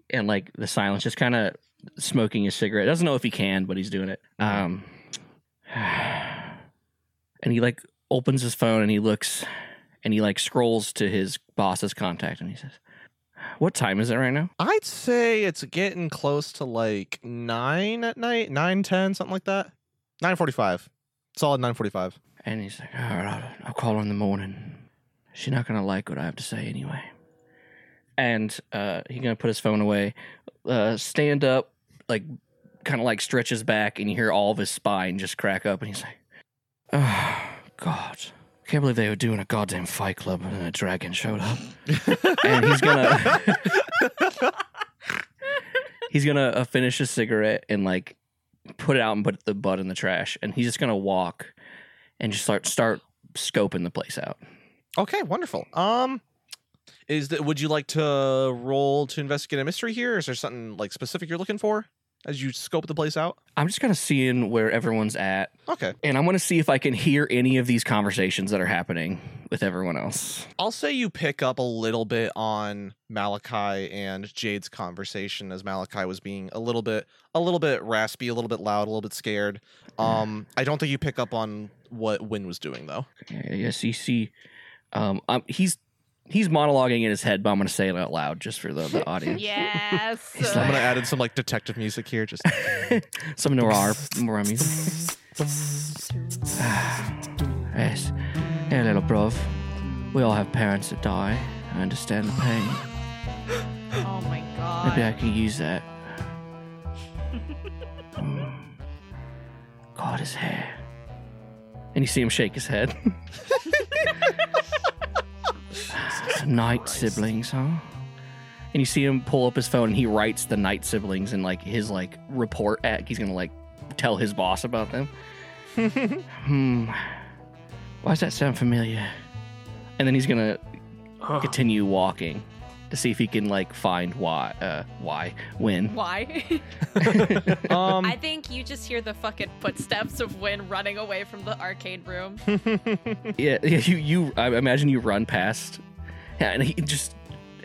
Speaker 7: and like the silence, just kind of smoking his cigarette. Doesn't know if he can, but he's doing it. Um, and he like opens his phone and he looks and he like scrolls to his boss's contact and he says, "What time is it right now?"
Speaker 2: I'd say it's getting close to like nine at night, nine ten, something like that. Nine forty-five. Solid nine forty-five.
Speaker 7: And he's like, all right, I'll, I'll call her in the morning. She's not going to like what I have to say anyway. and uh, he's gonna put his phone away, uh, stand up, like kind of like stretches back, and you hear all of his spine just crack up, and he's like, "Oh God, can't believe they were doing a goddamn fight club and then a dragon showed up." and he's gonna he's gonna uh, finish his cigarette and like put it out and put the butt in the trash, and he's just gonna walk and just start start scoping the place out.
Speaker 2: Okay, wonderful. Um, is that would you like to roll to investigate a mystery here? Is there something like specific you're looking for as you scope the place out?
Speaker 7: I'm just kind of seeing where everyone's at,
Speaker 2: Okay,
Speaker 7: and I'm going to see if I can hear any of these conversations that are happening with everyone else.
Speaker 2: I'll say you pick up a little bit on Malachi and Jade's conversation as Malachi was being a little bit a little bit raspy, a little bit loud, a little bit scared. Um, I don't think you pick up on what Win was doing though.
Speaker 7: Okay, Yes, you see, um, I'm, he's he's monologuing in his head, but I'm going to say it out loud just for the, the audience.
Speaker 8: Yes.
Speaker 7: He's
Speaker 2: I'm
Speaker 7: like-
Speaker 2: gonna add in some like detective music here. Just
Speaker 7: Some noir noir music. yes. Hey, little bruv. We all have parents that die. I understand the pain.
Speaker 8: oh my
Speaker 7: Maybe
Speaker 8: god.
Speaker 7: I can use that. Mm. God, his hair. And you see him shake his head. Night siblings, huh? And you see him pull up his phone and he writes the night siblings in like his like report act. He's gonna like tell his boss about them. hmm. Why does that sound familiar? And then he's gonna
Speaker 1: Ugh.
Speaker 7: continue walking to see if he can like find why uh why when
Speaker 8: Why?
Speaker 2: um,
Speaker 8: I think you just hear the fucking footsteps of Win running away from the arcade room.
Speaker 7: yeah, yeah you you i imagine you run past yeah, and he just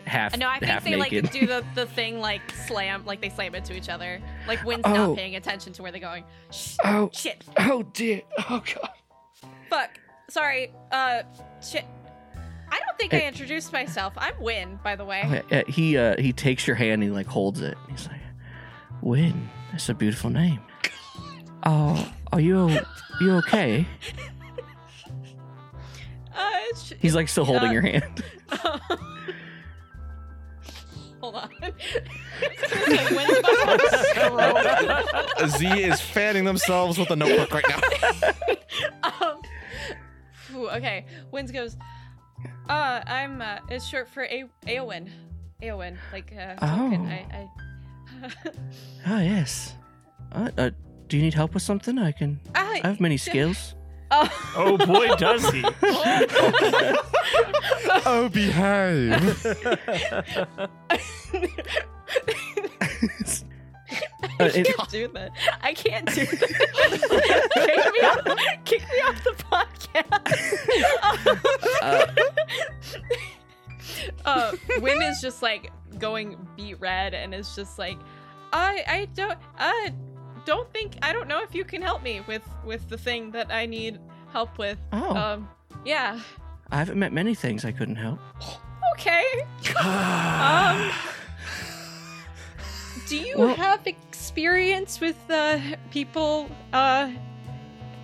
Speaker 7: half
Speaker 8: No, I think
Speaker 7: half
Speaker 8: they
Speaker 7: naked
Speaker 8: like do the, the thing like slam, like they slam into each other. Like Win's
Speaker 7: Oh.
Speaker 8: not paying attention to where they're going. Shh,
Speaker 7: oh
Speaker 8: shit,
Speaker 7: oh dear oh god
Speaker 8: fuck, sorry, uh, shit. I don't think
Speaker 7: Hey.
Speaker 8: I introduced myself. I'm Win, by the way.
Speaker 7: Okay, uh, he uh he takes your hand and he like holds it he's like win that's a beautiful name oh are you o- you okay
Speaker 8: Uh, sh-
Speaker 7: he's like still holding
Speaker 8: Uh,
Speaker 7: your hand
Speaker 8: Hold on. I was gonna say, Win's about to have a stroke.
Speaker 2: Z is fanning themselves with a notebook right now.
Speaker 8: um, phew, okay, Wins goes. Uh, I'm. Uh, it's short for a Aowen. Aowen, like uh, token.
Speaker 7: Oh.
Speaker 8: I. I
Speaker 7: oh yes uh, uh, do you need help with something i can
Speaker 8: I,
Speaker 7: i have many skills
Speaker 8: Oh,
Speaker 1: Oh boy, does he!
Speaker 2: Oh, behave.
Speaker 7: Uh,
Speaker 8: I
Speaker 7: it-
Speaker 8: can't do that. I can't do that. kick, me off, kick me off the podcast.
Speaker 7: uh,
Speaker 8: uh, Win is just like going beat red and is just like, I I don't I don't think I don't know if you can help me with with the thing that I need help with.
Speaker 7: oh
Speaker 8: Um, yeah.
Speaker 7: I haven't met many things I couldn't help.
Speaker 8: Okay. um, do you
Speaker 7: Well-
Speaker 8: have experience with uh, people uh,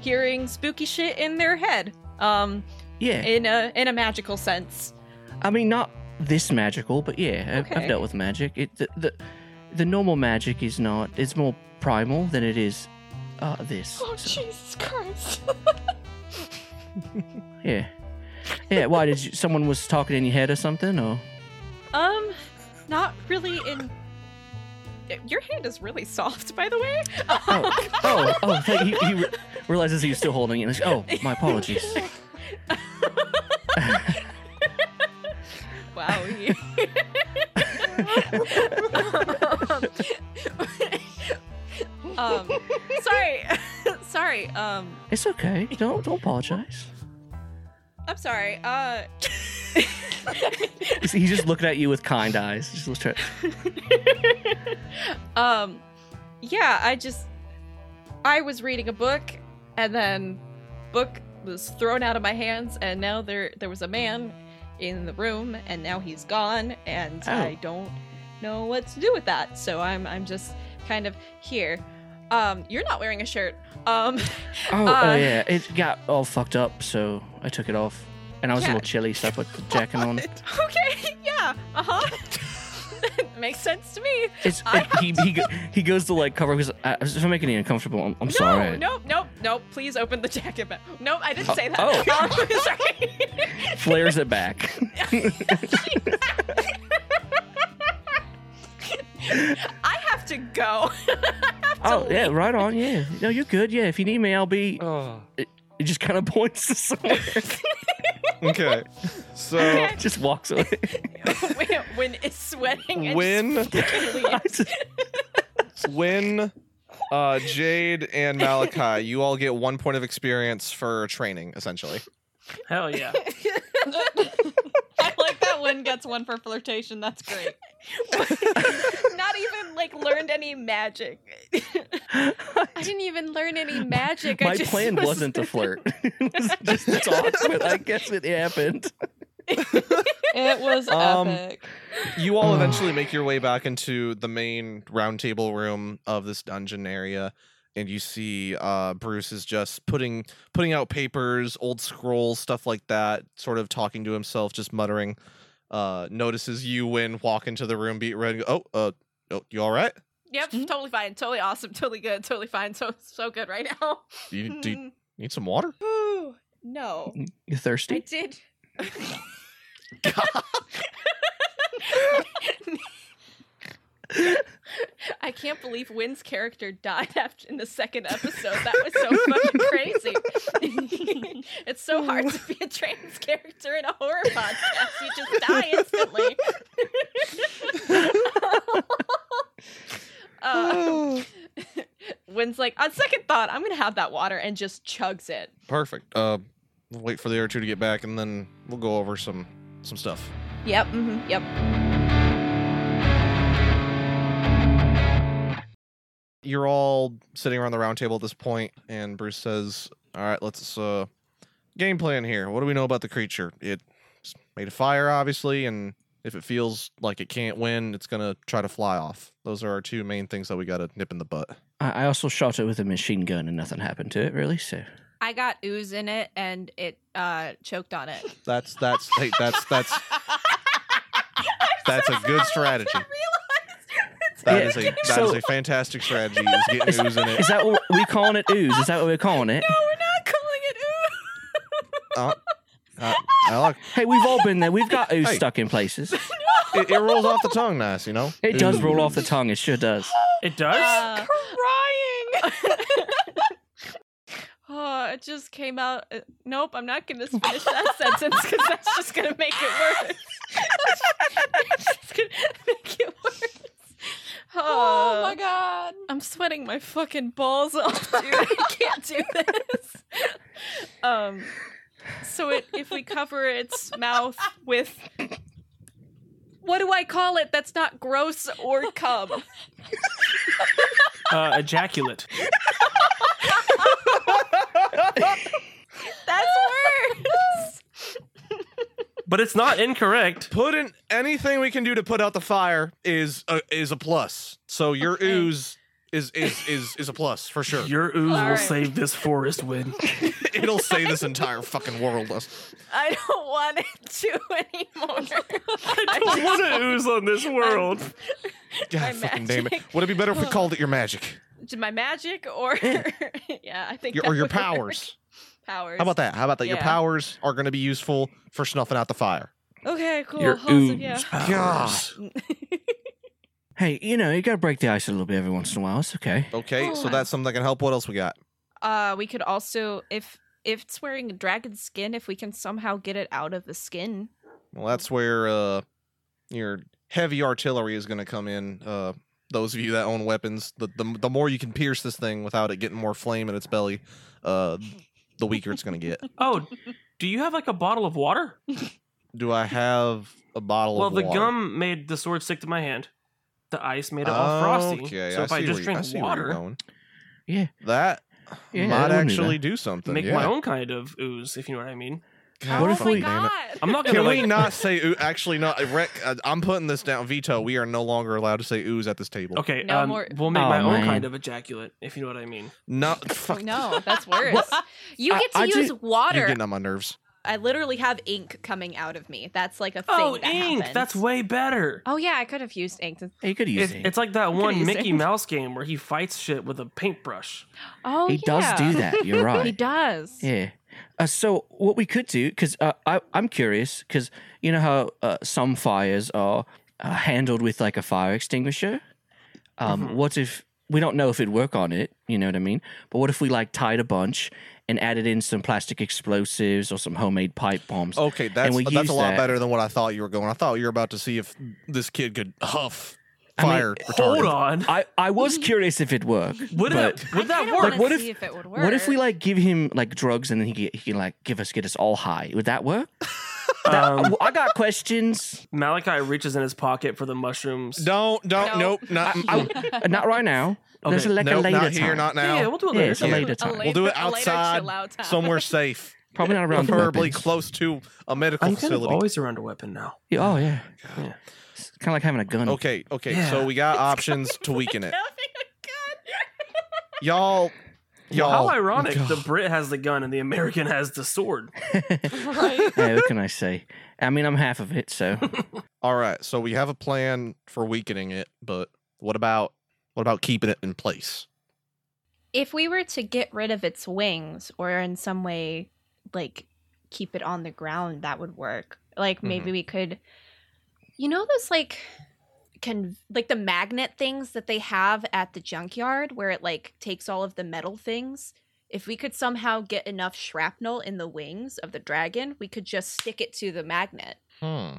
Speaker 8: hearing spooky shit in their head? Um,
Speaker 7: Yeah.
Speaker 8: in a in a magical sense.
Speaker 7: I mean, not this magical, but yeah, I I've
Speaker 8: Okay.
Speaker 7: dealt with magic. It, the, the, the normal magic is not, it's more primal than it is uh, this.
Speaker 8: Oh
Speaker 7: So,
Speaker 8: Jesus Christ!
Speaker 7: yeah. Yeah, why did you, someone was talking in your head or something? Or
Speaker 8: um, not really in. Your hand is really soft, by the way.
Speaker 7: oh oh oh, thank- he, he re- realizes he was still holding it. And he's, oh, my apologies.
Speaker 8: Wow. you- um, sorry, sorry. Um,
Speaker 7: it's okay. Don't don't apologize.
Speaker 8: I'm sorry. Uh,
Speaker 7: He's- He's just looking at you with kind eyes. Just let's try.
Speaker 8: um, yeah. I just, I was reading a book, and then book was thrown out of my hands, and now there there was a man in the room, and now he's gone, and
Speaker 7: Oh.
Speaker 8: I don't know what to do with that. So I'm I'm just kind of here. Um, you're not wearing a shirt. Um.
Speaker 7: Oh, oh
Speaker 8: Uh,
Speaker 7: yeah, it got all fucked up, so I took it off, and I was a
Speaker 8: Yeah.
Speaker 7: little chilly, so I put the jacket on.
Speaker 8: Okay, yeah, uh huh. makes sense to me.
Speaker 7: It's
Speaker 8: I
Speaker 7: it- he, he go- he goes to like cover because if I'm making you uncomfortable, I'm, I'm
Speaker 8: no,
Speaker 7: sorry.
Speaker 8: nope, nope, nope. Please open the jacket back. Nope, I didn't
Speaker 7: Oh,
Speaker 8: say that.
Speaker 7: oh.
Speaker 8: Um, sorry.
Speaker 7: Flares it back.
Speaker 8: I have to go.
Speaker 7: oh yeah, right on. Yeah, no, you're good. Yeah, if you need me, I'll
Speaker 8: Uh,
Speaker 7: be.
Speaker 1: Oh.
Speaker 7: It just kind of points to somewhere.
Speaker 2: Okay. So
Speaker 8: Okay.
Speaker 7: just walks away.
Speaker 8: when, when it's sweating and
Speaker 2: when
Speaker 7: I just-
Speaker 2: when uh, Jade and Malachi, you all get one point of experience for training, essentially.
Speaker 1: Hell yeah.
Speaker 9: I like that Win gets one for flirtation. That's great.
Speaker 8: not even like learned any magic. I didn't even learn any magic. I
Speaker 7: My
Speaker 8: just
Speaker 7: plan
Speaker 8: was-
Speaker 7: wasn't to flirt. it was just to talk, but I guess it happened.
Speaker 9: It was
Speaker 2: Um,
Speaker 9: epic.
Speaker 2: You all eventually make your way back into the main roundtable room of this dungeon area, and you see uh, Bruce is just putting putting out papers, old scrolls, stuff like that, sort of talking to himself, just muttering. Uh, notices you when walk into the room, beat red. and go, Oh, uh, oh, you all right?
Speaker 8: Yep, totally fine, totally awesome, totally good, totally fine, so so good right now.
Speaker 2: You, do you need some water?
Speaker 8: Ooh, no,
Speaker 7: You
Speaker 8: I
Speaker 7: thirsty?
Speaker 8: did. I can't believe Wynn's character died after in the second episode. That was so fucking crazy. it's so hard to be a trans character in a horror podcast. You just die instantly. uh, Wynn's like, on second thought, I'm gonna have that water and just chugs it.
Speaker 2: Perfect. Uh, we'll wait for the other two to get back, and then we'll go over some some stuff.
Speaker 8: Yep. mhm, yep.
Speaker 2: You're all sitting around the round table at this point, and Bruce says, "All right, let's uh, game plan here. What do we know about the creature? It's made of fire, obviously, and if it feels like it can't win, it's gonna try to fly off. Those are our two main things that we gotta nip in the butt.
Speaker 7: I, I also shot it with a machine gun and nothing happened to it, really. So
Speaker 8: I got ooze in it and it uh choked on it.
Speaker 2: That's that's hey, that's that's that's a good strategy. That
Speaker 7: Yeah.
Speaker 2: is a that is
Speaker 7: So-
Speaker 2: a fantastic strategy. Is getting ooze in it.
Speaker 7: is that what we calling it? Ooze? Is that what we're calling it?
Speaker 8: we're not calling it ooze.
Speaker 2: Uh, I like
Speaker 7: Hey, we've all been there. We've got ooze
Speaker 2: Hey.
Speaker 7: stuck in places.
Speaker 2: it, it rolls off the tongue nice, you know?
Speaker 7: It does roll off the tongue. It sure does.
Speaker 1: It does?
Speaker 9: Uh,
Speaker 8: crying. oh, it just came out. uh, Nope, I'm not gonna finish that sentence because that's just gonna make it worse. it's just gonna make it worse.
Speaker 9: Oh my
Speaker 8: Uh,
Speaker 9: god.
Speaker 8: I'm sweating my fucking balls off, dude. I can't do this. Um, so it, if we cover its mouth with what do I call it? That's not gross or cum.
Speaker 1: Uh, ejaculate.
Speaker 8: That's worse.
Speaker 1: But it's not incorrect.
Speaker 2: Put in anything we can do to put out the fire is a, is a plus. So your ooze is is is is a plus for sure.
Speaker 1: Your ooze
Speaker 8: All
Speaker 1: will
Speaker 8: right.
Speaker 1: save this forest win.
Speaker 2: It'll save this entire fucking world. us.
Speaker 8: I don't want it to anymore.
Speaker 1: I don't want to ooze on this world.
Speaker 2: God
Speaker 8: My
Speaker 2: fucking damn it.
Speaker 8: magic.
Speaker 2: Would it be better if we called it your magic
Speaker 8: Did my magic or yeah, I think
Speaker 2: your,
Speaker 8: that
Speaker 2: or your
Speaker 8: would work.
Speaker 2: powers?
Speaker 8: Powers.
Speaker 2: How about that? How about that? Your
Speaker 8: Yeah.
Speaker 2: powers are going to be useful for snuffing out the fire.
Speaker 8: Okay, cool.
Speaker 7: Your
Speaker 8: awesome,
Speaker 7: ooze.
Speaker 8: yeah.
Speaker 2: God.
Speaker 7: Hey, you know, you gotta break the ice a little bit every once in a while. It's okay.
Speaker 2: Okay, so
Speaker 8: Oh.
Speaker 2: that's something that can help. What else we got?
Speaker 8: Uh, we could also if if it's wearing a dragon skin, if we can somehow get it out of the skin.
Speaker 2: Well, that's where uh, your heavy artillery is going to come in. Uh, those of you that own weapons, the, the the more you can pierce this thing without it getting more flame in its belly, uh, the weaker it's going to get.
Speaker 1: Oh, do you have like a bottle of water?
Speaker 2: Do I have a bottle
Speaker 1: Well,
Speaker 2: of
Speaker 1: the
Speaker 2: water?
Speaker 1: gum made the sword stick to my hand. The ice made it all frosty.
Speaker 2: Okay,
Speaker 1: so
Speaker 2: I
Speaker 1: if
Speaker 2: see
Speaker 1: I
Speaker 2: where
Speaker 1: just
Speaker 2: you-
Speaker 1: drink
Speaker 2: I see where you're
Speaker 1: water,
Speaker 2: going.
Speaker 7: Yeah.
Speaker 2: that
Speaker 7: Yeah,
Speaker 2: might
Speaker 7: that'll do
Speaker 2: actually
Speaker 7: that.
Speaker 2: do something.
Speaker 1: make
Speaker 2: yeah.
Speaker 1: my own kind of ooze, if you know what I mean.
Speaker 2: God,
Speaker 7: What if
Speaker 8: oh
Speaker 2: fucking
Speaker 8: my
Speaker 7: we-
Speaker 2: damn it.
Speaker 8: god!
Speaker 1: I'm not gonna
Speaker 2: Can
Speaker 1: like,
Speaker 2: we not say ooh, actually no Rick, uh, I'm putting this down veto. We are no longer allowed to say ooze at this table.
Speaker 1: Okay,
Speaker 8: No
Speaker 1: um,
Speaker 8: more-
Speaker 1: we'll make
Speaker 7: Oh,
Speaker 1: my own
Speaker 7: man.
Speaker 1: kind of ejaculate, if you know what I mean.
Speaker 2: No, fuck.
Speaker 8: No, that's worse. you
Speaker 7: I-
Speaker 8: get to
Speaker 7: I do-
Speaker 8: use
Speaker 2: You're
Speaker 8: water.
Speaker 2: getting on my nerves.
Speaker 8: I literally have ink coming out of me. That's like a thing.
Speaker 1: Oh,
Speaker 8: that
Speaker 1: ink!
Speaker 8: happens.
Speaker 1: That's way better.
Speaker 8: Oh yeah, I could have used ink. To...
Speaker 7: You could use
Speaker 1: It's,
Speaker 7: it.
Speaker 1: it's like that one
Speaker 8: use
Speaker 1: Mickey
Speaker 8: ink.
Speaker 1: Mouse game where he fights shit with a paintbrush.
Speaker 8: Oh,
Speaker 7: he
Speaker 8: yeah.
Speaker 7: does do that. You're right.
Speaker 8: He does.
Speaker 7: Yeah. Uh, so what we could do, because uh, I- I'm curious, because you know how uh, some fires are uh, handled with like a fire extinguisher. Um,
Speaker 1: Mhm.
Speaker 7: What if we don't know if it'd work on it? You know what I mean? But what if we like tied a bunch and added in some plastic explosives or some homemade pipe bombs?
Speaker 1: Oh.
Speaker 2: Okay, that's
Speaker 7: we
Speaker 2: that's
Speaker 7: use
Speaker 2: a lot
Speaker 7: that.
Speaker 2: better than what I thought you were going. I thought you were about to see if this kid could huff
Speaker 7: I mean,
Speaker 2: fire.
Speaker 1: Hold
Speaker 2: retardant.
Speaker 1: on.
Speaker 7: I I was curious if it'd work.
Speaker 1: Mm-hmm. Would
Speaker 7: but-
Speaker 1: that would
Speaker 8: I
Speaker 1: that
Speaker 8: kinda
Speaker 1: work?
Speaker 8: wanna
Speaker 7: What if-
Speaker 8: see if it would work?
Speaker 7: What if we like give him like drugs and then he can, he can like give us get us all high? Would that work?
Speaker 1: Um,
Speaker 7: I got questions.
Speaker 1: Malachi reaches in his pocket for the mushrooms.
Speaker 2: Don't don't
Speaker 8: No.
Speaker 2: nope not
Speaker 7: I, I- not right now. There's
Speaker 1: Okay,
Speaker 7: like a
Speaker 2: nope,
Speaker 7: later
Speaker 2: not
Speaker 7: time.
Speaker 2: here not
Speaker 1: Yeah, yeah,
Speaker 2: now.
Speaker 1: we'll do it
Speaker 7: Yeah,
Speaker 1: later.
Speaker 7: it's a
Speaker 2: Yeah.
Speaker 7: later
Speaker 8: A
Speaker 7: time.
Speaker 8: la-
Speaker 2: We'll do it
Speaker 8: a later
Speaker 2: outside,
Speaker 8: chill out time.
Speaker 2: Somewhere safe,
Speaker 7: Probably not around the
Speaker 2: preferably
Speaker 7: weapons.
Speaker 2: close to a medical
Speaker 1: I'm kind of
Speaker 2: facility.
Speaker 1: always around a weapon now.
Speaker 7: Yeah, Oh yeah. It's kind of like having a gun.
Speaker 2: Okay, okay.
Speaker 1: Yeah.
Speaker 2: So we got options to weaken it. Y'all, y'all.
Speaker 1: How ironic!
Speaker 2: God.
Speaker 1: The Brit has the gun and the American has the sword.
Speaker 7: Hey, what can I say? I mean, I'm half of it, so
Speaker 2: All right, so we have a plan for weakening it, but what about what about keeping it in place?
Speaker 8: if we were to get rid of its wings or in some way like keep it on the ground that would work like maybe we could you know those like con like the magnet things that they have at the junkyard where it like takes all of the metal things if we could somehow get enough shrapnel in the wings of the dragon we could just stick it to the magnet
Speaker 2: Hmm.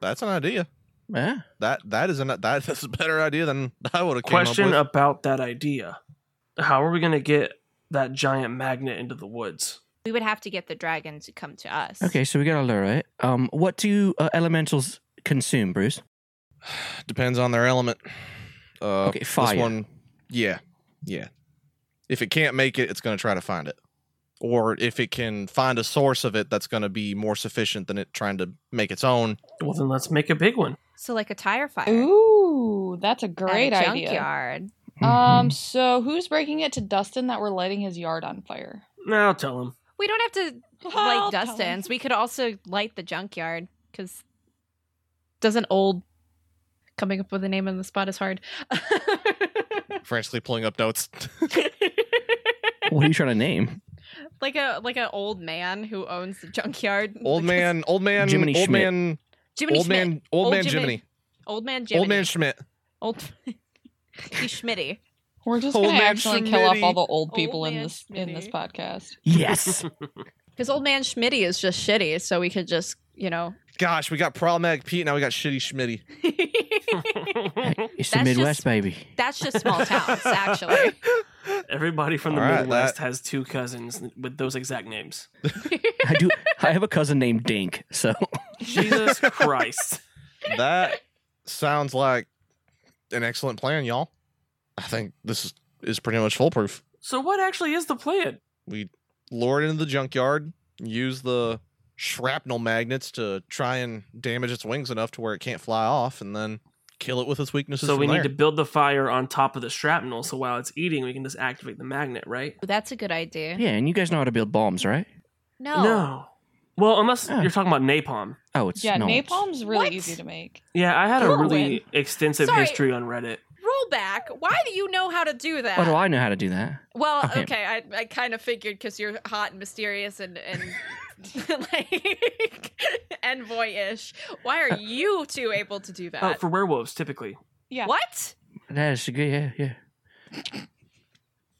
Speaker 2: That's an idea.
Speaker 7: yeah.
Speaker 2: That that is an that is a better idea than I would have.
Speaker 1: Question
Speaker 2: came up
Speaker 1: about that idea: How are we going to get that giant magnet into the woods?
Speaker 8: we would have to get the dragon to come to us
Speaker 7: Okay, so we gotta lure it. Um, what do uh, elementals consume, Bruce?
Speaker 2: with. depends on their element. Uh,
Speaker 7: Okay, fire.
Speaker 2: This one, yeah, yeah. If it can't make it, it's going to try to find it, or if it can find a source of it that's going to be more sufficient than it trying to make its own.
Speaker 1: Well, then let's make a big one.
Speaker 8: so like a tire
Speaker 2: Oh.
Speaker 8: fire
Speaker 9: Ooh, that's a
Speaker 8: at a
Speaker 9: great idea.
Speaker 8: junkyard
Speaker 2: Mm-hmm.
Speaker 9: Um, so who's breaking it to Dustin that we're lighting his yard on fire?
Speaker 1: Now tell him.
Speaker 8: we don't have to like Dustin's. We could also light the junkyard because doesn't old coming up with a name on the spot is hard.
Speaker 2: Frantically pulling up notes.
Speaker 7: Mm-hmm. what are you trying to name?
Speaker 8: like a like an old man who owns the junkyard.
Speaker 2: Old
Speaker 8: Like,
Speaker 2: man, old man,
Speaker 7: Jiminy
Speaker 2: old
Speaker 7: Schmidt.
Speaker 2: man,
Speaker 8: Jiminy
Speaker 2: old
Speaker 8: Schmidt.
Speaker 2: man, old
Speaker 8: Old
Speaker 2: man,
Speaker 8: Jiminy.
Speaker 2: Jiminy,
Speaker 8: old man Jiminy.
Speaker 2: old man Schmidt.
Speaker 8: old. He's Schmitty.
Speaker 9: We're just
Speaker 2: Old
Speaker 9: gonna
Speaker 2: man
Speaker 9: actually kill off
Speaker 2: Schmitty.
Speaker 9: all the old people
Speaker 8: Old
Speaker 9: in
Speaker 8: man
Speaker 9: this in this
Speaker 8: Schmitty.
Speaker 9: podcast.
Speaker 7: Yes.
Speaker 8: Because old man Schmitty is just shitty, so we could just you know.
Speaker 2: Gosh, we got problematic Pete. Now we got shitty Schmitty.
Speaker 7: Hey, it's the
Speaker 8: That's
Speaker 7: Midwest,
Speaker 8: just-
Speaker 7: baby.
Speaker 8: That's just small towns, actually.
Speaker 1: Everybody from the
Speaker 2: All right,
Speaker 1: Midwest
Speaker 2: that-
Speaker 1: has two cousins with those exact names.
Speaker 7: I do. I have a cousin named Dink, so
Speaker 1: Jesus Christ.
Speaker 2: That sounds like an excellent plan, y'all. I think this is, is pretty much foolproof.
Speaker 1: So, what actually is the plan?
Speaker 2: We lure it into the junkyard, use the shrapnel magnets to try and damage its wings enough to where it can't fly off, and then kill it with its weaknesses.
Speaker 1: So,
Speaker 2: from
Speaker 1: we need
Speaker 2: there.
Speaker 1: to build the fire on top of the shrapnel so while it's eating, we can just activate the magnet, right?
Speaker 8: That's a good idea.
Speaker 7: yeah. And you guys know how to build bombs, right?
Speaker 8: No.
Speaker 1: No. Well, unless
Speaker 7: Yeah.
Speaker 1: you're talking about napalm.
Speaker 7: Oh, it's
Speaker 9: yeah,
Speaker 7: not.
Speaker 9: napalm's really
Speaker 8: What?
Speaker 9: easy to make.
Speaker 1: Yeah, I had a
Speaker 8: Heroin.
Speaker 1: really extensive
Speaker 8: Sorry.
Speaker 1: history on Reddit.
Speaker 8: Roll back. Why do you know how to do that?
Speaker 7: Why do I know how to do that?
Speaker 8: Well,
Speaker 7: Okay.
Speaker 8: okay, I, I kind of figured because you're hot and mysterious and and like envoy-ish. Why are you two able to do that?
Speaker 1: Oh, for werewolves, typically.
Speaker 9: Yeah.
Speaker 8: what?
Speaker 7: That is good. Yeah, yeah.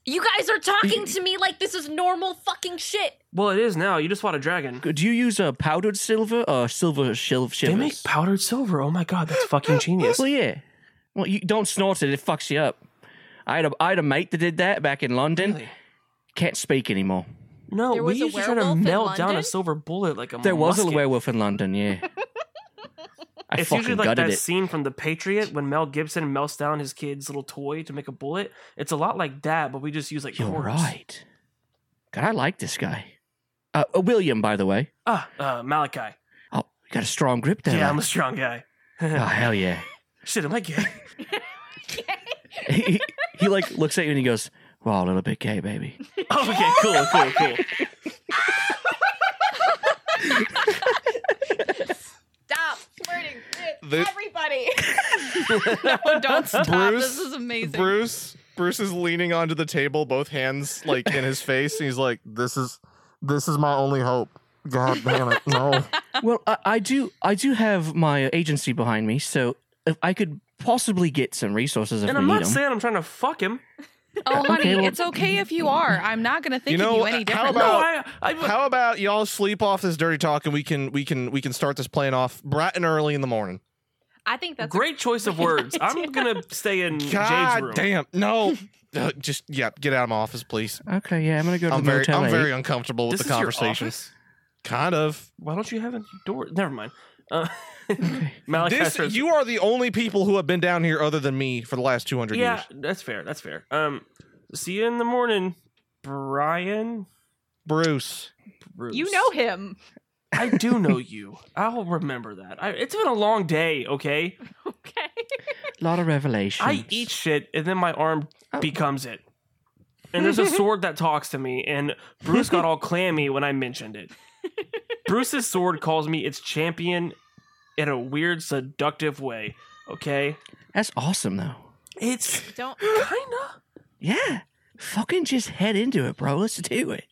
Speaker 8: You guys are talking to me like this is normal fucking shit.
Speaker 1: Well, it is now. You just fought a dragon.
Speaker 7: Do you use a powdered silver or silver shil-
Speaker 1: They
Speaker 7: shivers?
Speaker 1: make powdered silver. Oh my god, that's fucking genius.
Speaker 7: Well, yeah. Well, you don't snort it; it fucks you up. I had a I had a mate that did that back in London.
Speaker 1: Really?
Speaker 7: Can't speak anymore.
Speaker 1: No,
Speaker 8: There
Speaker 1: we
Speaker 8: was a
Speaker 1: used to try to
Speaker 8: werewolf in
Speaker 1: melt down a
Speaker 8: London?
Speaker 1: silver bullet like a
Speaker 7: There was
Speaker 1: musket.
Speaker 7: a werewolf in London. Yeah. I
Speaker 1: it's
Speaker 7: fucking
Speaker 1: usually like
Speaker 7: gutted
Speaker 1: that
Speaker 7: it.
Speaker 1: scene from The Patriot when Mel Gibson melts down his kid's little toy to make a bullet. It's a lot like that, but we just use like
Speaker 7: You're
Speaker 1: cords.
Speaker 7: right. God, I like this guy. Uh, uh, William, by the way.
Speaker 1: Ah, uh, Malachi.
Speaker 7: Oh, you got a strong grip there.
Speaker 1: Yeah, I'm a
Speaker 7: lad.
Speaker 1: strong guy.
Speaker 7: oh hell yeah.
Speaker 1: Shit, am I gay?
Speaker 7: he, he- he, like looks at you and he goes, "Wow, a little bit gay, baby."
Speaker 1: Oh, okay, cool, cool, cool.
Speaker 8: no, don't stop.
Speaker 2: Bruce-
Speaker 8: this is amazing.
Speaker 2: Bruce Bruce is leaning onto the table, both hands like in his face, and he's like, "This is this is my only hope." God damn it! No.
Speaker 7: well, I, I do. I do have my agency behind me, so if I could possibly get some resources if
Speaker 1: and
Speaker 7: we
Speaker 1: I'm
Speaker 7: need
Speaker 1: not
Speaker 7: them.
Speaker 1: saying I'm trying to fuck him.
Speaker 9: Oh, honey,
Speaker 7: Okay, well-
Speaker 9: it's okay if you are. I'm not going to think
Speaker 2: mm-hmm. You know,
Speaker 9: of you any
Speaker 2: uh, how
Speaker 9: differently.
Speaker 1: No,
Speaker 2: about-
Speaker 1: I, I,
Speaker 2: How about y'all sleep off this dirty talk, and we can we can we can start this plan off bright and early in the morning.
Speaker 8: I think that's
Speaker 1: great choice of
Speaker 8: great
Speaker 1: words. I'm gonna stay in Jade's
Speaker 2: God
Speaker 1: room.
Speaker 2: damn! No, Uh, just yeah, get out of my office, please.
Speaker 7: Okay, yeah, I'm gonna go to
Speaker 2: I'm
Speaker 7: the
Speaker 2: very
Speaker 7: motel. eh?
Speaker 2: I'm
Speaker 7: eight.
Speaker 2: very uncomfortable with
Speaker 1: This
Speaker 2: the
Speaker 1: is your
Speaker 2: conversation.
Speaker 1: office?
Speaker 2: Kind of.
Speaker 1: Why don't you have a door? Never mind. Uh,
Speaker 7: Okay.
Speaker 1: Malachi
Speaker 2: This
Speaker 1: starts-
Speaker 2: you are the only people who have been down here other than me for the last 200
Speaker 1: Yeah,
Speaker 2: years.
Speaker 1: that's fair. That's fair. Um, see you in the morning, Brian.
Speaker 2: Bruce.
Speaker 1: Bruce.
Speaker 8: You know him.
Speaker 1: I do know you. I'll remember that. I, it's been a long day. Okay,
Speaker 8: Okay.
Speaker 7: lot of revelations.
Speaker 1: I eat shit and then my arm
Speaker 7: Oh.
Speaker 1: becomes it. And there's a sword that talks to me, and Bruce got all clammy when I mentioned it. Bruce's sword calls me its champion in a weird, seductive way. Okay,
Speaker 7: That's awesome, though.
Speaker 1: it's
Speaker 8: Don't.
Speaker 1: kinda.
Speaker 7: Yeah, fucking just head into it, bro. Let's do it.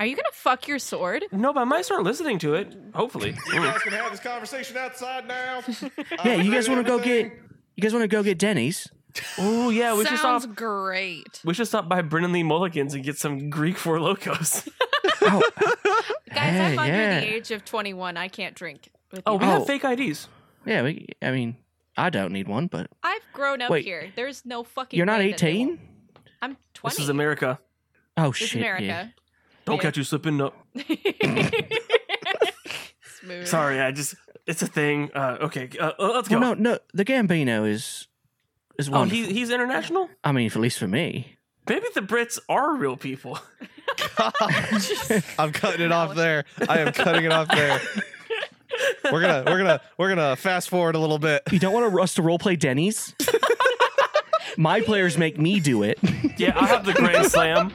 Speaker 8: Are you gonna fuck your sword?
Speaker 1: No, but I might start listening to it. Hopefully. Mm.
Speaker 2: can have this conversation outside now.
Speaker 7: Yeah, you guys want to go get? You guys want to go get Denny's?
Speaker 1: Oh yeah, we should
Speaker 9: Sounds
Speaker 1: stop.
Speaker 9: great.
Speaker 1: We should stop by Brennan Lee Mulligan's and get some Greek for locos.
Speaker 7: Oh,
Speaker 8: Guys, I'm
Speaker 7: Hey,
Speaker 8: under
Speaker 7: yeah.
Speaker 8: the age of 21. I can't drink. With
Speaker 1: Oh,
Speaker 8: you.
Speaker 1: we
Speaker 7: Oh.
Speaker 1: have fake IDs.
Speaker 7: yeah. We, I mean, I don't need one, but
Speaker 8: I've grown up
Speaker 7: Wait.
Speaker 8: here. There's no fucking.
Speaker 7: you're not
Speaker 8: way that they
Speaker 7: 18.
Speaker 8: won't. I'm 20.
Speaker 1: This is America.
Speaker 7: Oh
Speaker 8: This is
Speaker 7: shit! Yeah.
Speaker 8: America.
Speaker 1: Don't
Speaker 8: Yeah.
Speaker 1: catch you slipping up.
Speaker 8: Smooth.
Speaker 1: Sorry, I just it's a thing. Uh, okay, uh, uh, let's go.
Speaker 7: Well, no, no. The Gambino is is
Speaker 1: oh,
Speaker 7: one.
Speaker 1: he, he's international.
Speaker 7: I mean, at least for me.
Speaker 1: Maybe the Brits are real people.
Speaker 2: I'm cutting it off there. I am cutting it off there. We're gonna we're gonna we're gonna fast forward a little bit.
Speaker 7: You don't want to us to roleplay Denny's. My players make me do it.
Speaker 1: Yeah, I have the Grand Slam.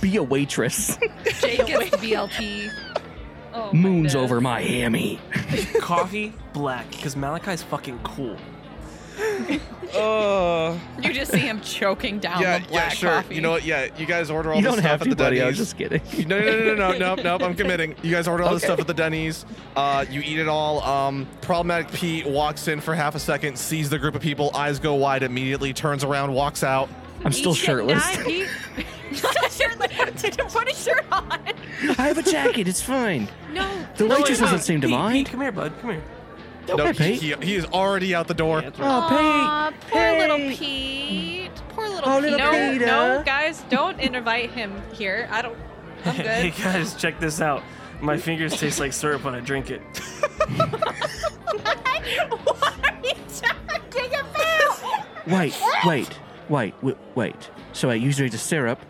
Speaker 7: Be a waitress.
Speaker 9: Jake gets the BLT.
Speaker 8: Oh, my
Speaker 7: Moon's
Speaker 8: God.
Speaker 7: over Miami.
Speaker 1: Coffee black because Malachi's fucking cool.
Speaker 2: Uh,
Speaker 8: You just see him choking down
Speaker 2: yeah,
Speaker 8: the black
Speaker 2: yeah, sure.
Speaker 8: coffee.
Speaker 2: You know what? Yeah, you guys order all
Speaker 7: You
Speaker 2: the
Speaker 7: don't
Speaker 2: stuff
Speaker 7: have
Speaker 2: at
Speaker 7: to,
Speaker 2: the
Speaker 7: buddy. I was
Speaker 2: Denny's.
Speaker 7: just kidding.
Speaker 2: No, no, no, no, no, no, no. I'm committing. You guys order all this stuff at the Denny's. Uh, you eat it all. Um, problematic Pete walks in for half a second, sees the group of people, eyes go wide immediately, turns around, walks out.
Speaker 7: I'm still shirtless.
Speaker 8: He, put a shirt on.
Speaker 7: I have a jacket. It's fine.
Speaker 8: No.
Speaker 7: The
Speaker 1: No,
Speaker 7: waitress
Speaker 1: wait, no,
Speaker 7: doesn't seem to
Speaker 1: Pete, Pete,
Speaker 7: mind.
Speaker 1: come here, bud. Come here.
Speaker 7: worry,
Speaker 2: he,
Speaker 7: Pete.
Speaker 2: he, he is already out the door.
Speaker 1: Yeah, that's right.
Speaker 7: Oh, Pete.
Speaker 8: Aw, poor little
Speaker 7: Pete.
Speaker 8: Pete. Poor little
Speaker 7: Oh,
Speaker 8: Pete.
Speaker 7: little
Speaker 8: No,
Speaker 7: Peter.
Speaker 8: no, guys, don't invite him here. I don't. Oh, I'm
Speaker 1: hey
Speaker 8: good.
Speaker 1: guys, check this out. My fingers taste like syrup when I drink it.
Speaker 7: Wait, wait, wait, wait, wait. So I usually just syrup.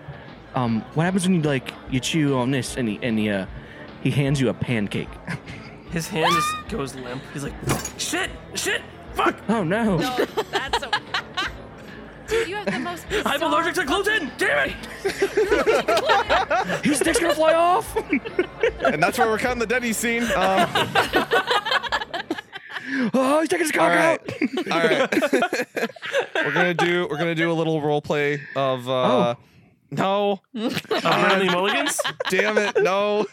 Speaker 7: Um, what happens when you like you chew on this and he and he uh, he hands you a pancake?
Speaker 1: His hand just goes limp. He's like, shit, shit, fuck.
Speaker 7: Oh no!
Speaker 8: No, that's a. Dude, you have the most.
Speaker 1: I'm allergic to gluten. Damn it.
Speaker 7: His dick's gonna fly off.
Speaker 2: And that's where we're cutting the Denny's scene. Um,
Speaker 7: oh, he's taking his
Speaker 2: all
Speaker 7: cock
Speaker 2: right,
Speaker 7: out.
Speaker 2: all right. we're gonna do we're gonna do a little role play of. Uh,
Speaker 7: Oh.
Speaker 2: No,
Speaker 1: Uh, Brennan Lee Mulligan's.
Speaker 2: damn it, no!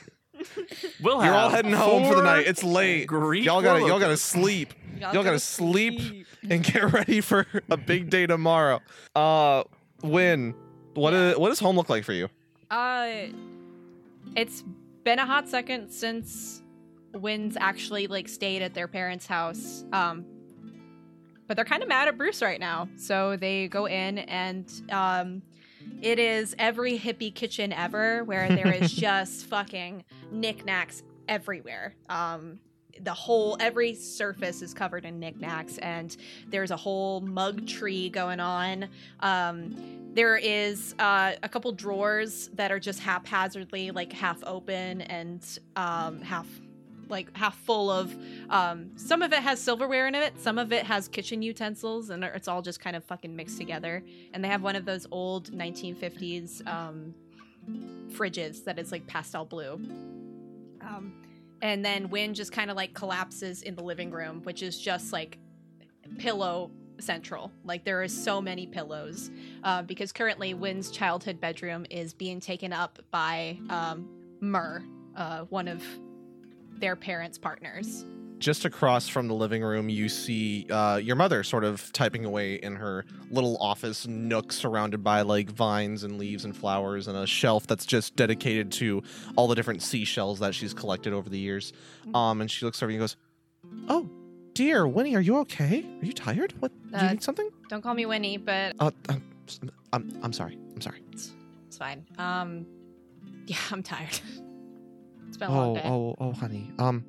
Speaker 1: We'll have
Speaker 2: You're all heading home for the
Speaker 1: four
Speaker 2: night. It's late.
Speaker 1: Greek
Speaker 2: Y'all gotta y'all
Speaker 1: locos.
Speaker 2: gotta sleep.
Speaker 8: Y'all
Speaker 2: y'all gotta
Speaker 8: gotta
Speaker 2: sleep, and get ready for a big day tomorrow. Uh, Win, what is, what does home look like for you?
Speaker 8: Uh, it's been a hot second since Wynn's actually like stayed at their parents' house. Um, but they're kind of mad at Bruce right now, so they go in and um, it is every hippie kitchen ever, where there is just fucking knickknacks everywhere. Um, the whole every surface is covered in knickknacks, and there's a whole mug tree going on. Um, there is uh, a couple drawers that are just haphazardly like half open and um, half like half full of um, some of it has silverware in it some of it has kitchen utensils and it's all just kind of fucking mixed together and they have one of those old 1950s um, fridges that is like pastel blue um, and then Wynn just kind of like collapses in the living room which is just like pillow central. Like there are so many pillows uh, because currently Wynn's childhood bedroom is being taken up by um, Myrrh, uh, one of their parents' partners.
Speaker 2: Just across from the living room, you see uh, your mother sort of typing away in her little office nook surrounded by like vines and leaves and flowers and a shelf that's just dedicated to all the different seashells that she's collected over the years. Um, and she looks over and goes, Oh, dear, Winnie, are you okay? Are you tired? What? Do you
Speaker 8: Uh,
Speaker 2: need something?
Speaker 8: Don't call me Winnie, but
Speaker 2: Uh, um, s- I'm, I'm sorry. I'm sorry.
Speaker 8: it's fine. Um, yeah, I'm tired. it's been a long
Speaker 2: Oh,
Speaker 8: day.
Speaker 2: oh, oh, honey. Um,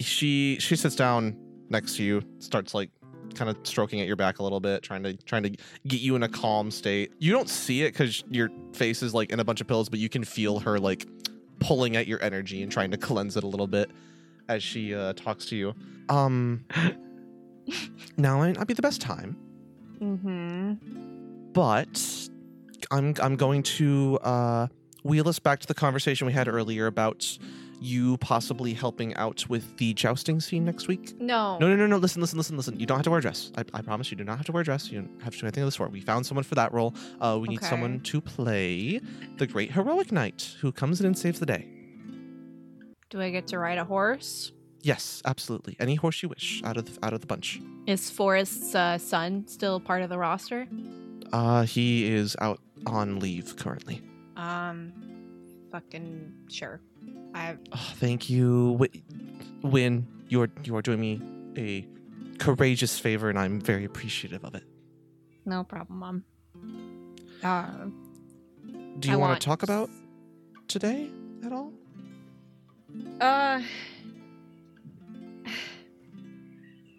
Speaker 2: she she sits down next to you, starts like kind of stroking at your back a little bit, trying to trying to get you in a calm state. You don't see it because your face is like in a bunch of pills, but you can feel her like pulling at your energy and trying to cleanse it a little bit as she uh, talks to you. Um, now might not be the best time oh.
Speaker 8: Mm-hmm.
Speaker 2: but I'm I'm going to uh, wheel us back to the conversation we had earlier about you possibly helping out with the jousting scene next week.
Speaker 8: No.
Speaker 2: No, no, no, no. Listen, listen, listen, listen. You don't have to wear a dress. I, I promise you do not have to wear a dress. You don't have to do anything of the sort. We found someone for that role. Uh, we need
Speaker 8: Okay.
Speaker 2: someone to play the great heroic knight who comes in and saves the day.
Speaker 8: Do I get to ride a horse?
Speaker 2: Yes, absolutely. Any horse you wish out of the, out of the bunch.
Speaker 8: Is Forrest's uh, son still part of the roster?
Speaker 2: Uh, he is out on leave currently.
Speaker 8: Um, fucking sure. I
Speaker 2: Oh, thank you, Wi- Win. You are you are doing me a courageous favor, and I'm very appreciative of it.
Speaker 8: no problem, mom. Uh,
Speaker 2: Do
Speaker 8: I
Speaker 2: you want
Speaker 8: want-
Speaker 2: to talk about today at all?
Speaker 8: Uh,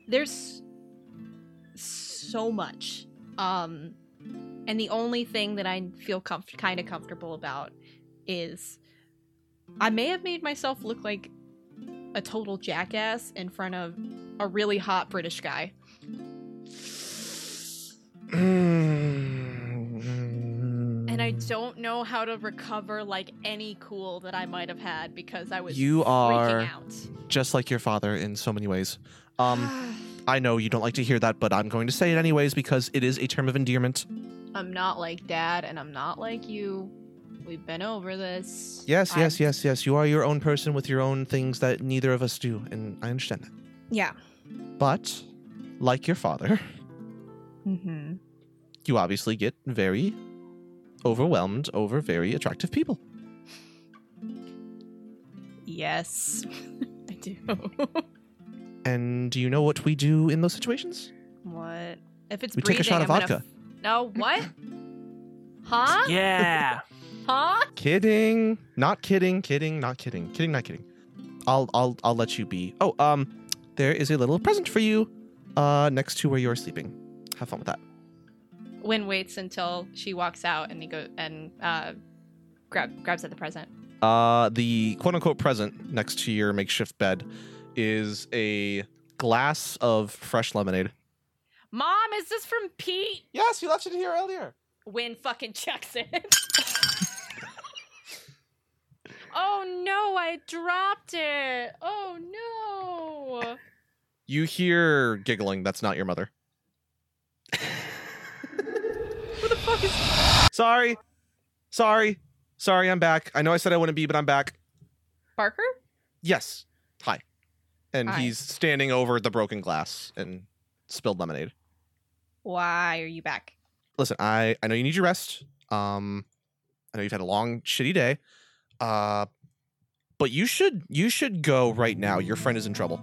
Speaker 8: there's so much. Um, and the only thing that I feel comf- kind of comfortable about is I may have made myself look like a total jackass in front of a really hot British guy. And
Speaker 2: and
Speaker 8: I don't know how to recover like any cool that I might have had because I was
Speaker 2: You are-
Speaker 8: freaking out.
Speaker 2: just like your father in so many ways. Um, I know you don't like to hear that, but I'm going to say it anyways because it is a term of endearment.
Speaker 8: I'm not like dad and I'm not like you. We've been over this.
Speaker 2: Yes,
Speaker 8: I'm-
Speaker 2: yes, yes, yes. You are your own person with your own things that neither of us do, and I understand that.
Speaker 8: Yeah.
Speaker 2: But like your father.
Speaker 8: Mm-hmm.
Speaker 2: you obviously get very overwhelmed over very attractive people.
Speaker 8: Yes. I do.
Speaker 2: And do you know what we do in those situations?
Speaker 8: what? If it's
Speaker 2: We take
Speaker 8: breathing,
Speaker 2: a shot of
Speaker 8: I'm
Speaker 2: vodka.
Speaker 8: Gonna... f- No, what? huh?
Speaker 1: Yeah.
Speaker 8: Huh?
Speaker 2: Kidding, not kidding, kidding, not kidding, kidding, not kidding. I'll I'll I'll let you be. Oh, um, there is a little present for you, uh, next to where you are sleeping. Have fun with that.
Speaker 8: Win waits until she walks out and he goes and uh, grab grabs at the present.
Speaker 2: Uh, the quote unquote present next to your makeshift bed is a glass of fresh lemonade.
Speaker 8: Mom, is this from Pete?
Speaker 2: Yes, you left it here earlier.
Speaker 8: Win fucking checks it. oh no, I dropped it. Oh no.
Speaker 2: You hear giggling. That's not your mother. Who the fuck is? Sorry, sorry, sorry. I'm back. I know I said I wouldn't be, but I'm back.
Speaker 8: Barker?
Speaker 2: Yes. Hi. And
Speaker 8: Hi.
Speaker 2: he's standing over the broken glass and spilled lemonade.
Speaker 8: Why are you back?
Speaker 2: Listen, I I know you need your rest. Um, I know you've had a long shitty day. Uh, but you should you should go right now. Your friend is in trouble.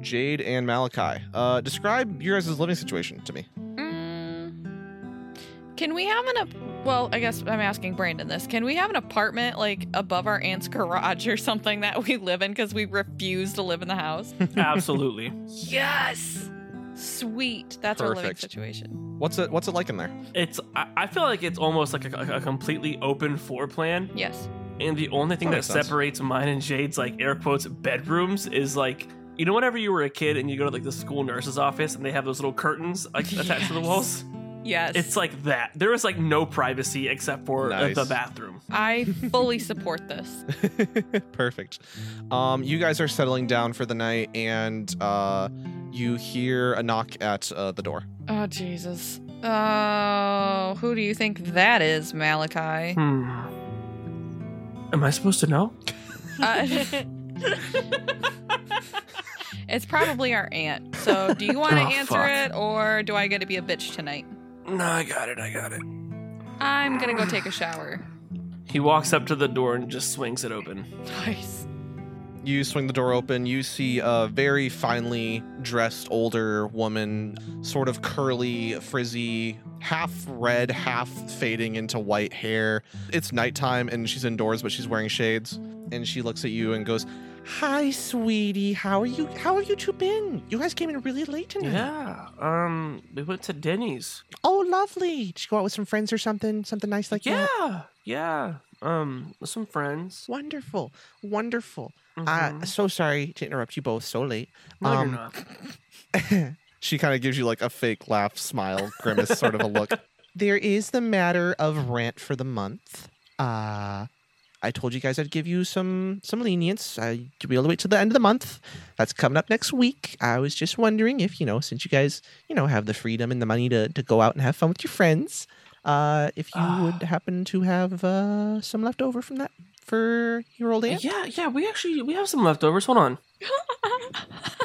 Speaker 2: Jade and Malachi, uh, describe your guys' living situation to me.
Speaker 9: Mm. Can we have an ap- well? I guess I'm asking Brandon this. Can we have an apartment like above our aunt's garage or something that we live in because we refuse to live in the house?
Speaker 1: Absolutely.
Speaker 9: yes, sweet. That's our living
Speaker 2: Perfect.
Speaker 9: situation.
Speaker 2: What's it What's it like in there?
Speaker 1: It's. I, I feel like it's almost like a, a completely open floor plan,
Speaker 9: Yes.
Speaker 1: and the only thing
Speaker 2: That
Speaker 1: that,
Speaker 2: makes sense.
Speaker 1: separates mine and Jade's like air quotes bedrooms is like you know whenever you were a kid and you go to like the school nurse's office and they have those little curtains like attached to the
Speaker 9: Yes.
Speaker 1: walls.
Speaker 9: Yes.
Speaker 1: It's like that. There is like no privacy except for uh,
Speaker 2: Nice.
Speaker 1: the bathroom.
Speaker 9: I fully support this.
Speaker 2: Perfect. Um, you guys are settling down for the night, and uh, you hear a knock at uh, the door.
Speaker 9: Oh Jesus. Oh, who do you think that is, Malachi?
Speaker 1: Hmm. Am I supposed to know?
Speaker 9: Uh, it's probably our aunt. So, do you want to
Speaker 1: Oh,
Speaker 9: answer
Speaker 1: fuck.
Speaker 9: it, or do I get to be a bitch tonight?
Speaker 1: No, I got it. I got it.
Speaker 9: I'm gonna go take a shower.
Speaker 1: He walks up to the door and just swings it open.
Speaker 9: Nice.
Speaker 2: You swing the door open. You see a very finely dressed older woman, sort of curly, frizzy, half red, half fading into white hair. It's nighttime and she's indoors, but she's wearing shades. And she looks at you and goes, "Hi, sweetie. How are you? How have you two been? You guys came in really late tonight.
Speaker 1: Yeah. Um, we went to Denny's.
Speaker 2: Oh, lovely. Did you go out with some friends or something? Something nice like that?
Speaker 1: Yeah. Yeah. Um, with some friends.
Speaker 2: Wonderful, wonderful. Uh,
Speaker 1: Mhm.
Speaker 2: so sorry to interrupt you both so late.
Speaker 1: no,
Speaker 2: um,
Speaker 1: you're not.
Speaker 2: She kind of gives you like a fake laugh, smile, grimace sort of a look. There is the matter of rent for the month. Uh I told you guys I'd give you some some lenience. Uh, to be all the way to the end of the month. That's coming up next week. I was just wondering if you know, since you guys you know have the freedom and the money to to go out and have fun with your friends, uh, if you
Speaker 1: Ah.
Speaker 2: would happen to have uh some left over from that for your old aunt.
Speaker 1: Yeah, yeah. We actually we have some leftovers. Hold on.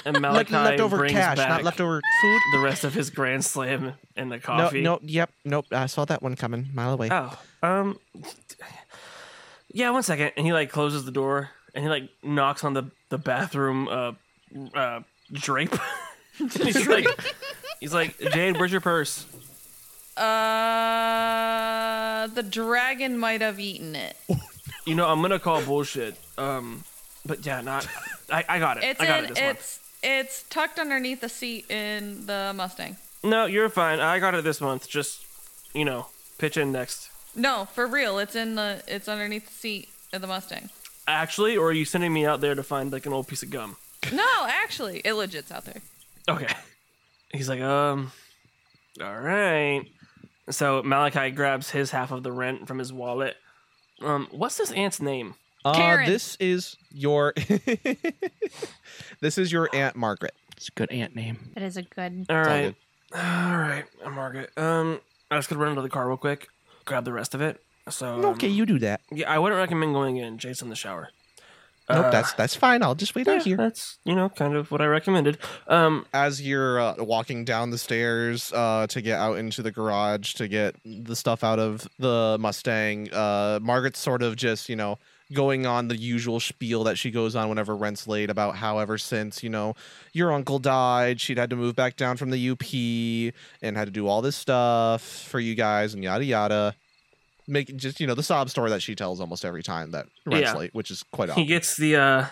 Speaker 1: And Malachi brings back
Speaker 2: not leftover food.
Speaker 1: the rest of his grand slam and the
Speaker 2: No,
Speaker 1: coffee.
Speaker 2: no, yep, nope. I saw that one coming a mile away.
Speaker 1: Oh, um, yeah, one second. And he like closes the door and he like knocks on the the bathroom uh uh drape. and he's like, he's like, Jade, where's your purse?
Speaker 9: Uh, the dragon might have eaten it.
Speaker 1: You know, I'm gonna call bullshit. Um, but yeah, not. I, I got it.
Speaker 9: It's
Speaker 1: I got
Speaker 9: in.
Speaker 1: it this month.
Speaker 9: it's it's tucked underneath the seat in the Mustang.
Speaker 1: No, you're fine. I got it this month. Just you know, pitch in next.
Speaker 9: No, for real. It's in the. It's underneath the seat of the Mustang.
Speaker 1: Actually, or are you sending me out there to find like an old piece of gum?
Speaker 9: No, actually, it legit's out there.
Speaker 1: Okay. He's like, um, all right. So Malachi grabs his half of the rent from his wallet. Um, what's this aunt's name?
Speaker 2: Uh,
Speaker 9: Karen.
Speaker 2: this is your This is your Aunt Margaret.
Speaker 7: It's a good aunt name.
Speaker 4: That is a good.
Speaker 1: All
Speaker 2: all
Speaker 1: right. All right, Margaret. Um, I just gonna run into the car real quick, grab the rest of it. So um,
Speaker 2: okay, you do that.
Speaker 1: Yeah, I wouldn't recommend going in. Jason, the shower.
Speaker 2: nope,
Speaker 1: Uh,
Speaker 2: that's that's fine. I'll just wait
Speaker 1: yeah,
Speaker 2: out here.
Speaker 1: That's you know kind of what I recommended. Um,
Speaker 2: As you're uh, walking down the stairs uh, to get out into the garage to get the stuff out of the Mustang, uh, Margaret's sort of just you know going on the usual spiel that she goes on whenever rent's late about how ever since you know your uncle died, she'd had to move back down from the UP and had to do all this stuff for you guys and yada yada. Make just you know the sob story that she tells almost every time that rent's
Speaker 1: Yeah.
Speaker 2: late, which is quite
Speaker 1: he
Speaker 2: often.
Speaker 1: gets the uh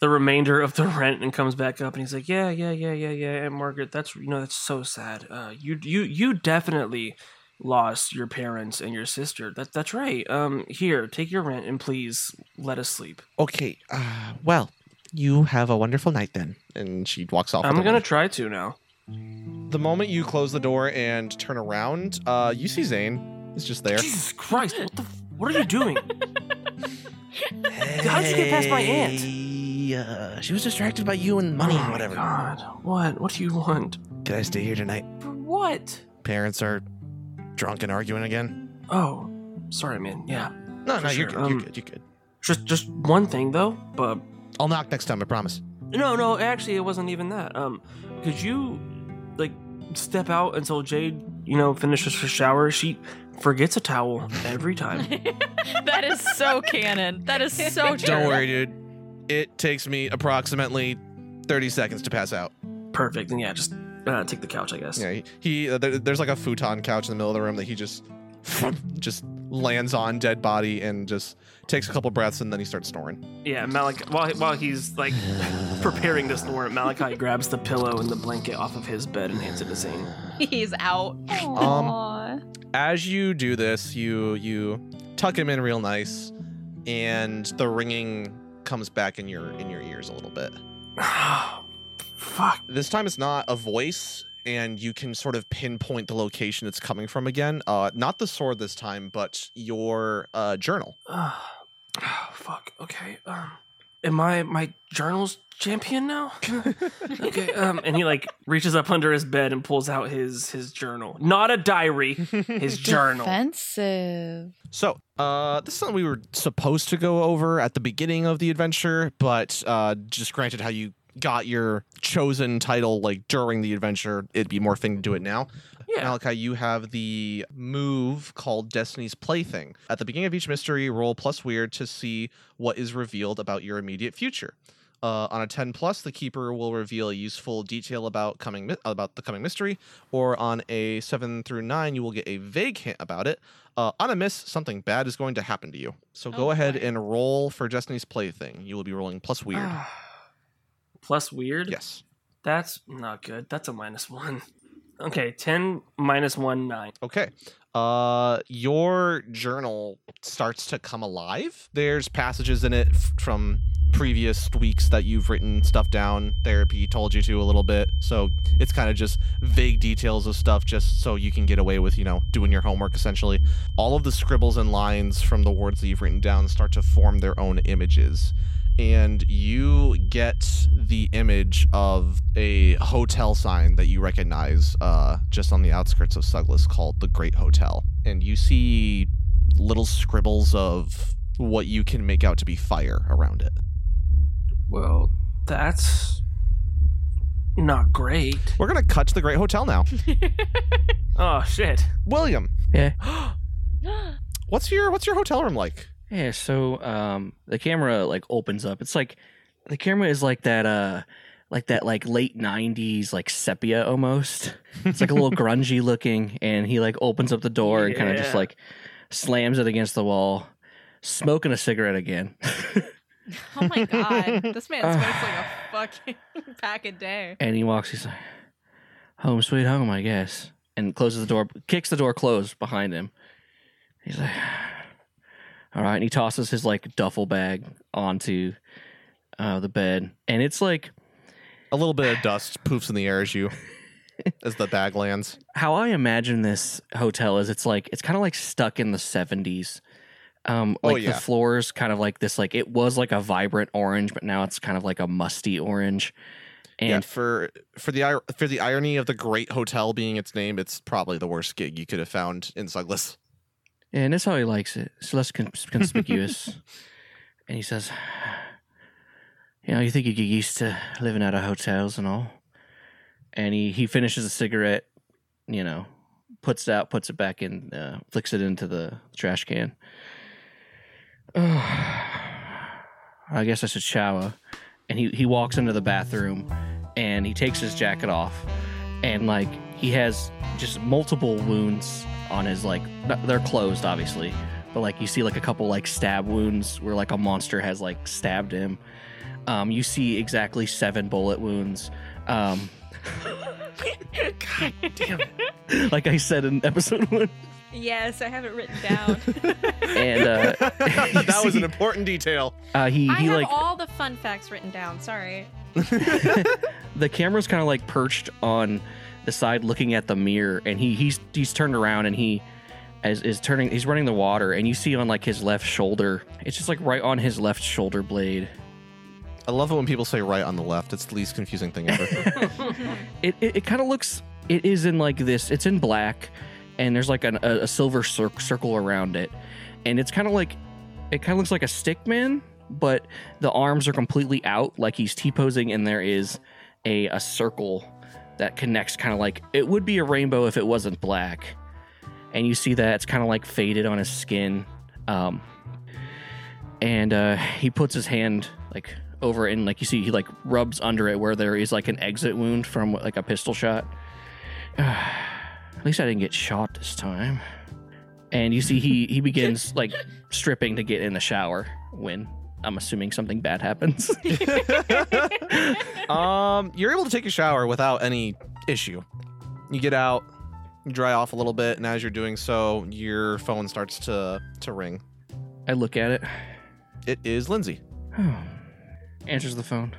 Speaker 1: the remainder of the rent and comes back up and he's like yeah yeah yeah yeah yeah and margaret that's you know that's so sad uh you you you definitely lost your parents and your sister that that's right um here take your rent and please let us sleep
Speaker 2: Okay, uh, well, you have a wonderful night then. And she walks off.
Speaker 1: i'm
Speaker 2: with the
Speaker 1: gonna try to now
Speaker 2: money. The moment you close the door and turn around, uh, you see Zane is just there.
Speaker 1: jesus christ what the f- what are you doing how did you get past my aunt? Oh
Speaker 5: Hey, uh, she was distracted by you and money and whatever.
Speaker 1: god what what do you want
Speaker 5: Can I stay here tonight?
Speaker 1: For what
Speaker 5: Parents are drunk and arguing again.
Speaker 1: oh sorry man yeah
Speaker 2: No, no,
Speaker 1: For
Speaker 2: you're
Speaker 1: sure,
Speaker 2: good.
Speaker 1: um,
Speaker 2: you're good. You're good.
Speaker 1: just just one thing though but
Speaker 2: I'll knock next time. I promise.
Speaker 1: No, no, actually, it wasn't even that. Um, could you, like, step out until Jade, you know, finishes her shower? She forgets a towel every time.
Speaker 9: That is so canon. That is so true.
Speaker 2: Don't worry, dude. It takes me approximately thirty seconds to pass out.
Speaker 1: Perfect. And yeah, just uh, take the couch, I guess.
Speaker 2: Yeah, he, he uh, there, there's like a futon couch in the middle of the room that he just just lands on dead body and just takes a couple breaths and then he starts snoring.
Speaker 1: Yeah, Malachi, while, while he's, like, preparing to snore, Malachi grabs the pillow and the blanket off of his bed and hands it to Zane.
Speaker 8: He's out.
Speaker 2: Um, as you do this, you you tuck him in real nice, and the ringing comes back in your in your ears a little bit.
Speaker 1: Fuck.
Speaker 2: This time it's not a voice. and you can sort of pinpoint the location it's coming from again. Uh, not the sword this time, but your uh, journal.
Speaker 1: Uh, oh, fuck. Okay. Um, am I my journals champion now? okay. Um, and he like reaches up under his bed and pulls out his his journal. Not a diary. His journal.
Speaker 9: Offensive.
Speaker 2: So, uh, this is something we were supposed to go over at the beginning of the adventure, but uh, just granted how you got your chosen title like during the adventure, it'd be more fitting to do it now.
Speaker 1: Yeah.
Speaker 2: Malachi, you have the move called Destiny's Plaything. At the beginning of each mystery, roll plus weird to see what is revealed about your immediate future. Uh, on a 10 plus, the keeper will reveal a useful detail about coming mi- about the coming mystery, or on a 7 through 9, you will get a vague hint about it. Uh, on a miss, something bad is going to happen to you. So go
Speaker 8: Oh,
Speaker 2: ahead
Speaker 8: boy.
Speaker 2: and roll for Destiny's Plaything. You will be rolling plus weird.
Speaker 1: Ah. Plus weird.
Speaker 2: yes.
Speaker 1: That's not good. That's a minus one. Okay, ten minus one nine.
Speaker 2: Okay. Uh, your journal starts to come alive. There's passages in it f- from previous weeks that you've written stuff down. Therapy told you to a little bit, so it's kind of just vague details of stuff, just so you can get away with you know doing your homework. Essentially, all of the scribbles and lines from the words that you've written down start to form their own images. And you get the image of a hotel sign that you recognize uh, just on the outskirts of Suglas called the Great Hotel. And you see little scribbles of what you can make out to be fire around it.
Speaker 1: Well, that's not great.
Speaker 2: We're going to cut to the Great Hotel now.
Speaker 1: Oh shit.
Speaker 2: William,
Speaker 7: Yeah.
Speaker 2: what's your what's your hotel room like?
Speaker 7: Yeah, so um the camera like opens up. It's like the camera is like that uh like that like late 90s like sepia almost. It's like a little grungy looking and he like opens up the door and kind of just
Speaker 1: Yeah.
Speaker 7: like slams it against the wall, smoking a cigarette again.
Speaker 8: Oh my god, this man
Speaker 7: Uh.
Speaker 8: smokes like a fucking pack a day.
Speaker 7: and he walks he's like home sweet home, I guess, and closes the door, kicks the door closed behind him. He's like All right, and he tosses his like duffel bag onto uh, the bed, and it's like
Speaker 2: A little bit of dust poofs in the air as you as the bag lands.
Speaker 7: how I imagine this hotel is it's like it's kind of like stuck in the 70s. Um
Speaker 2: Oh,
Speaker 7: like
Speaker 2: yeah.
Speaker 7: the floors kind of like this like it was like a vibrant orange but now it's kind of like a musty orange.
Speaker 2: yeah,
Speaker 7: And
Speaker 2: for for the ir- for the irony of the Great Hotel being its name, it's probably the worst gig you could have found in Suglas.
Speaker 7: and that's how he likes it. It's less cons- conspicuous. and he says, "You know, you think you get used to living out of hotels and all." And he he finishes a cigarette, you know, puts it out, puts it back in, uh, flicks it into the trash can. I guess I should shower. And he, he walks into the bathroom and he takes his jacket off and like he has just multiple wounds on his like th- they're closed obviously but like you see like a couple like stab wounds where like a monster has like stabbed him um you see exactly seven bullet wounds um
Speaker 1: God damn it.
Speaker 7: like i said in episode one
Speaker 8: Yes, I have it written down.
Speaker 7: and uh
Speaker 2: that was
Speaker 7: see-
Speaker 2: an important detail.
Speaker 7: uh he,
Speaker 8: I
Speaker 7: he
Speaker 8: have
Speaker 7: like
Speaker 8: all the fun facts written down. Sorry.
Speaker 7: the camera's kind of like perched on the side looking at the mirror and he he's he's turned around and he is, is turning he's running the water and you see on like his left shoulder it's just like right on his left shoulder blade
Speaker 2: I love it when people say right on the left. It's the least confusing thing ever.
Speaker 7: it it, it kind of looks it is in like this it's in black and there's like an, a, a silver cir- circle around it and it's kind of like it kind of looks like a stick man but the arms are completely out like he's t-posing and there is a, a circle that connects kind of like it would be a rainbow if it wasn't black and you see that it's kind of like faded on his skin um, and uh, he puts his hand like over it and like you see he like rubs under it where there is like an exit wound from like a pistol shot at least i didn't get shot this time and you see he he begins like stripping to get in the shower when i'm assuming something bad happens
Speaker 2: um, you're able to take a shower without any issue. You get out, you dry off a little bit, and as you're doing so, your phone starts to to ring.
Speaker 7: i look at it
Speaker 2: It is Lindsay.
Speaker 7: answers the phone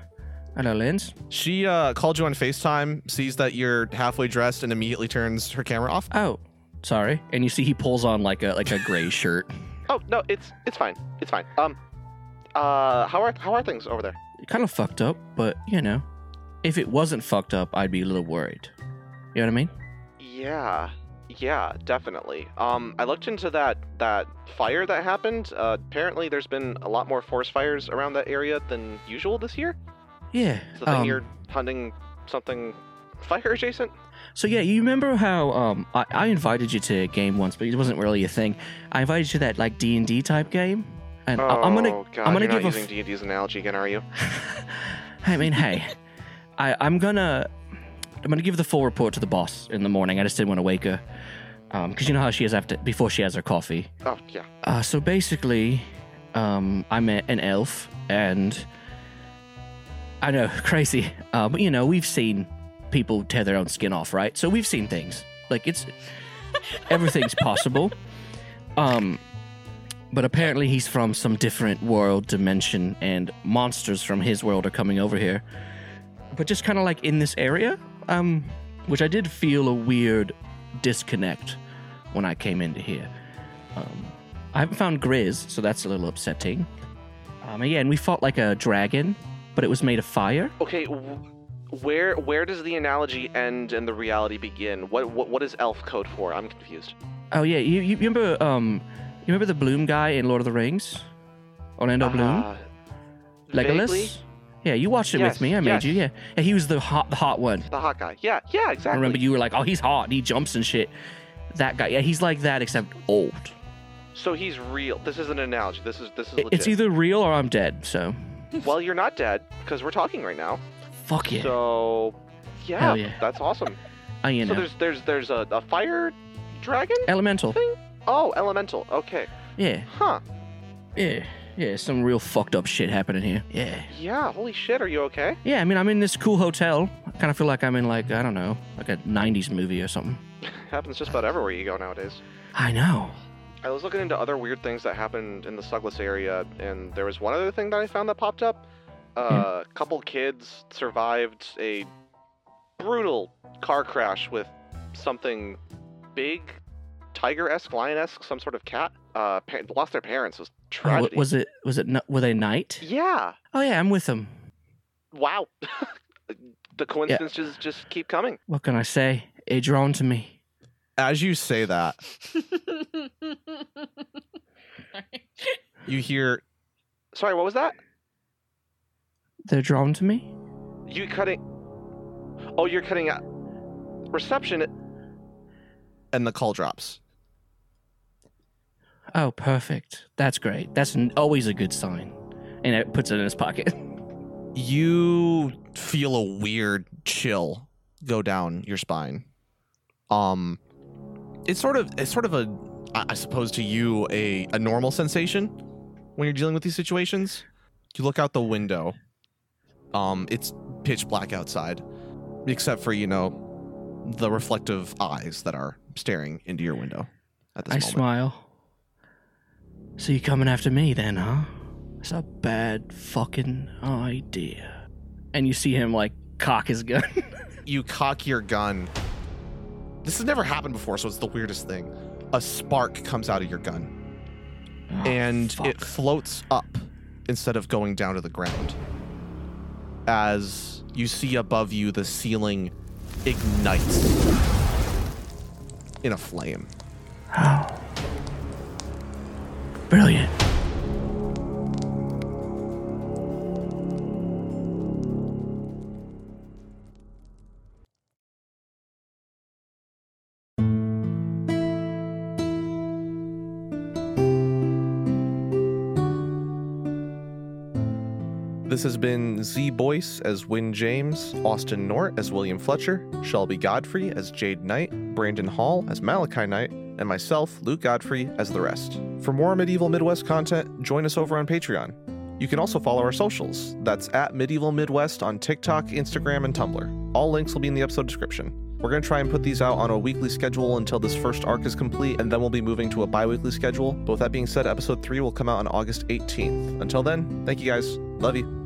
Speaker 7: Hello, Linz.
Speaker 2: She uh, called you on FaceTime, sees that you're halfway dressed, and immediately turns her camera off.
Speaker 7: Oh, sorry. And you see he pulls on like a like a gray shirt.
Speaker 2: Oh no, it's it's fine, it's fine. Um, uh, how are how are things over there?
Speaker 7: Kind of fucked up, but you know, if it wasn't fucked up, I'd be a little worried. You know what I mean?
Speaker 2: Yeah, yeah, definitely. Um, I looked into that that fire that happened. Uh, apparently, there's been a lot more forest fires around that area than usual this year.
Speaker 7: Yeah.
Speaker 2: So then
Speaker 7: um,
Speaker 2: you're hunting something fire adjacent.
Speaker 7: So yeah, you remember how um I, I invited you to a game once, but it wasn't really a thing. I invited you to that like D and D type game, and I, I'm gonna
Speaker 2: Oh, God,
Speaker 7: I'm gonna
Speaker 2: you're
Speaker 7: give
Speaker 2: not
Speaker 7: a
Speaker 2: using D&D's analogy again, are you? Oh.
Speaker 7: I mean, hey, I, I'm gonna I'm gonna give the full report to the boss in the morning. I just didn't want to wake her, Um 'cause because you know how she is after before she has her coffee.
Speaker 2: Oh yeah.
Speaker 7: Uh, so basically, um, I'm a, an elf, and I know crazy, uh, but you know we've seen people tear their own skin off, right? So we've seen things like it's everything's possible. Um, but apparently he's from some different world dimension, and monsters from his world are coming over here. But just kind of like in this area, um, which I did feel a weird disconnect when I came into here. Um, I haven't found Grizz, so that's a little upsetting. Um, and yeah, and we fought like a dragon, but it was made of fire.
Speaker 2: Okay, w- where where does the analogy end and the reality begin? What what, what is elf code for? I'm confused.
Speaker 7: Oh yeah, you, you remember um, you remember the Bloom guy in Lord of the Rings, Orlando Bloom,
Speaker 2: Uh,
Speaker 7: Legolas.
Speaker 2: vaguely?
Speaker 7: Yeah, you watched it
Speaker 2: Yes,
Speaker 7: with me. I made
Speaker 2: yes.
Speaker 7: you. Yeah, yeah, he was the hot, the hot one.
Speaker 2: The hot guy. Yeah, yeah, exactly.
Speaker 7: I remember you were like, "Oh, he's hot. and He jumps and shit." That guy. Yeah, he's like that except old.
Speaker 2: So he's real. This is an analogy. This is this is legit.
Speaker 7: It's either real or I'm dead. So
Speaker 2: well, you're not dead because we're talking right now.
Speaker 7: fuck yeah.
Speaker 2: So yeah,
Speaker 7: Hell yeah.
Speaker 2: that's awesome.
Speaker 7: I you
Speaker 2: So
Speaker 7: know
Speaker 2: there's there's there's a, a fire dragon
Speaker 7: elemental.
Speaker 2: thing. Oh, elemental. Okay.
Speaker 7: Yeah,
Speaker 2: Huh.
Speaker 7: yeah, yeah. Some real fucked up shit happening here. Yeah.
Speaker 2: Yeah. Holy shit. Are you okay?
Speaker 7: Yeah, I mean, I'm in this cool hotel. I kind of feel like I'm in like I don't know, like a '90s movie or something.
Speaker 2: Happens just about everywhere you go nowadays.
Speaker 7: I know.
Speaker 2: I was looking into other weird things that happened in the Douglas area, and there was one other thing that I found that popped up. A uh, couple kids survived a brutal car crash with something big, tiger-esque, lion-esque, some sort of cat. Uh, pa- lost their parents. It was
Speaker 7: Oh, wa-
Speaker 2: tragedy.
Speaker 7: was it? Was it? n- Were they night?
Speaker 2: Yeah.
Speaker 7: Oh yeah, I'm with them.
Speaker 2: Wow. the coincidences just keep coming.
Speaker 7: What can I say? It drawn to me.
Speaker 2: As you say that,
Speaker 8: Sorry.
Speaker 2: you hear. Sorry, what was that?
Speaker 7: They're drawn to me.
Speaker 2: You cutting. Oh, you're cutting out. Reception. And the call drops.
Speaker 7: Oh, perfect. That's great. That's n- always a good sign. And it puts it in his pocket.
Speaker 2: you feel a weird chill go down your spine um it's sort of it's sort of a i I suppose to you a a normal sensation when you're dealing with these situations you look out the window um it's pitch black outside except for you know the reflective eyes that are staring into your window at this
Speaker 7: I
Speaker 2: moment
Speaker 7: smile. So you coming after me then, huh? That's a bad fucking idea. And you see him like cock his gun.
Speaker 2: you cock your gun. This has never happened before, so it's the weirdest thing. A spark comes out of your gun
Speaker 7: Oh,
Speaker 2: and it floats up instead of going down to the ground. As you see above you, the ceiling ignites in a flame.
Speaker 7: Oh. Brilliant.
Speaker 2: This has been Z Boyce as Win James, Austin Nort as William Fletcher, Shelby Godfrey as Jade Knight, Brandon Hall as Malachi Knight, and myself, Luke Godfrey, as the rest. For more medieval Midwest content, join us over on Patreon. You can also follow our socials. That's at Medieval Midwest on TikTok, Instagram, and Tumblr. All links will be in the episode description. We're going to try and put these out on a weekly schedule until this first arc is complete, and then we'll be moving to a bi weekly schedule. But with that being said, episode 3 will come out on August 18th. Until then, thank you guys. Love you.